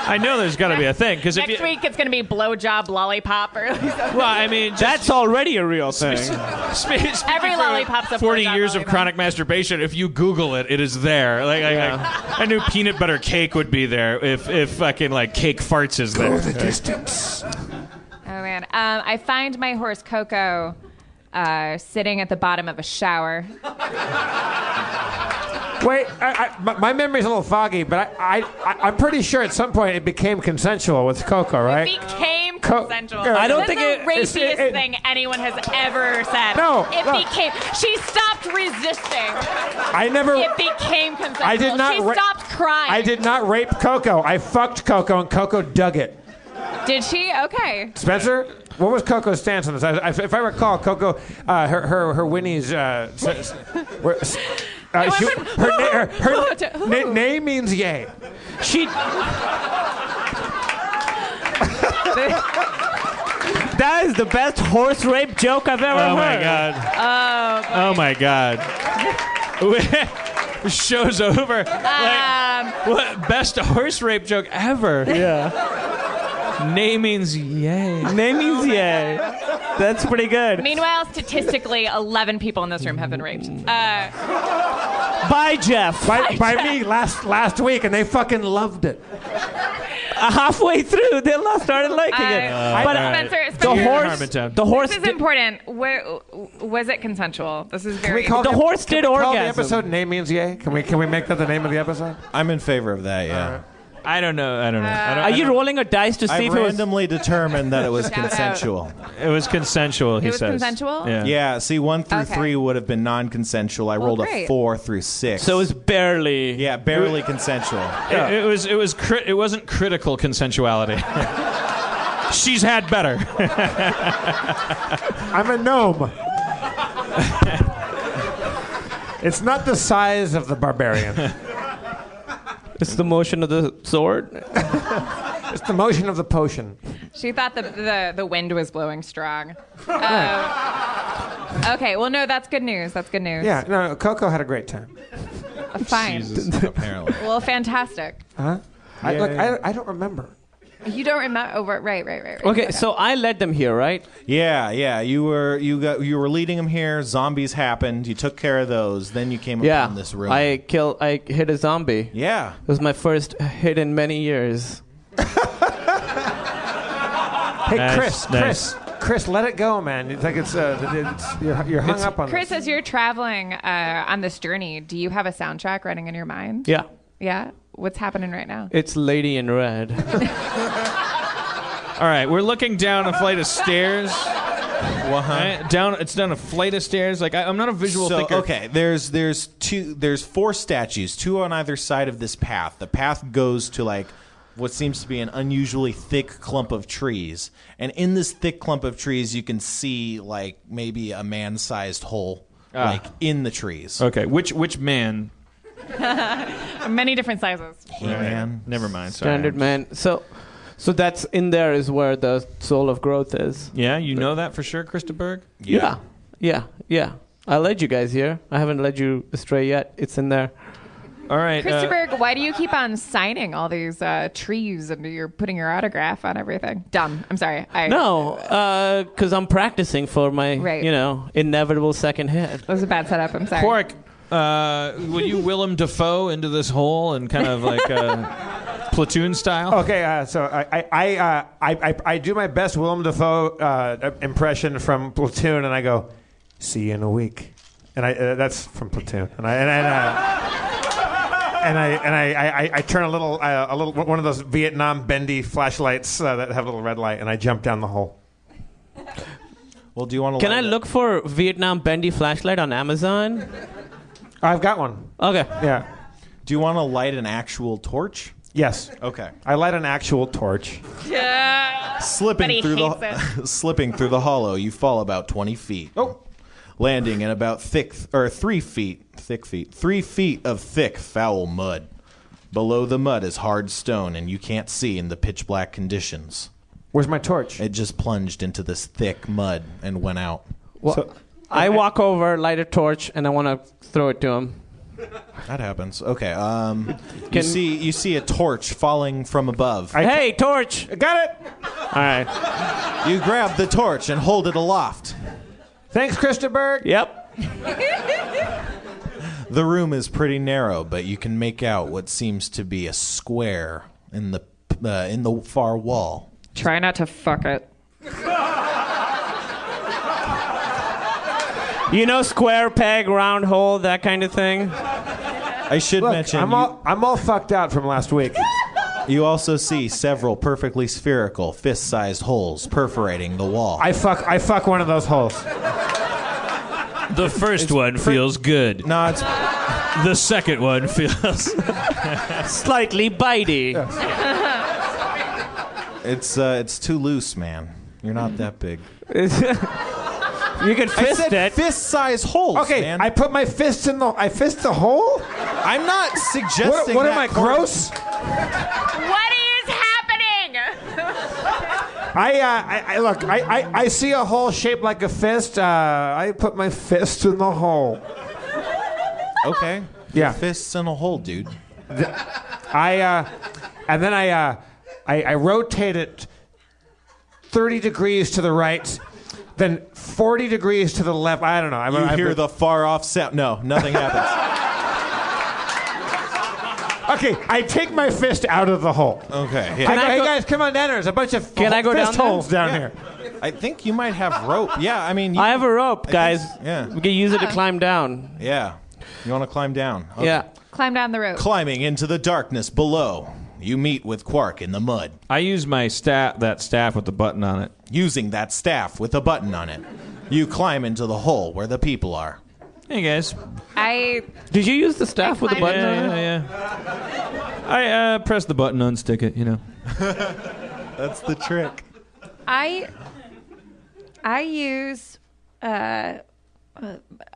D: I know there's got to be a thing because if you.
S: Next week, it's going to be blowjob lollipop or
D: Well, I mean,
N: that's already a real thing.
D: [LAUGHS]
S: [LAUGHS] Every lollipop's a
D: Forty
S: blowjob
D: years of
S: lollipop.
D: chronic masturbation. If you Google it, it is there. Like, I- I, I knew peanut butter cake would be there if if fucking like cake farts is there.
S: Oh man, um, I find my horse Coco uh, sitting at the bottom of a shower.
C: Wait, I, I, my- my memory's a little foggy, but I, I, I, I'm pretty sure at some point it became consensual with Coco, right?
S: Became
C: Co-
S: consensual.
C: I don't
S: That's
C: think
S: the
C: it- it's- it-
S: raciest
C: it-
S: thing anyone has ever said.
C: No,
S: it
C: no.
S: became. She stopped resisting.
C: I never.
S: It became consensual.
C: I did not.
S: She
C: ra-
S: stopped crying.
C: I did not rape Coco. I fucked Coco, and Coco dug it.
S: Did she? Okay.
C: Spencer, what was Coco's stance on this? I, I, if I recall, Coco, uh, her, her her Winnie's. Uh, s- s- were, s- uh, she- her na- her, her na- nay means yay.
N: She.
E: [LAUGHS]
N: that is the best horse rape joke I've ever
D: Oh, my
N: heard. Um,
D: God.
S: Oh.
D: Oh my god. [LAUGHS] Show's over.
S: Um,
D: What best horse rape joke ever? Yeah. Nay means yay.
N: Nay means yay. That's pretty good.
S: meanwhile, statistically, 11 people in this room have been raped. Uh,
N: Bye, Jeff.
C: By, by me last last week, and they fucking loved it.
N: Uh, halfway through, they lo- started liking it.
S: Uh,
N: but
S: Spencer,
N: the
S: Spencer-
N: horse, the horse,
S: This is
N: did-
S: important. Where, was it consensual? This is
C: Can we
S: very.
C: call
N: The horse
C: can
N: did
C: we Call the
N: orgasm.
C: episode "Nay Means Yay." Can we can we make that the name of the episode?
K: I'm in favor of that. Yeah.
D: I don't know. I don't know. I don't,
N: are you rolling a dice to
K: I
N: see if it was?
K: randomly determined that it was
N: [LAUGHS]
S: Shout out.
K: consensual.
D: It was consensual.
S: It was says. consensual?
K: Yeah.
S: Yeah.
K: See, one through
S: Okay.
K: three would have been non-consensual. I rolled a
S: great.
K: four through six.
N: So it was barely.
K: Yeah, barely consensual.
D: It, it was. It was. Cri- it wasn't critical consensuality. She's had better.
C: [LAUGHS] I'm a gnome. it's not the size of the barbarian.
N: It's the motion of the sword.
C: it's the motion of the potion.
S: She thought the, the, the wind was blowing strong. Uh, okay, well, no, that's good news. That's good news.
C: Yeah, no, no, Coco had a great time.
S: Uh, Fine.
K: apparently.
S: Well, fantastic.
C: Huh? I,
N: Yeah,
C: look,
N: yeah.
C: I, I don't remember.
S: You don't remember. Oh, right, right, right, right.
N: Okay, so I led them here, right?
K: Yeah, yeah. You were you got you were leading them here. Zombies happened. You took care of those. Then you came
N: Yeah.
K: upon this room.
N: I kill. I hit a zombie.
K: Yeah.
N: It was my first hit in many years.
C: Hey,
N: Nice,
C: Chris, Chris,
N: nice.
C: Chris, let it go, man. It's like it's, uh, it's you're, you're hung up on
S: Chris,
C: this.
S: as you're traveling uh, on this journey, do you have a soundtrack running in your mind?
N: Yeah.
S: Yeah? What's happening right now? [LAUGHS]
N: It's Lady in Red.
D: All right, we're looking down a flight of stairs. Right? Down. It's down a flight of stairs. Like I, I'm not a visual
K: so,
D: thinker.
K: Okay, there's there's two there's four statues, two on either side of this path. The path goes to like what seems to be an unusually thick clump of trees. And in this thick clump of trees you can see like maybe a man sized hole
D: Ah.
K: like in the trees.
D: Okay. Which which man?
S: Many different sizes.
K: Man.
D: Never mind. Sorry.
N: Standard man. So, so that's in there is where the soul of growth is.
D: Yeah, you know that for sure, Christaberg.
N: Yeah. Yeah. Yeah. I led you guys here. I haven't led you astray yet. It's in there.
D: All right.
C: uh,
S: Christopher, why do you keep on signing all these uh, trees and you're putting your autograph on everything? Dumb. I'm sorry. I,
N: No, because I'm practicing for my,
S: Right.
N: you know, inevitable second hit.
S: That was a bad setup. I'm sorry.
D: Quark, uh, will you Willem Dafoe into this hole and kind of like
N: [LAUGHS]
D: uh, platoon style?
C: Okay, uh, so I I I, uh, I I I do my best Willem Dafoe uh, impression from Platoon, and I go, "See you in a week," and I uh, that's from Platoon, and I and I. And I and I and I, I, I- I turn a little uh, a little one of those Vietnam bendy flashlights uh, that have a little red light, and I jump down the hole.
K: Well do you want to
N: Can I look for Vietnam bendy flashlight on Amazon?
C: I've got one.
N: Okay.
C: Yeah.
K: Do you want to light an actual torch?
C: Yes.
K: Okay.
C: I light an actual torch.
S: [LAUGHS] Yeah. But he
K: Slipping through
S: hates
K: the [LAUGHS] slipping through the hollow, you fall about twenty feet.
C: Oh.
K: Landing in about thick or three feet thick feet. Three feet of thick, foul mud. Below the mud is hard stone and you can't see in the pitch black conditions.
C: Where's my torch?
K: It just plunged into this thick mud and went out.
N: Well, I walk over, light a torch, and I want to throw it to him.
K: That happens. Okay. Um, you
N: Can-
K: see, you see a torch falling from above.
N: hey, torch!
C: Got it.
K: All right. You grab the torch and hold it aloft.
C: Thanks, Christopher.
N: Yep.
K: The room is pretty narrow, but you can make out what seems to be a square in the uh, in the far wall.
S: Try not to fuck it.
N: You know, square peg, round hole, that kind of thing.
K: I should
N: Look,
K: mention
N: I'm
K: you,
N: all-
C: I'm all fucked out from last week.
K: [LAUGHS] you also see several perfectly spherical, fist-sized holes perforating the wall.
C: I fuck. I fuck one of those holes.
P: The first one feels good.
K: No, it's
P: the second one
K: [LAUGHS]
P: feels
N: slightly bitey.
K: It's uh, it's too loose, man. You're not
C: [LAUGHS]
K: that big.
N: You can
K: I fist said it. Fist-sized holes.
C: Okay,
K: man.
C: I put my fist in the. I fist the hole.
K: I'm not
C: What,
K: suggesting.
C: what
K: that
C: am I
K: Corey-
C: gross?
S: What is happening?
C: I, uh, I, I look. I, I, I see a hole shaped like a fist. Uh, I put my fist in the hole.
K: Okay.
C: Yeah.
K: fists in a hole, dude.
C: I uh, and then I, uh, I I rotate it thirty degrees to the right, then forty degrees to the left. I don't know. I'm,
K: You
C: I'm-
K: hear the far off sound? No, nothing happens.
C: [LAUGHS] Okay, I take my fist out of the hole.
K: Okay.
C: Hey, hey, guys, come on down. There's a bunch of
N: Can I go
C: fist
N: down there?
C: holes down
N: Yeah.
C: here.
K: I think you might have rope. Yeah, I mean. You,
N: I have a rope,
K: I
N: guys.
K: think- yeah.
N: We can use it to climb down.
K: Yeah. You want to climb down? Okay.
N: Yeah.
S: Climb down the rope.
K: Climbing into the darkness below, you meet with Quark in the mud.
P: I use my staff, that staff with the button on it.
K: Using that staff with a button on it, you climb into the hole where the people are.
P: Hey guys,
S: I
N: Did you use the staff with the
S: climbed
N: button?
P: yeah,
N: on it?
P: yeah, yeah. I uh, press the button, unstick it. You know.
K: That's the trick.
S: I I use uh, uh,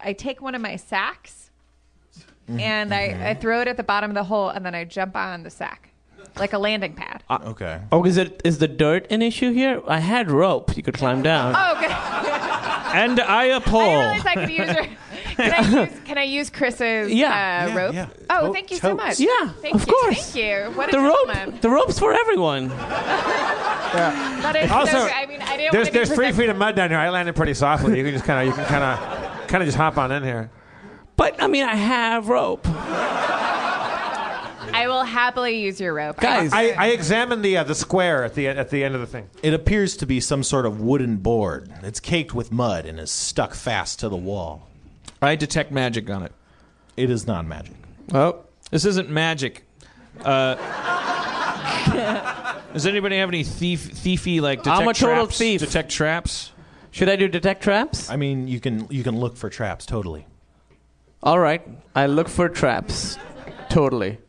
S: I take one of my sacks
N: Mm-hmm.
S: and I, I throw it at the bottom of the hole and then I jump on the sack like a landing pad.
K: Uh, okay.
N: Oh, is it is the dirt an issue here? I had rope. You could climb down.
S: Oh, okay. [LAUGHS] I
P: And I a pole.
N: oh.
S: didn't realize I could use her.
N: [LAUGHS]
S: Can I use, can I use Chris's
N: Yeah.
S: uh,
N: Yeah,
S: rope?
N: yeah.
S: Oh,
N: Totes.
S: thank you so much.
N: Yeah,
S: thank
N: of
S: you.
N: course.
S: Thank you. What a
N: the
S: gentleman.
N: rope. The rope's for
S: [LAUGHS]
N: everyone.
K: [LAUGHS]
S: That is so
C: Also,
S: good. I mean, I didn't
C: There's
S: want
C: there's
S: to be
C: three
S: presumptuous.
C: feet of mud down here. I landed pretty softly. You can just kind of you can kind of kind of just hop on in here.
N: But I mean, I have rope.
S: I will happily use your rope.
C: I, I examined the uh, the square at the at the end of the thing.
K: It appears to be some sort of wooden board. It's caked with mud and is stuck fast to the wall.
P: I detect magic on it.
K: It is not magic.
P: Oh, this isn't magic.
N: [LAUGHS]
P: Uh, does anybody have any thief, thiefy like detect
N: I'm a total
P: traps?
N: thief.
P: Detect traps.
N: Should I do detect traps?
K: I mean, you can you can look for traps totally.
N: All right. I look for traps.
P: [LAUGHS]
N: Totally.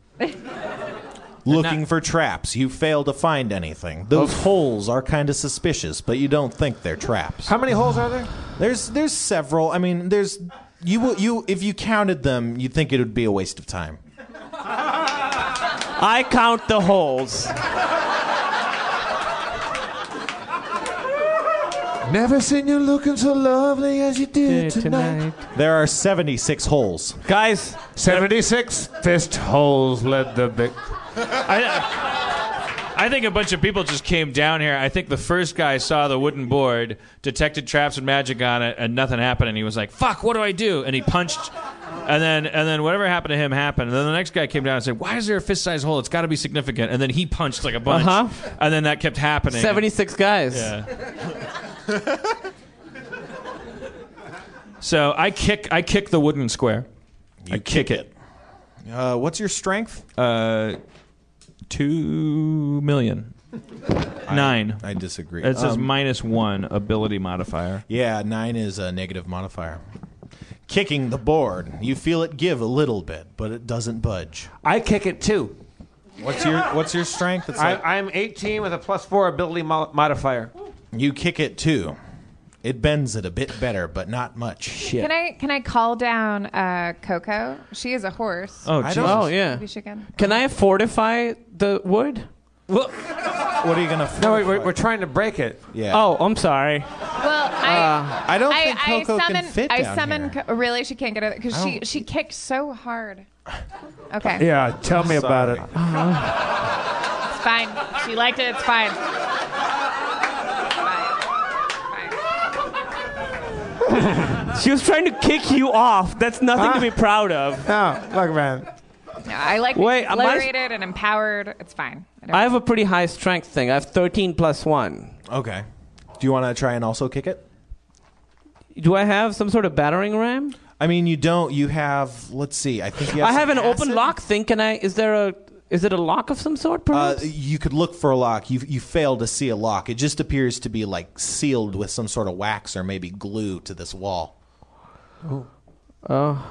K: Looking for traps, you fail to find anything. Those holes are kind of suspicious, but you don't think they're traps.
C: How many holes are there?
K: There's there's several. I mean, there's you will- you if you counted them, you'd think it would be a waste of time.
N: [LAUGHS] I count the holes.
C: Never seen you looking so lovely as you did tonight.
K: There are 76 holes.
N: Guys,
C: 76 fist holes led the [LAUGHS] big.
P: I, I think a bunch of people just came down here. I think the first guy saw the wooden board, detected traps and magic on it, and nothing happened. And he was like, "Fuck, what do I do?" And he punched. And then, and then whatever happened to him happened. And then the next guy came down and said, "Why is there a fist-sized hole? It's got to be significant." And then he punched like a bunch.
N: Uh-huh.
P: And then that kept happening.
N: 76 guys.
P: Yeah. So I kick, I kick the wooden square.
K: You kick it. Uh, what's your strength?
P: Uh, two million. Nine.
K: I disagree.
P: It says
K: Um,
P: minus one ability modifier.
K: Yeah, nine is a negative modifier. Kicking the board. You feel it give a little bit, but it doesn't budge.
C: I kick it too.
K: What's your What's your strength? It's like-
C: I, I'm 18 with a plus four ability mo- modifier.
K: You kick it too. It bends it a bit better, but not much. Shit.
S: Can I can I call down uh, Coco? She is a horse.
K: Oh,
S: I
K: Jesus.
S: don't-
K: Oh, yeah.
S: Maybe she can.
N: Can I fortify the wood?
C: Well,
K: what are you gonna?
C: No, wait, we're, we're trying to break it.
K: Yeah.
N: Oh, I'm sorry.
S: Well, I
N: Uh, I don't
S: I,
N: think
S: I
N: Coco can
S: summon,
N: fit
S: I
N: down
S: summon Co- really she can't get it because
C: I
S: she
C: don't-
S: she kicked so hard. Okay.
C: Yeah, tell me about it. Uh-huh.
S: It's fine. She liked it. It's fine.
N: She was trying to kick you off. That's nothing to be
C: [LAUGHS]
N: proud of.
C: No, Oh, look, man.
S: No, I like
N: Wait,
S: Wait,
N: am I-
S: liberated and empowered. It's fine.
N: I have a pretty high strength thing. I have 13 plus 1.
K: Okay. Do you want to try and also kick it?
N: Do I have some sort of battering ram?
K: I mean, you don't. You have. Let's see. I think you have.
N: I have an
K: some
N: open
K: acid.
N: lock thing. Can I? Is there a? Is it a lock of some sort?
K: Uh,
N: Perhaps.
K: you could look for a lock. You you fail to see a lock. It just appears to be like sealed with some sort of wax or maybe glue to this wall.
P: Oh.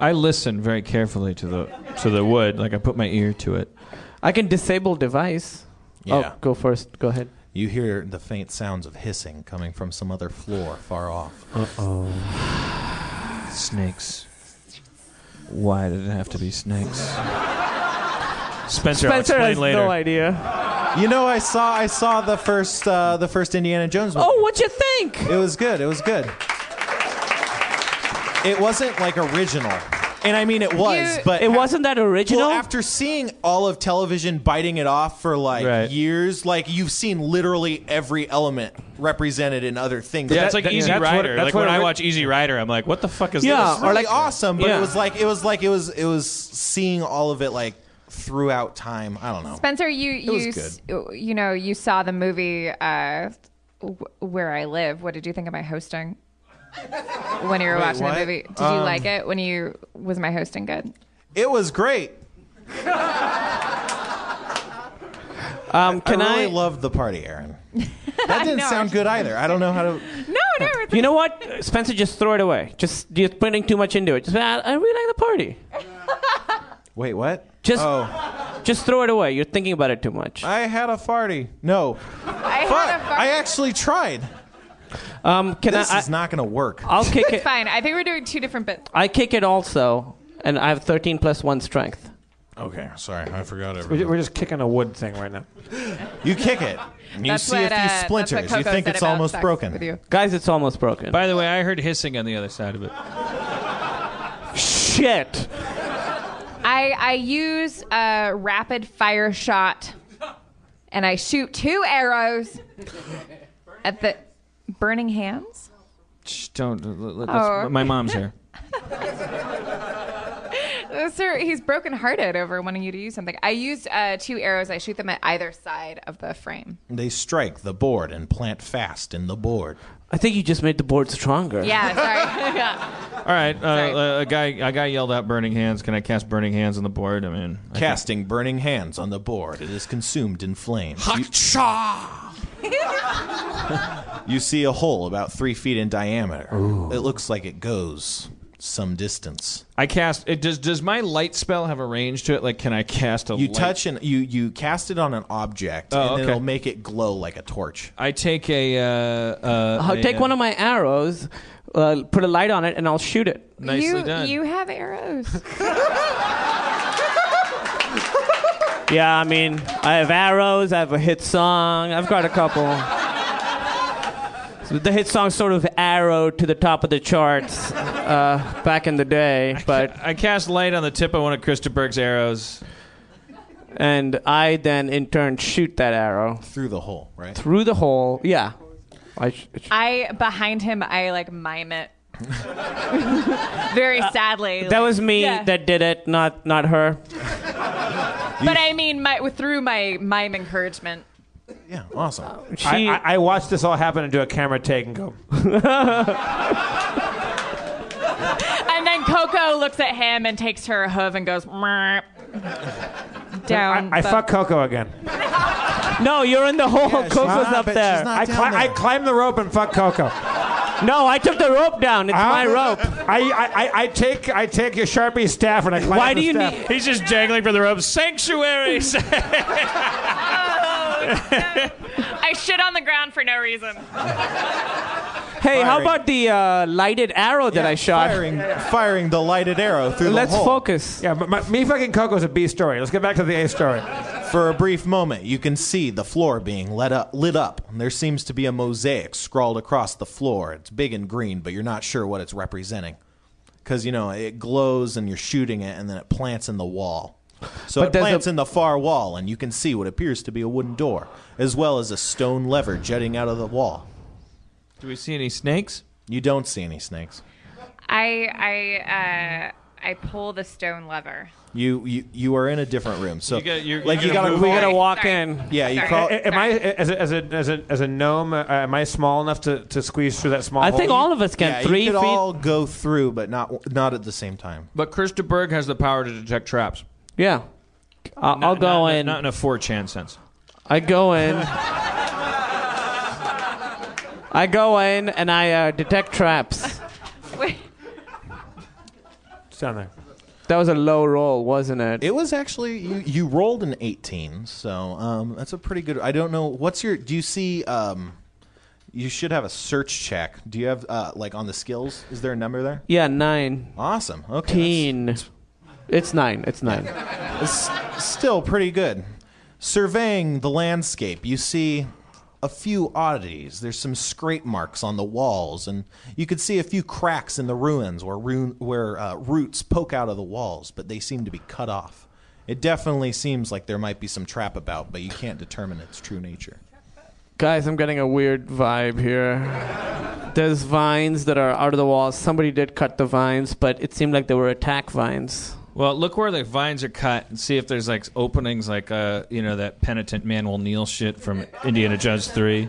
P: I listen very carefully to the to the wood. Like I put my ear to it.
N: I can disable device.
K: Yeah.
N: Oh, go first. Go ahead.
K: You hear the faint sounds of hissing coming from some other floor far off.
P: Uh oh. Snakes. Why did it have to be snakes? Spencer, I'll
K: Spencer
P: explain
K: has
P: later.
K: no
N: idea.
K: You know, I saw I saw the first uh, the first Indiana Jones movie.
N: Oh, what you think?
K: It was good. It was good. It wasn't like original. And I mean it was,
N: You-
K: but
N: It wasn't that original?
K: Well, after seeing all of television biting it off for like
P: Right.
K: years, like you've seen literally every element represented in other things.
P: Yeah,
K: That-
P: it's like
K: that-
P: Easy
K: that's what-
P: Rider.
K: that's
P: like
K: what
P: when I
K: ori-
P: watch Easy Rider, I'm like, what the fuck is
K: yeah,
P: this?
K: or like awesome, but
P: Yeah.
K: it was like it was like it was it was seeing all of it like throughout time. I don't know.
S: Spencer, you
K: It was
S: you s- you know you saw the movie uh, w- Where I Live. What did you think of my hosting? When you were
K: Wait,
S: watching
K: what?
S: the movie, did you
K: Um,
S: like it? When you was my hosting good?
K: It was great.
N: Um,
K: I
N: can
K: really
N: I-
K: loved the party, Aaron.
S: [LAUGHS]
K: That didn't
N: know.
K: sound good either. I don't know how to.
S: No, no.
N: You know what, Spencer? Just throw it away. Just you're putting too much into it. Just "Ah, I, I really like the party.
K: Wait, what?
N: Just,
K: Oh.
N: just throw it away. You're thinking about it too much.
K: I had a farty. No.
S: I
K: had a farty. I actually tried.
N: Um, can
K: this
N: I,
K: is not going to work.
S: [LAUGHS]
N: I'll kick
S: it's
N: it.
S: fine. I think we're doing two different bits.
N: I kick it also, and I have 13 plus one strength.
K: Okay, sorry, I forgot
C: We're ju- we're just kicking a wood thing right now.
K: You kick it. And
S: you That's see what, a few uh, that's what splinters. You Coco think said it's about almost sex broken. with you.
N: Guys, it's
S: [LAUGHS]
N: almost broken.
P: By the way, I heard hissing on the other side of it.
N: Shit.
S: I I use a rapid fire shot, and I shoot two arrows at the burning hands.
P: Shh, don't. let- let-
S: Oh.
P: let's- My mom's here.
S: Uh, sir, he's brokenhearted over wanting you to use something. I used uh, two arrows. I shoot them at either side of the frame.
K: They strike the board and plant fast in the board.
N: I think you just made the board stronger.
S: Yeah, sorry. yeah.
P: All right, uh, a guy a guy yelled out "Burning Hands." Can I cast Burning Hands on the board? I mean, I
K: Casting burning hands on the board, it is consumed in flames. You, [LAUGHS] you see a hole about three feet in diameter. It looks like it goes some distance.
P: I cast. It does. Does my light spell have a range to it? Like, can I cast a?
K: You
P: light-
K: touch and you you cast it on an object,
P: Oh,
K: and
P: okay.
K: it'll make it glow like a torch.
P: I take a. Uh, uh,
N: I'll
P: a,
N: take
P: uh,
N: one of my arrows, uh, put a light on it, and I'll shoot it.
S: you, You have arrows.
N: Yeah, I mean, I have arrows. I have a hit song. I've got a couple. So the hit song sort of arrowed to the top of the charts uh, back in the day, but
P: I cast light on the tip of one of Christopher's arrows,
N: and I then in turn shoot that arrow
K: through the hole, right?
N: Through the hole, yeah. I sh-
S: I behind him. I like mime it. [LAUGHS] Very sadly.
N: Uh, that
S: like-
N: was me
S: Yeah.
N: that did it, not not her.
S: But I mean, my, through my mime encouragement.
K: Yeah, awesome.
C: I, I, I watched this all happen and do a camera take and go. [LAUGHS]
S: And then Coco looks at him and takes her hoof and goes "Meep." down.
C: I, I
S: the-
C: fuck Coco again.
N: No, you're in the hole.
C: Coco's up there. I, cli- I climb the rope and fuck Coco.
N: No, I took the rope down. It's my rope.
C: I, I, I, I take I take your sharpie staff and I climb
N: Why
C: up
N: do
C: the
N: you
C: staff.
N: need- [LAUGHS]
D: He's just jangling for the rope. Sanctuary.
S: I shit on the ground for no reason.
N: Hey, how about the uh, lighted arrow that I shot?
K: Firing, firing the lighted arrow through
N: [LAUGHS] Let's
K: the hole.
N: focus.
C: Yeah, but my, me fucking Coco's a B story. Let's get back to the A story.
K: For a brief moment, you can see the floor being lit up. Lit up. There seems to be a mosaic scrawled across the floor. It's big and green, but you're not sure what it's representing. Because, you know, it glows and you're shooting it, and then it plants in the wall. So
N: But
K: it
N: does
K: plants
N: it-
K: in the far wall, and you can see what appears to be a wooden door, as well as a stone lever jutting out of the wall.
D: Do we see any snakes?
K: You don't see any snakes.
S: I I uh, I pull the stone lever.
K: You you, you are in a different room. So
D: You got- you're-
K: like
D: you
K: you
D: gotta
K: got to
D: move
K: we
D: on.
K: got to
N: walk in.
K: Yeah, you
C: A-
K: call.
C: a- Am I as a, as a as a as a gnome? Uh, am I small enough to, to squeeze through that small?
N: I
C: hole?
N: think all of us can.
K: Yeah,
N: Three
K: you could
N: feet.
K: all go through, but not not at the same time.
D: But Krista Berg has the power to detect traps.
N: Yeah. I'll, I'll
D: Not-
N: go
D: not,
N: in.
D: Not in a 4chan sense.
N: I go in.
P: [LAUGHS]
N: I go in and I uh, detect traps.
C: It's down there.
N: That was a low roll, wasn't it?
K: It was actually you. You rolled an eighteen, so um, that's a pretty good. I don't know what's your. Do you see? Um, you should have a search check. Do you have uh, like on the skills? Is there a number there?
N: Yeah, nine.
K: Awesome. Okay.
N: Teen. It's nine. It's nine.
K: It's still pretty good. Surveying the landscape, you see a few oddities. There's some scrape marks on the walls, and you could see a few cracks in the ruins where, ru- where uh, roots poke out of the walls, but they seem to be cut off. It definitely seems like there might be some trap about, but you can't determine its true nature.
N: Guys, I'm getting a weird vibe here. There's vines that are out of the walls. Somebody did cut the vines, but it seemed like they were attack vines.
D: Well, look where the vines are cut and see if there's like openings, like uh, you know that penitent man will kneel shit from Indiana Jones three.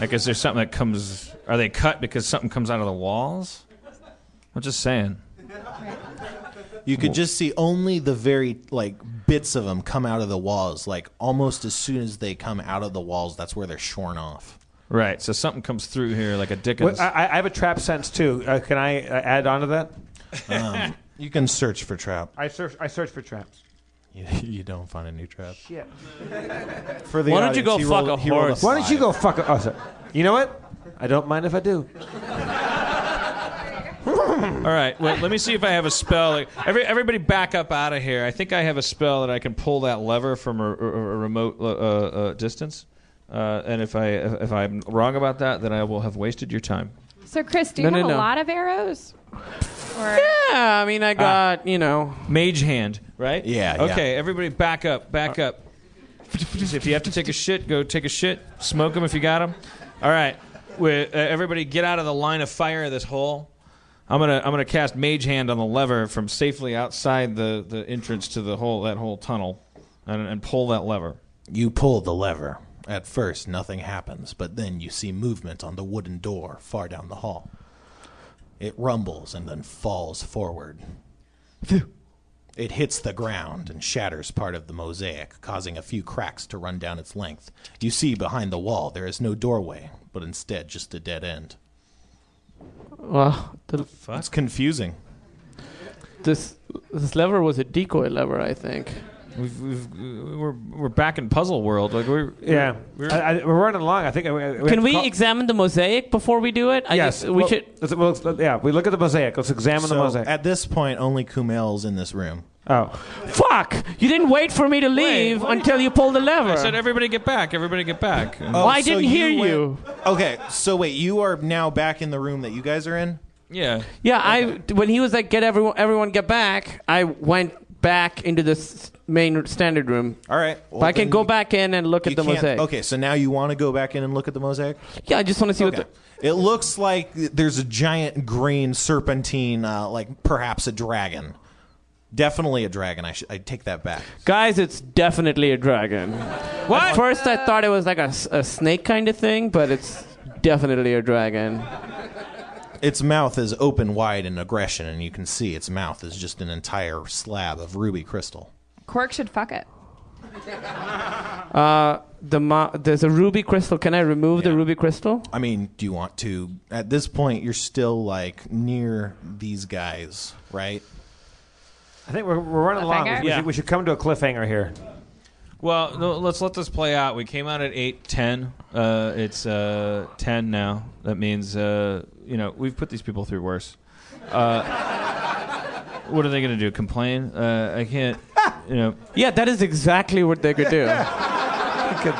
D: Like, is there something that comes? Are they cut because something comes out of the walls? I'm just saying.
K: You could just see only the very like bits of them come out of the walls. Like almost as soon as they come out of the walls, that's where they're shorn off.
D: Right. So something comes through here, like a Dickens.
C: What, I, I have a trap sense too. Uh, can I uh, add on to that? [LAUGHS]
K: Um, you can search for trap.
C: I search I search for traps.
K: [LAUGHS] You, you don't find a new trap.
C: Shit.
K: For the Why don't you audience, go he fuck rolled- a he rolled a horse?
C: Why don't you
K: five.
C: go fuck a? Oh, sorry. You know what? I don't mind if I do.
D: All right. Well, let me see if I have a spell. Like, every, everybody, back up out of here. I think I have a spell that I can pull that lever from a, a- a remote uh, uh, distance. Uh, and if I if I'm wrong about that, then I will have wasted your time.
S: So Chris, do you
D: No, no,
S: have a
D: no.
S: lot of arrows? Or
N: Yeah, I mean, I got, you know.
D: Ah. Mage hand, right?
K: Yeah. yeah.
D: Okay, everybody back up, back up. if you have to take a shit, go take a shit. Smoke them if you got them. All right. We- uh, everybody get out of the line of fire of this hole. I'm going to I'm going to cast mage hand on the lever from safely outside the, the entrance to the whole that whole tunnel and, and pull that lever.
K: You pull the lever. At first, nothing happens, but then you see movement on the wooden door far down the hall. It rumbles and then falls forward. It hits the ground and shatters part of the mosaic, causing a few cracks to run down its length. You see behind the wall there is no doorway, but instead just a dead end.
N: Well, the,
K: That's confusing.
N: this this lever was a decoy lever, I think.
D: We've, we've, we're we're back in puzzle world. Like we're
C: Yeah,
D: we're,
C: I, I, we're running long. I think. I- I- have
N: Can
C: to
N: we
C: call-
N: examine the mosaic before we do it? I
C: yes,
N: just- we
C: well,
N: should.
C: let's- well, let's- yeah, we look at the mosaic. Let's examine the
K: So,
C: mosaic.
K: at this point, only Kumail's in this room.
C: Oh,
N: Fuck! You didn't wait for me to leave until you pulled the lever.
D: I said everybody get back. Everybody get back.
K: Oh,
N: Well, I
K: so
N: didn't hear
K: went-
N: you.
K: Okay, so wait, you are now back in the room that you guys are in?
D: yeah.
N: Yeah, I when he was like, "Get everyone, everyone, get back!" I went back into the s- main standard room.
K: All right.
N: but I can
K: then
N: go
K: you-
N: back in and look
K: you
N: at the
K: can't-
N: mosaic.
K: Okay, so now you want to go back in and look at the mosaic?
N: Yeah, I just want to see
K: Okay.
N: what.
K: It looks like there's a giant green serpentine, uh, like perhaps a dragon. Definitely a dragon. I, sh- I take that back.
N: The, guys, it's definitely a
K: [LAUGHS]
N: dragon. What? At first, I thought it was like a, s- a snake kind of thing, but it's definitely a dragon.
K: Its mouth is open wide in aggression, and you can see its mouth is just an entire slab of ruby crystal.
S: Cork should fuck it.
N: Uh, The mo- there's a ruby crystal. Can I remove the ruby crystal?
K: I mean, do you want to? At this point, you're still like near these guys, right?
C: I think we're, we're running along. We
D: Cliffhanger?
C: should, we should come to a cliffhanger here.
D: Well, no, let's let this play out. We came out at eight ten. Uh, it's uh, ten now. That means uh, you know we've put these people through worse. Uh, [LAUGHS] what are they going to do? Complain? Uh, I can't. You know.
N: [LAUGHS] Yeah, that is exactly what they could do.
D: [LAUGHS]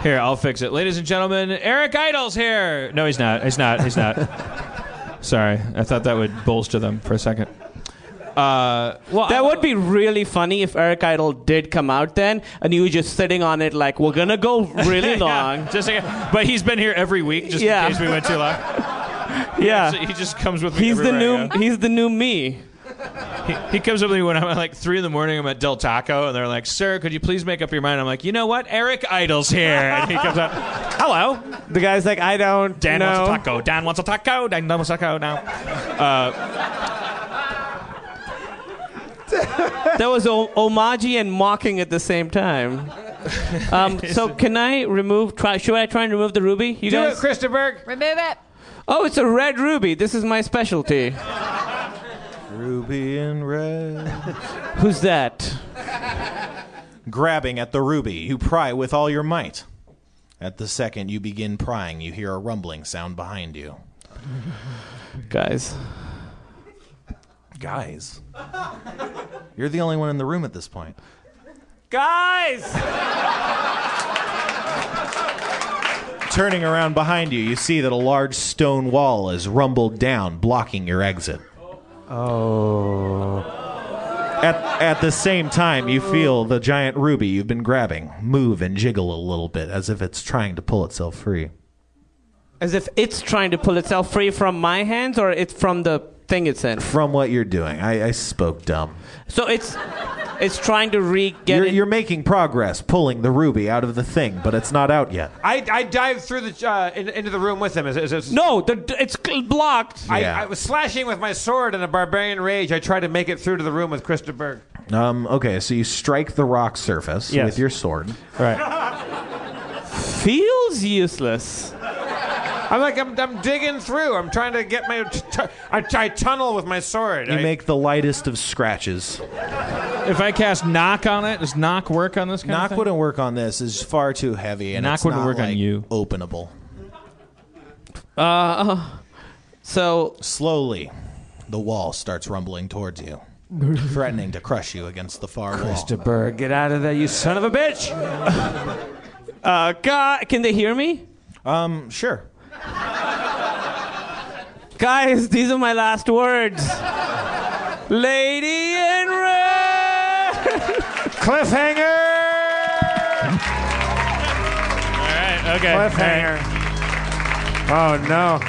D: Here, I'll fix it, ladies and gentlemen. Eric Idle's here. No, he's not. He's not. [LAUGHS] He's not. Sorry, I thought that would bolster them for a second. Uh, well,
N: that would be really funny if Eric Idle did come out then, and you were just sitting on it like we're gonna go [LAUGHS] really
D: Yeah,
N: long.
D: just like- but he's been here every week, just
N: Yeah.
D: in case we went too long.
N: Yeah.
D: so he just comes with me.
N: He's the new.
D: everywhere I go.
N: He's the new me.
D: He, he comes up to me when I'm at like three in the morning. I'm at Del Taco, and they're like, "Sir, could you please make up your mind?" I'm like, "You know what? Eric Idle's here." And he comes up, "Hello."
N: The guy's like, "I don't
D: Dan
N: know."
D: wants a taco. Dan wants a taco. Dan wants a taco now. Uh,
N: that was o- homage and mocking at the same time.
C: [LAUGHS]
N: Um, so can I remove? Try, should I try and remove the ruby? You
C: Do
N: guys.
C: it, Christopher.
S: Remove it.
N: Oh, it's a red ruby. This is my specialty.
K: Ruby and red.
N: [LAUGHS] Who's that?
K: Grabbing at the ruby, you pry with all your might. At the second you begin prying, you hear a rumbling sound behind you.
N: Guys.
K: Guys. You're the only one in the room at this point.
N: Guys.
K: Turning around behind you, you see that a large stone wall is rumbled down, blocking your exit. Oh. At, at the same time, you feel the giant ruby you've been grabbing move and jiggle a little bit as if it's trying to pull itself free.
N: As if it's trying to pull itself free from my hands, or it's from the thing it's in.
K: From what you're doing, I, I spoke dumb.
N: So it's it's trying to re get
K: You're,
N: it.
K: you're making progress pulling the ruby out of the thing, but it's not out yet.
C: I, I dived through the uh, in, into the room with him. Is, is, is,
N: no, the, it's blocked.
C: I,
K: Yeah.
C: I was slashing with my sword in a barbarian rage. I tried to make it through to the room with Christopher.
K: Um, okay, so you strike the rock surface
C: Yes.
K: with your sword.
C: Right.
N: Feels useless.
C: I'm like I'm, I'm digging through. I'm trying to get my t- t- I, I tunnel with my sword.
K: You
C: I-
K: make the lightest of scratches.
D: if I cast knock on it, does knock work on this? Kind of
K: Knock
D: thing?
K: wouldn't work on this. It's far too heavy, and
D: Knock
K: it's
D: wouldn't
K: not,
D: work on
K: like,
D: you.
K: Openable.
N: Uh, so
K: slowly, the wall starts rumbling
C: [LAUGHS]
K: towards you, threatening to crush you against the far wall.
C: Christopher, get out of there, you son of a
K: [LAUGHS]
C: bitch!
N: Uh, God, can they hear me?
K: Um, sure.
N: Guys, these are my last words. Lady in red.
C: Cliffhanger.
D: All right. Uh, Okay.
C: Cliffhanger. Oh no.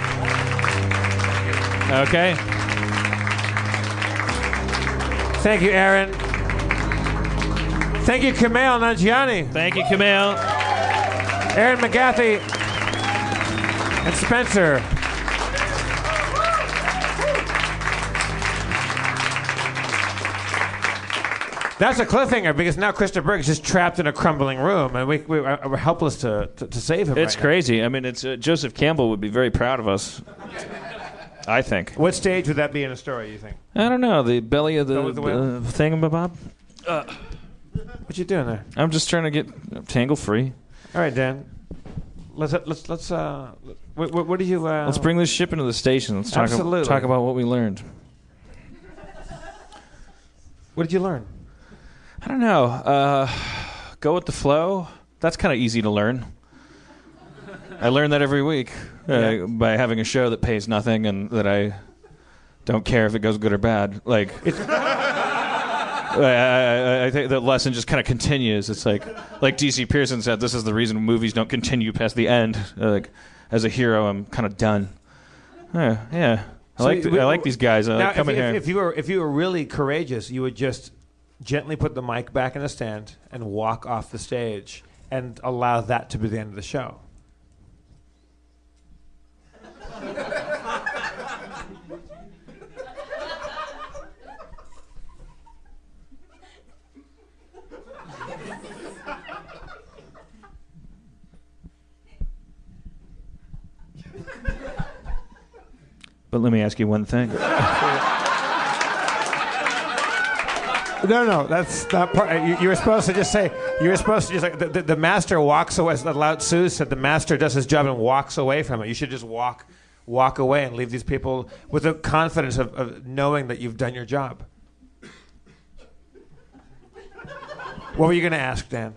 D: Okay.
C: Thank you, Aaron. Thank you, Kamal Nanjiani.
D: Thank you, Kamal.
C: Aaron McGathy and Spencer. That's a cliffhanger because now Christopher Berg is just trapped in a crumbling room, and we, we we're helpless to, to, to save him.
D: It's
C: right now.
D: crazy. I mean, it's uh, Joseph Campbell would be very proud of us. I think.
C: What stage would that be in a story? You think?
D: I don't know the belly of the,
C: Belly of the whale?
D: uh, thingamabob. Uh,
C: What you doing there?
D: I'm just trying to get tangle free.
C: All right, Dan. Let's let's let's. Uh, what, what, what do you? Uh,
D: Let's bring this ship into the station. Let's talk,
C: Absolutely.
D: talk about what we learned.
C: What did you learn?
D: I don't know. Uh, go with the flow. That's kind of easy to learn. I learn that every week uh,
C: Yeah.
D: by having a show that pays nothing and that I don't care if it goes good or bad. Like, [LAUGHS] I, I, I- I think the lesson just kind of continues. It's like, like DC Pearson said, this is the reason movies don't continue past the end. Uh, like, as a hero, I'm kind of done. Uh, yeah, I
C: So
D: like
C: we-
D: I like these guys. I
C: Now,
D: like
C: if
D: coming
C: you-
D: here.
C: If, if you were if you were really courageous, you would just gently put the mic back in the stand and walk off the stage and allow that to be the end of the show.
D: But let me ask you
C: [LAUGHS]
D: one thing.
C: No, no, that's not part. You, you were supposed to just say, you were supposed to just like, the, the, the master walks away. As Lao Tzu said, the master does his job and walks away from it. You should just walk walk away and leave these people with the confidence of, of knowing that you've done your job. What were you going to ask, Dan?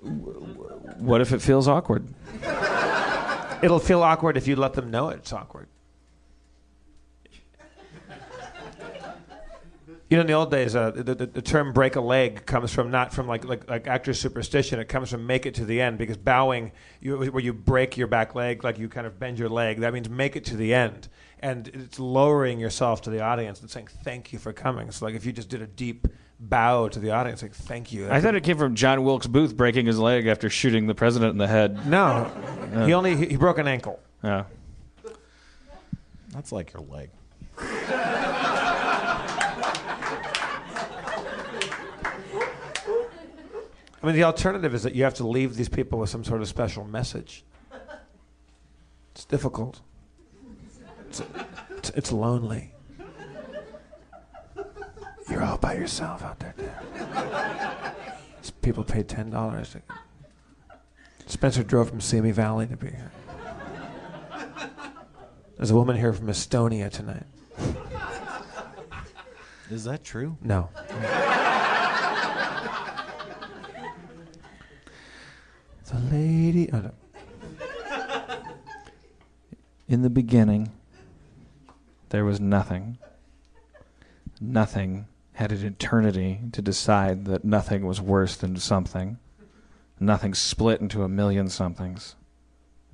D: What if it feels awkward?
C: It'll feel awkward if you let them know it's awkward. You know, in the old days, uh, the, the, the term "break a leg" comes from not from like, like like actors' superstition. It comes from "make it to the end" because bowing, you, where you break your back leg, like you kind of bend your leg, that means make it to the end, and it's lowering yourself to the audience and saying thank you for coming. So like if you just did a deep bow to the audience, like thank you.
D: I thought it came from John Wilkes Booth breaking his leg after shooting the president in the head. Uh,
C: No, he only he, he broke an ankle.
D: Yeah.
K: That's like your leg.
C: I mean, the alternative is that you have to leave these people with some sort of special message. It's difficult. It's, it's, it's lonely. You're all by yourself out there. Dan. These people pay ten dollars. Spencer drove from Simi Valley to be here. There's a woman here from Estonia tonight.
K: Is that true?
C: No. It's a lady. oh, no.
D: In the beginning, there was nothing. Nothing had an eternity to decide that nothing was worse than something. Nothing split into a million somethings,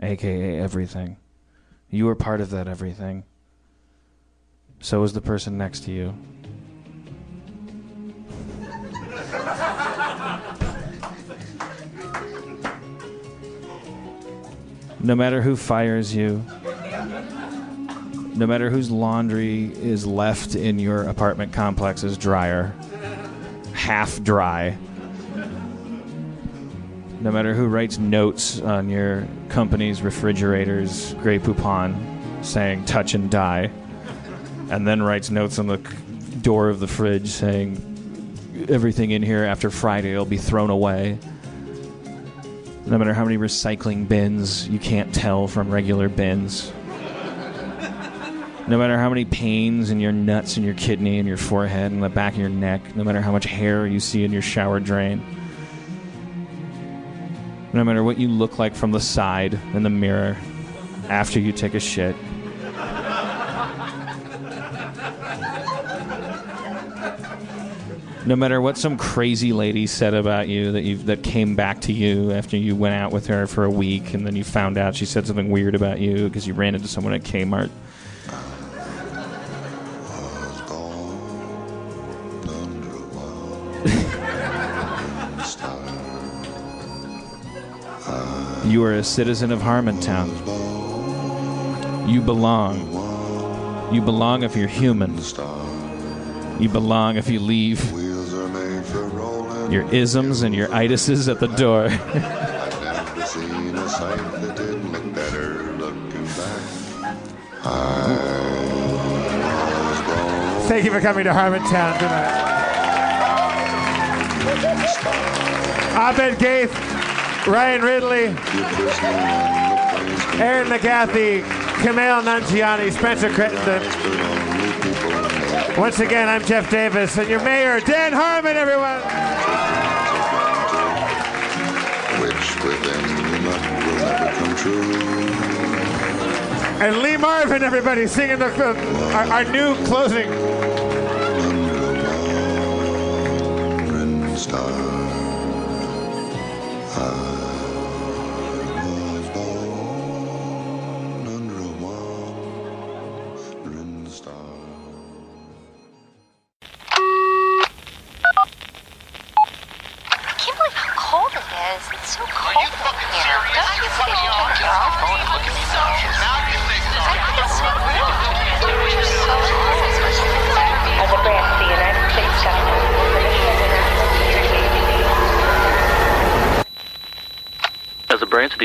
D: aka everything. You were part of that everything. So was the person next to you. No matter who fires you,
C: [LAUGHS]
D: no matter whose laundry is left in your apartment complex's dryer, half dry, no matter who writes notes on your company's refrigerators, Grey Poupon, saying touch and die, and then writes notes on the c- door of the fridge saying everything in here after Friday will be thrown away. No matter how many recycling bins you can't tell from regular bins. No matter how many pains in your nuts and your kidney and your forehead and the back of your neck, no matter how much hair you see in your shower drain, no matter what you look like from the side in the mirror after you take a shit, no matter what some crazy lady said about you that you that came back to you after you went out with her for a week and then you found out she said something weird about you because you ran into someone at Kmart. You are a citizen of Harmontown. You belong. You belong if you're human. You belong if you leave your isms and your itises at the door. [LAUGHS]
T: I've never seen a sight that didn't look better looking back.
C: Thank you for coming to Harmontown tonight. Abed Gaith, Ryan Ridley, Aaron McGathy, Kamel Nanjiani, Spencer Crittenden. Once again, I'm Jeff Davis, and your mayor, Dan Harmon, everyone.
T: Which within luck will never come true.
C: And Lee Marvin, everybody, singing the, the- our, our new closing.
T: Wandering star. I was born under a wandering star.
U: I can't believe how cold it is. It's so cold in here. Don't you think you can get off? Look at me now. Now you think so. I think it's so weird. Temperature's so low.
V: to the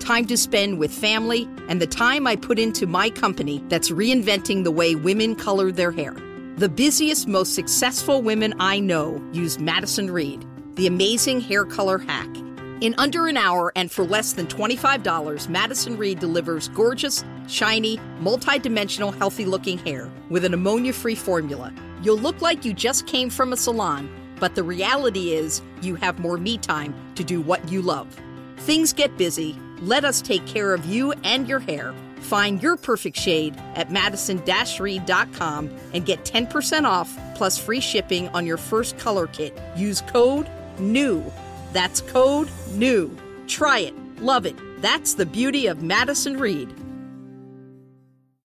W: time to spend with family, and the time I put into my company that's reinventing the way women color their hair. The busiest, most successful women I know use Madison Reed, the amazing hair color hack. In under an hour and for less than $25, Madison Reed delivers gorgeous, shiny, multi-dimensional, healthy-looking hair with an ammonia-free formula. You'll look like you just came from a salon, but the reality is you have more me time to do what you love. Things get busy. Let us take care of you and your hair. Find your perfect shade at madison-reed.com and get 10% off plus free shipping on your first color kit. Use code NEW that's code NEW. Try it. Love it. That's the beauty of Madison Reed.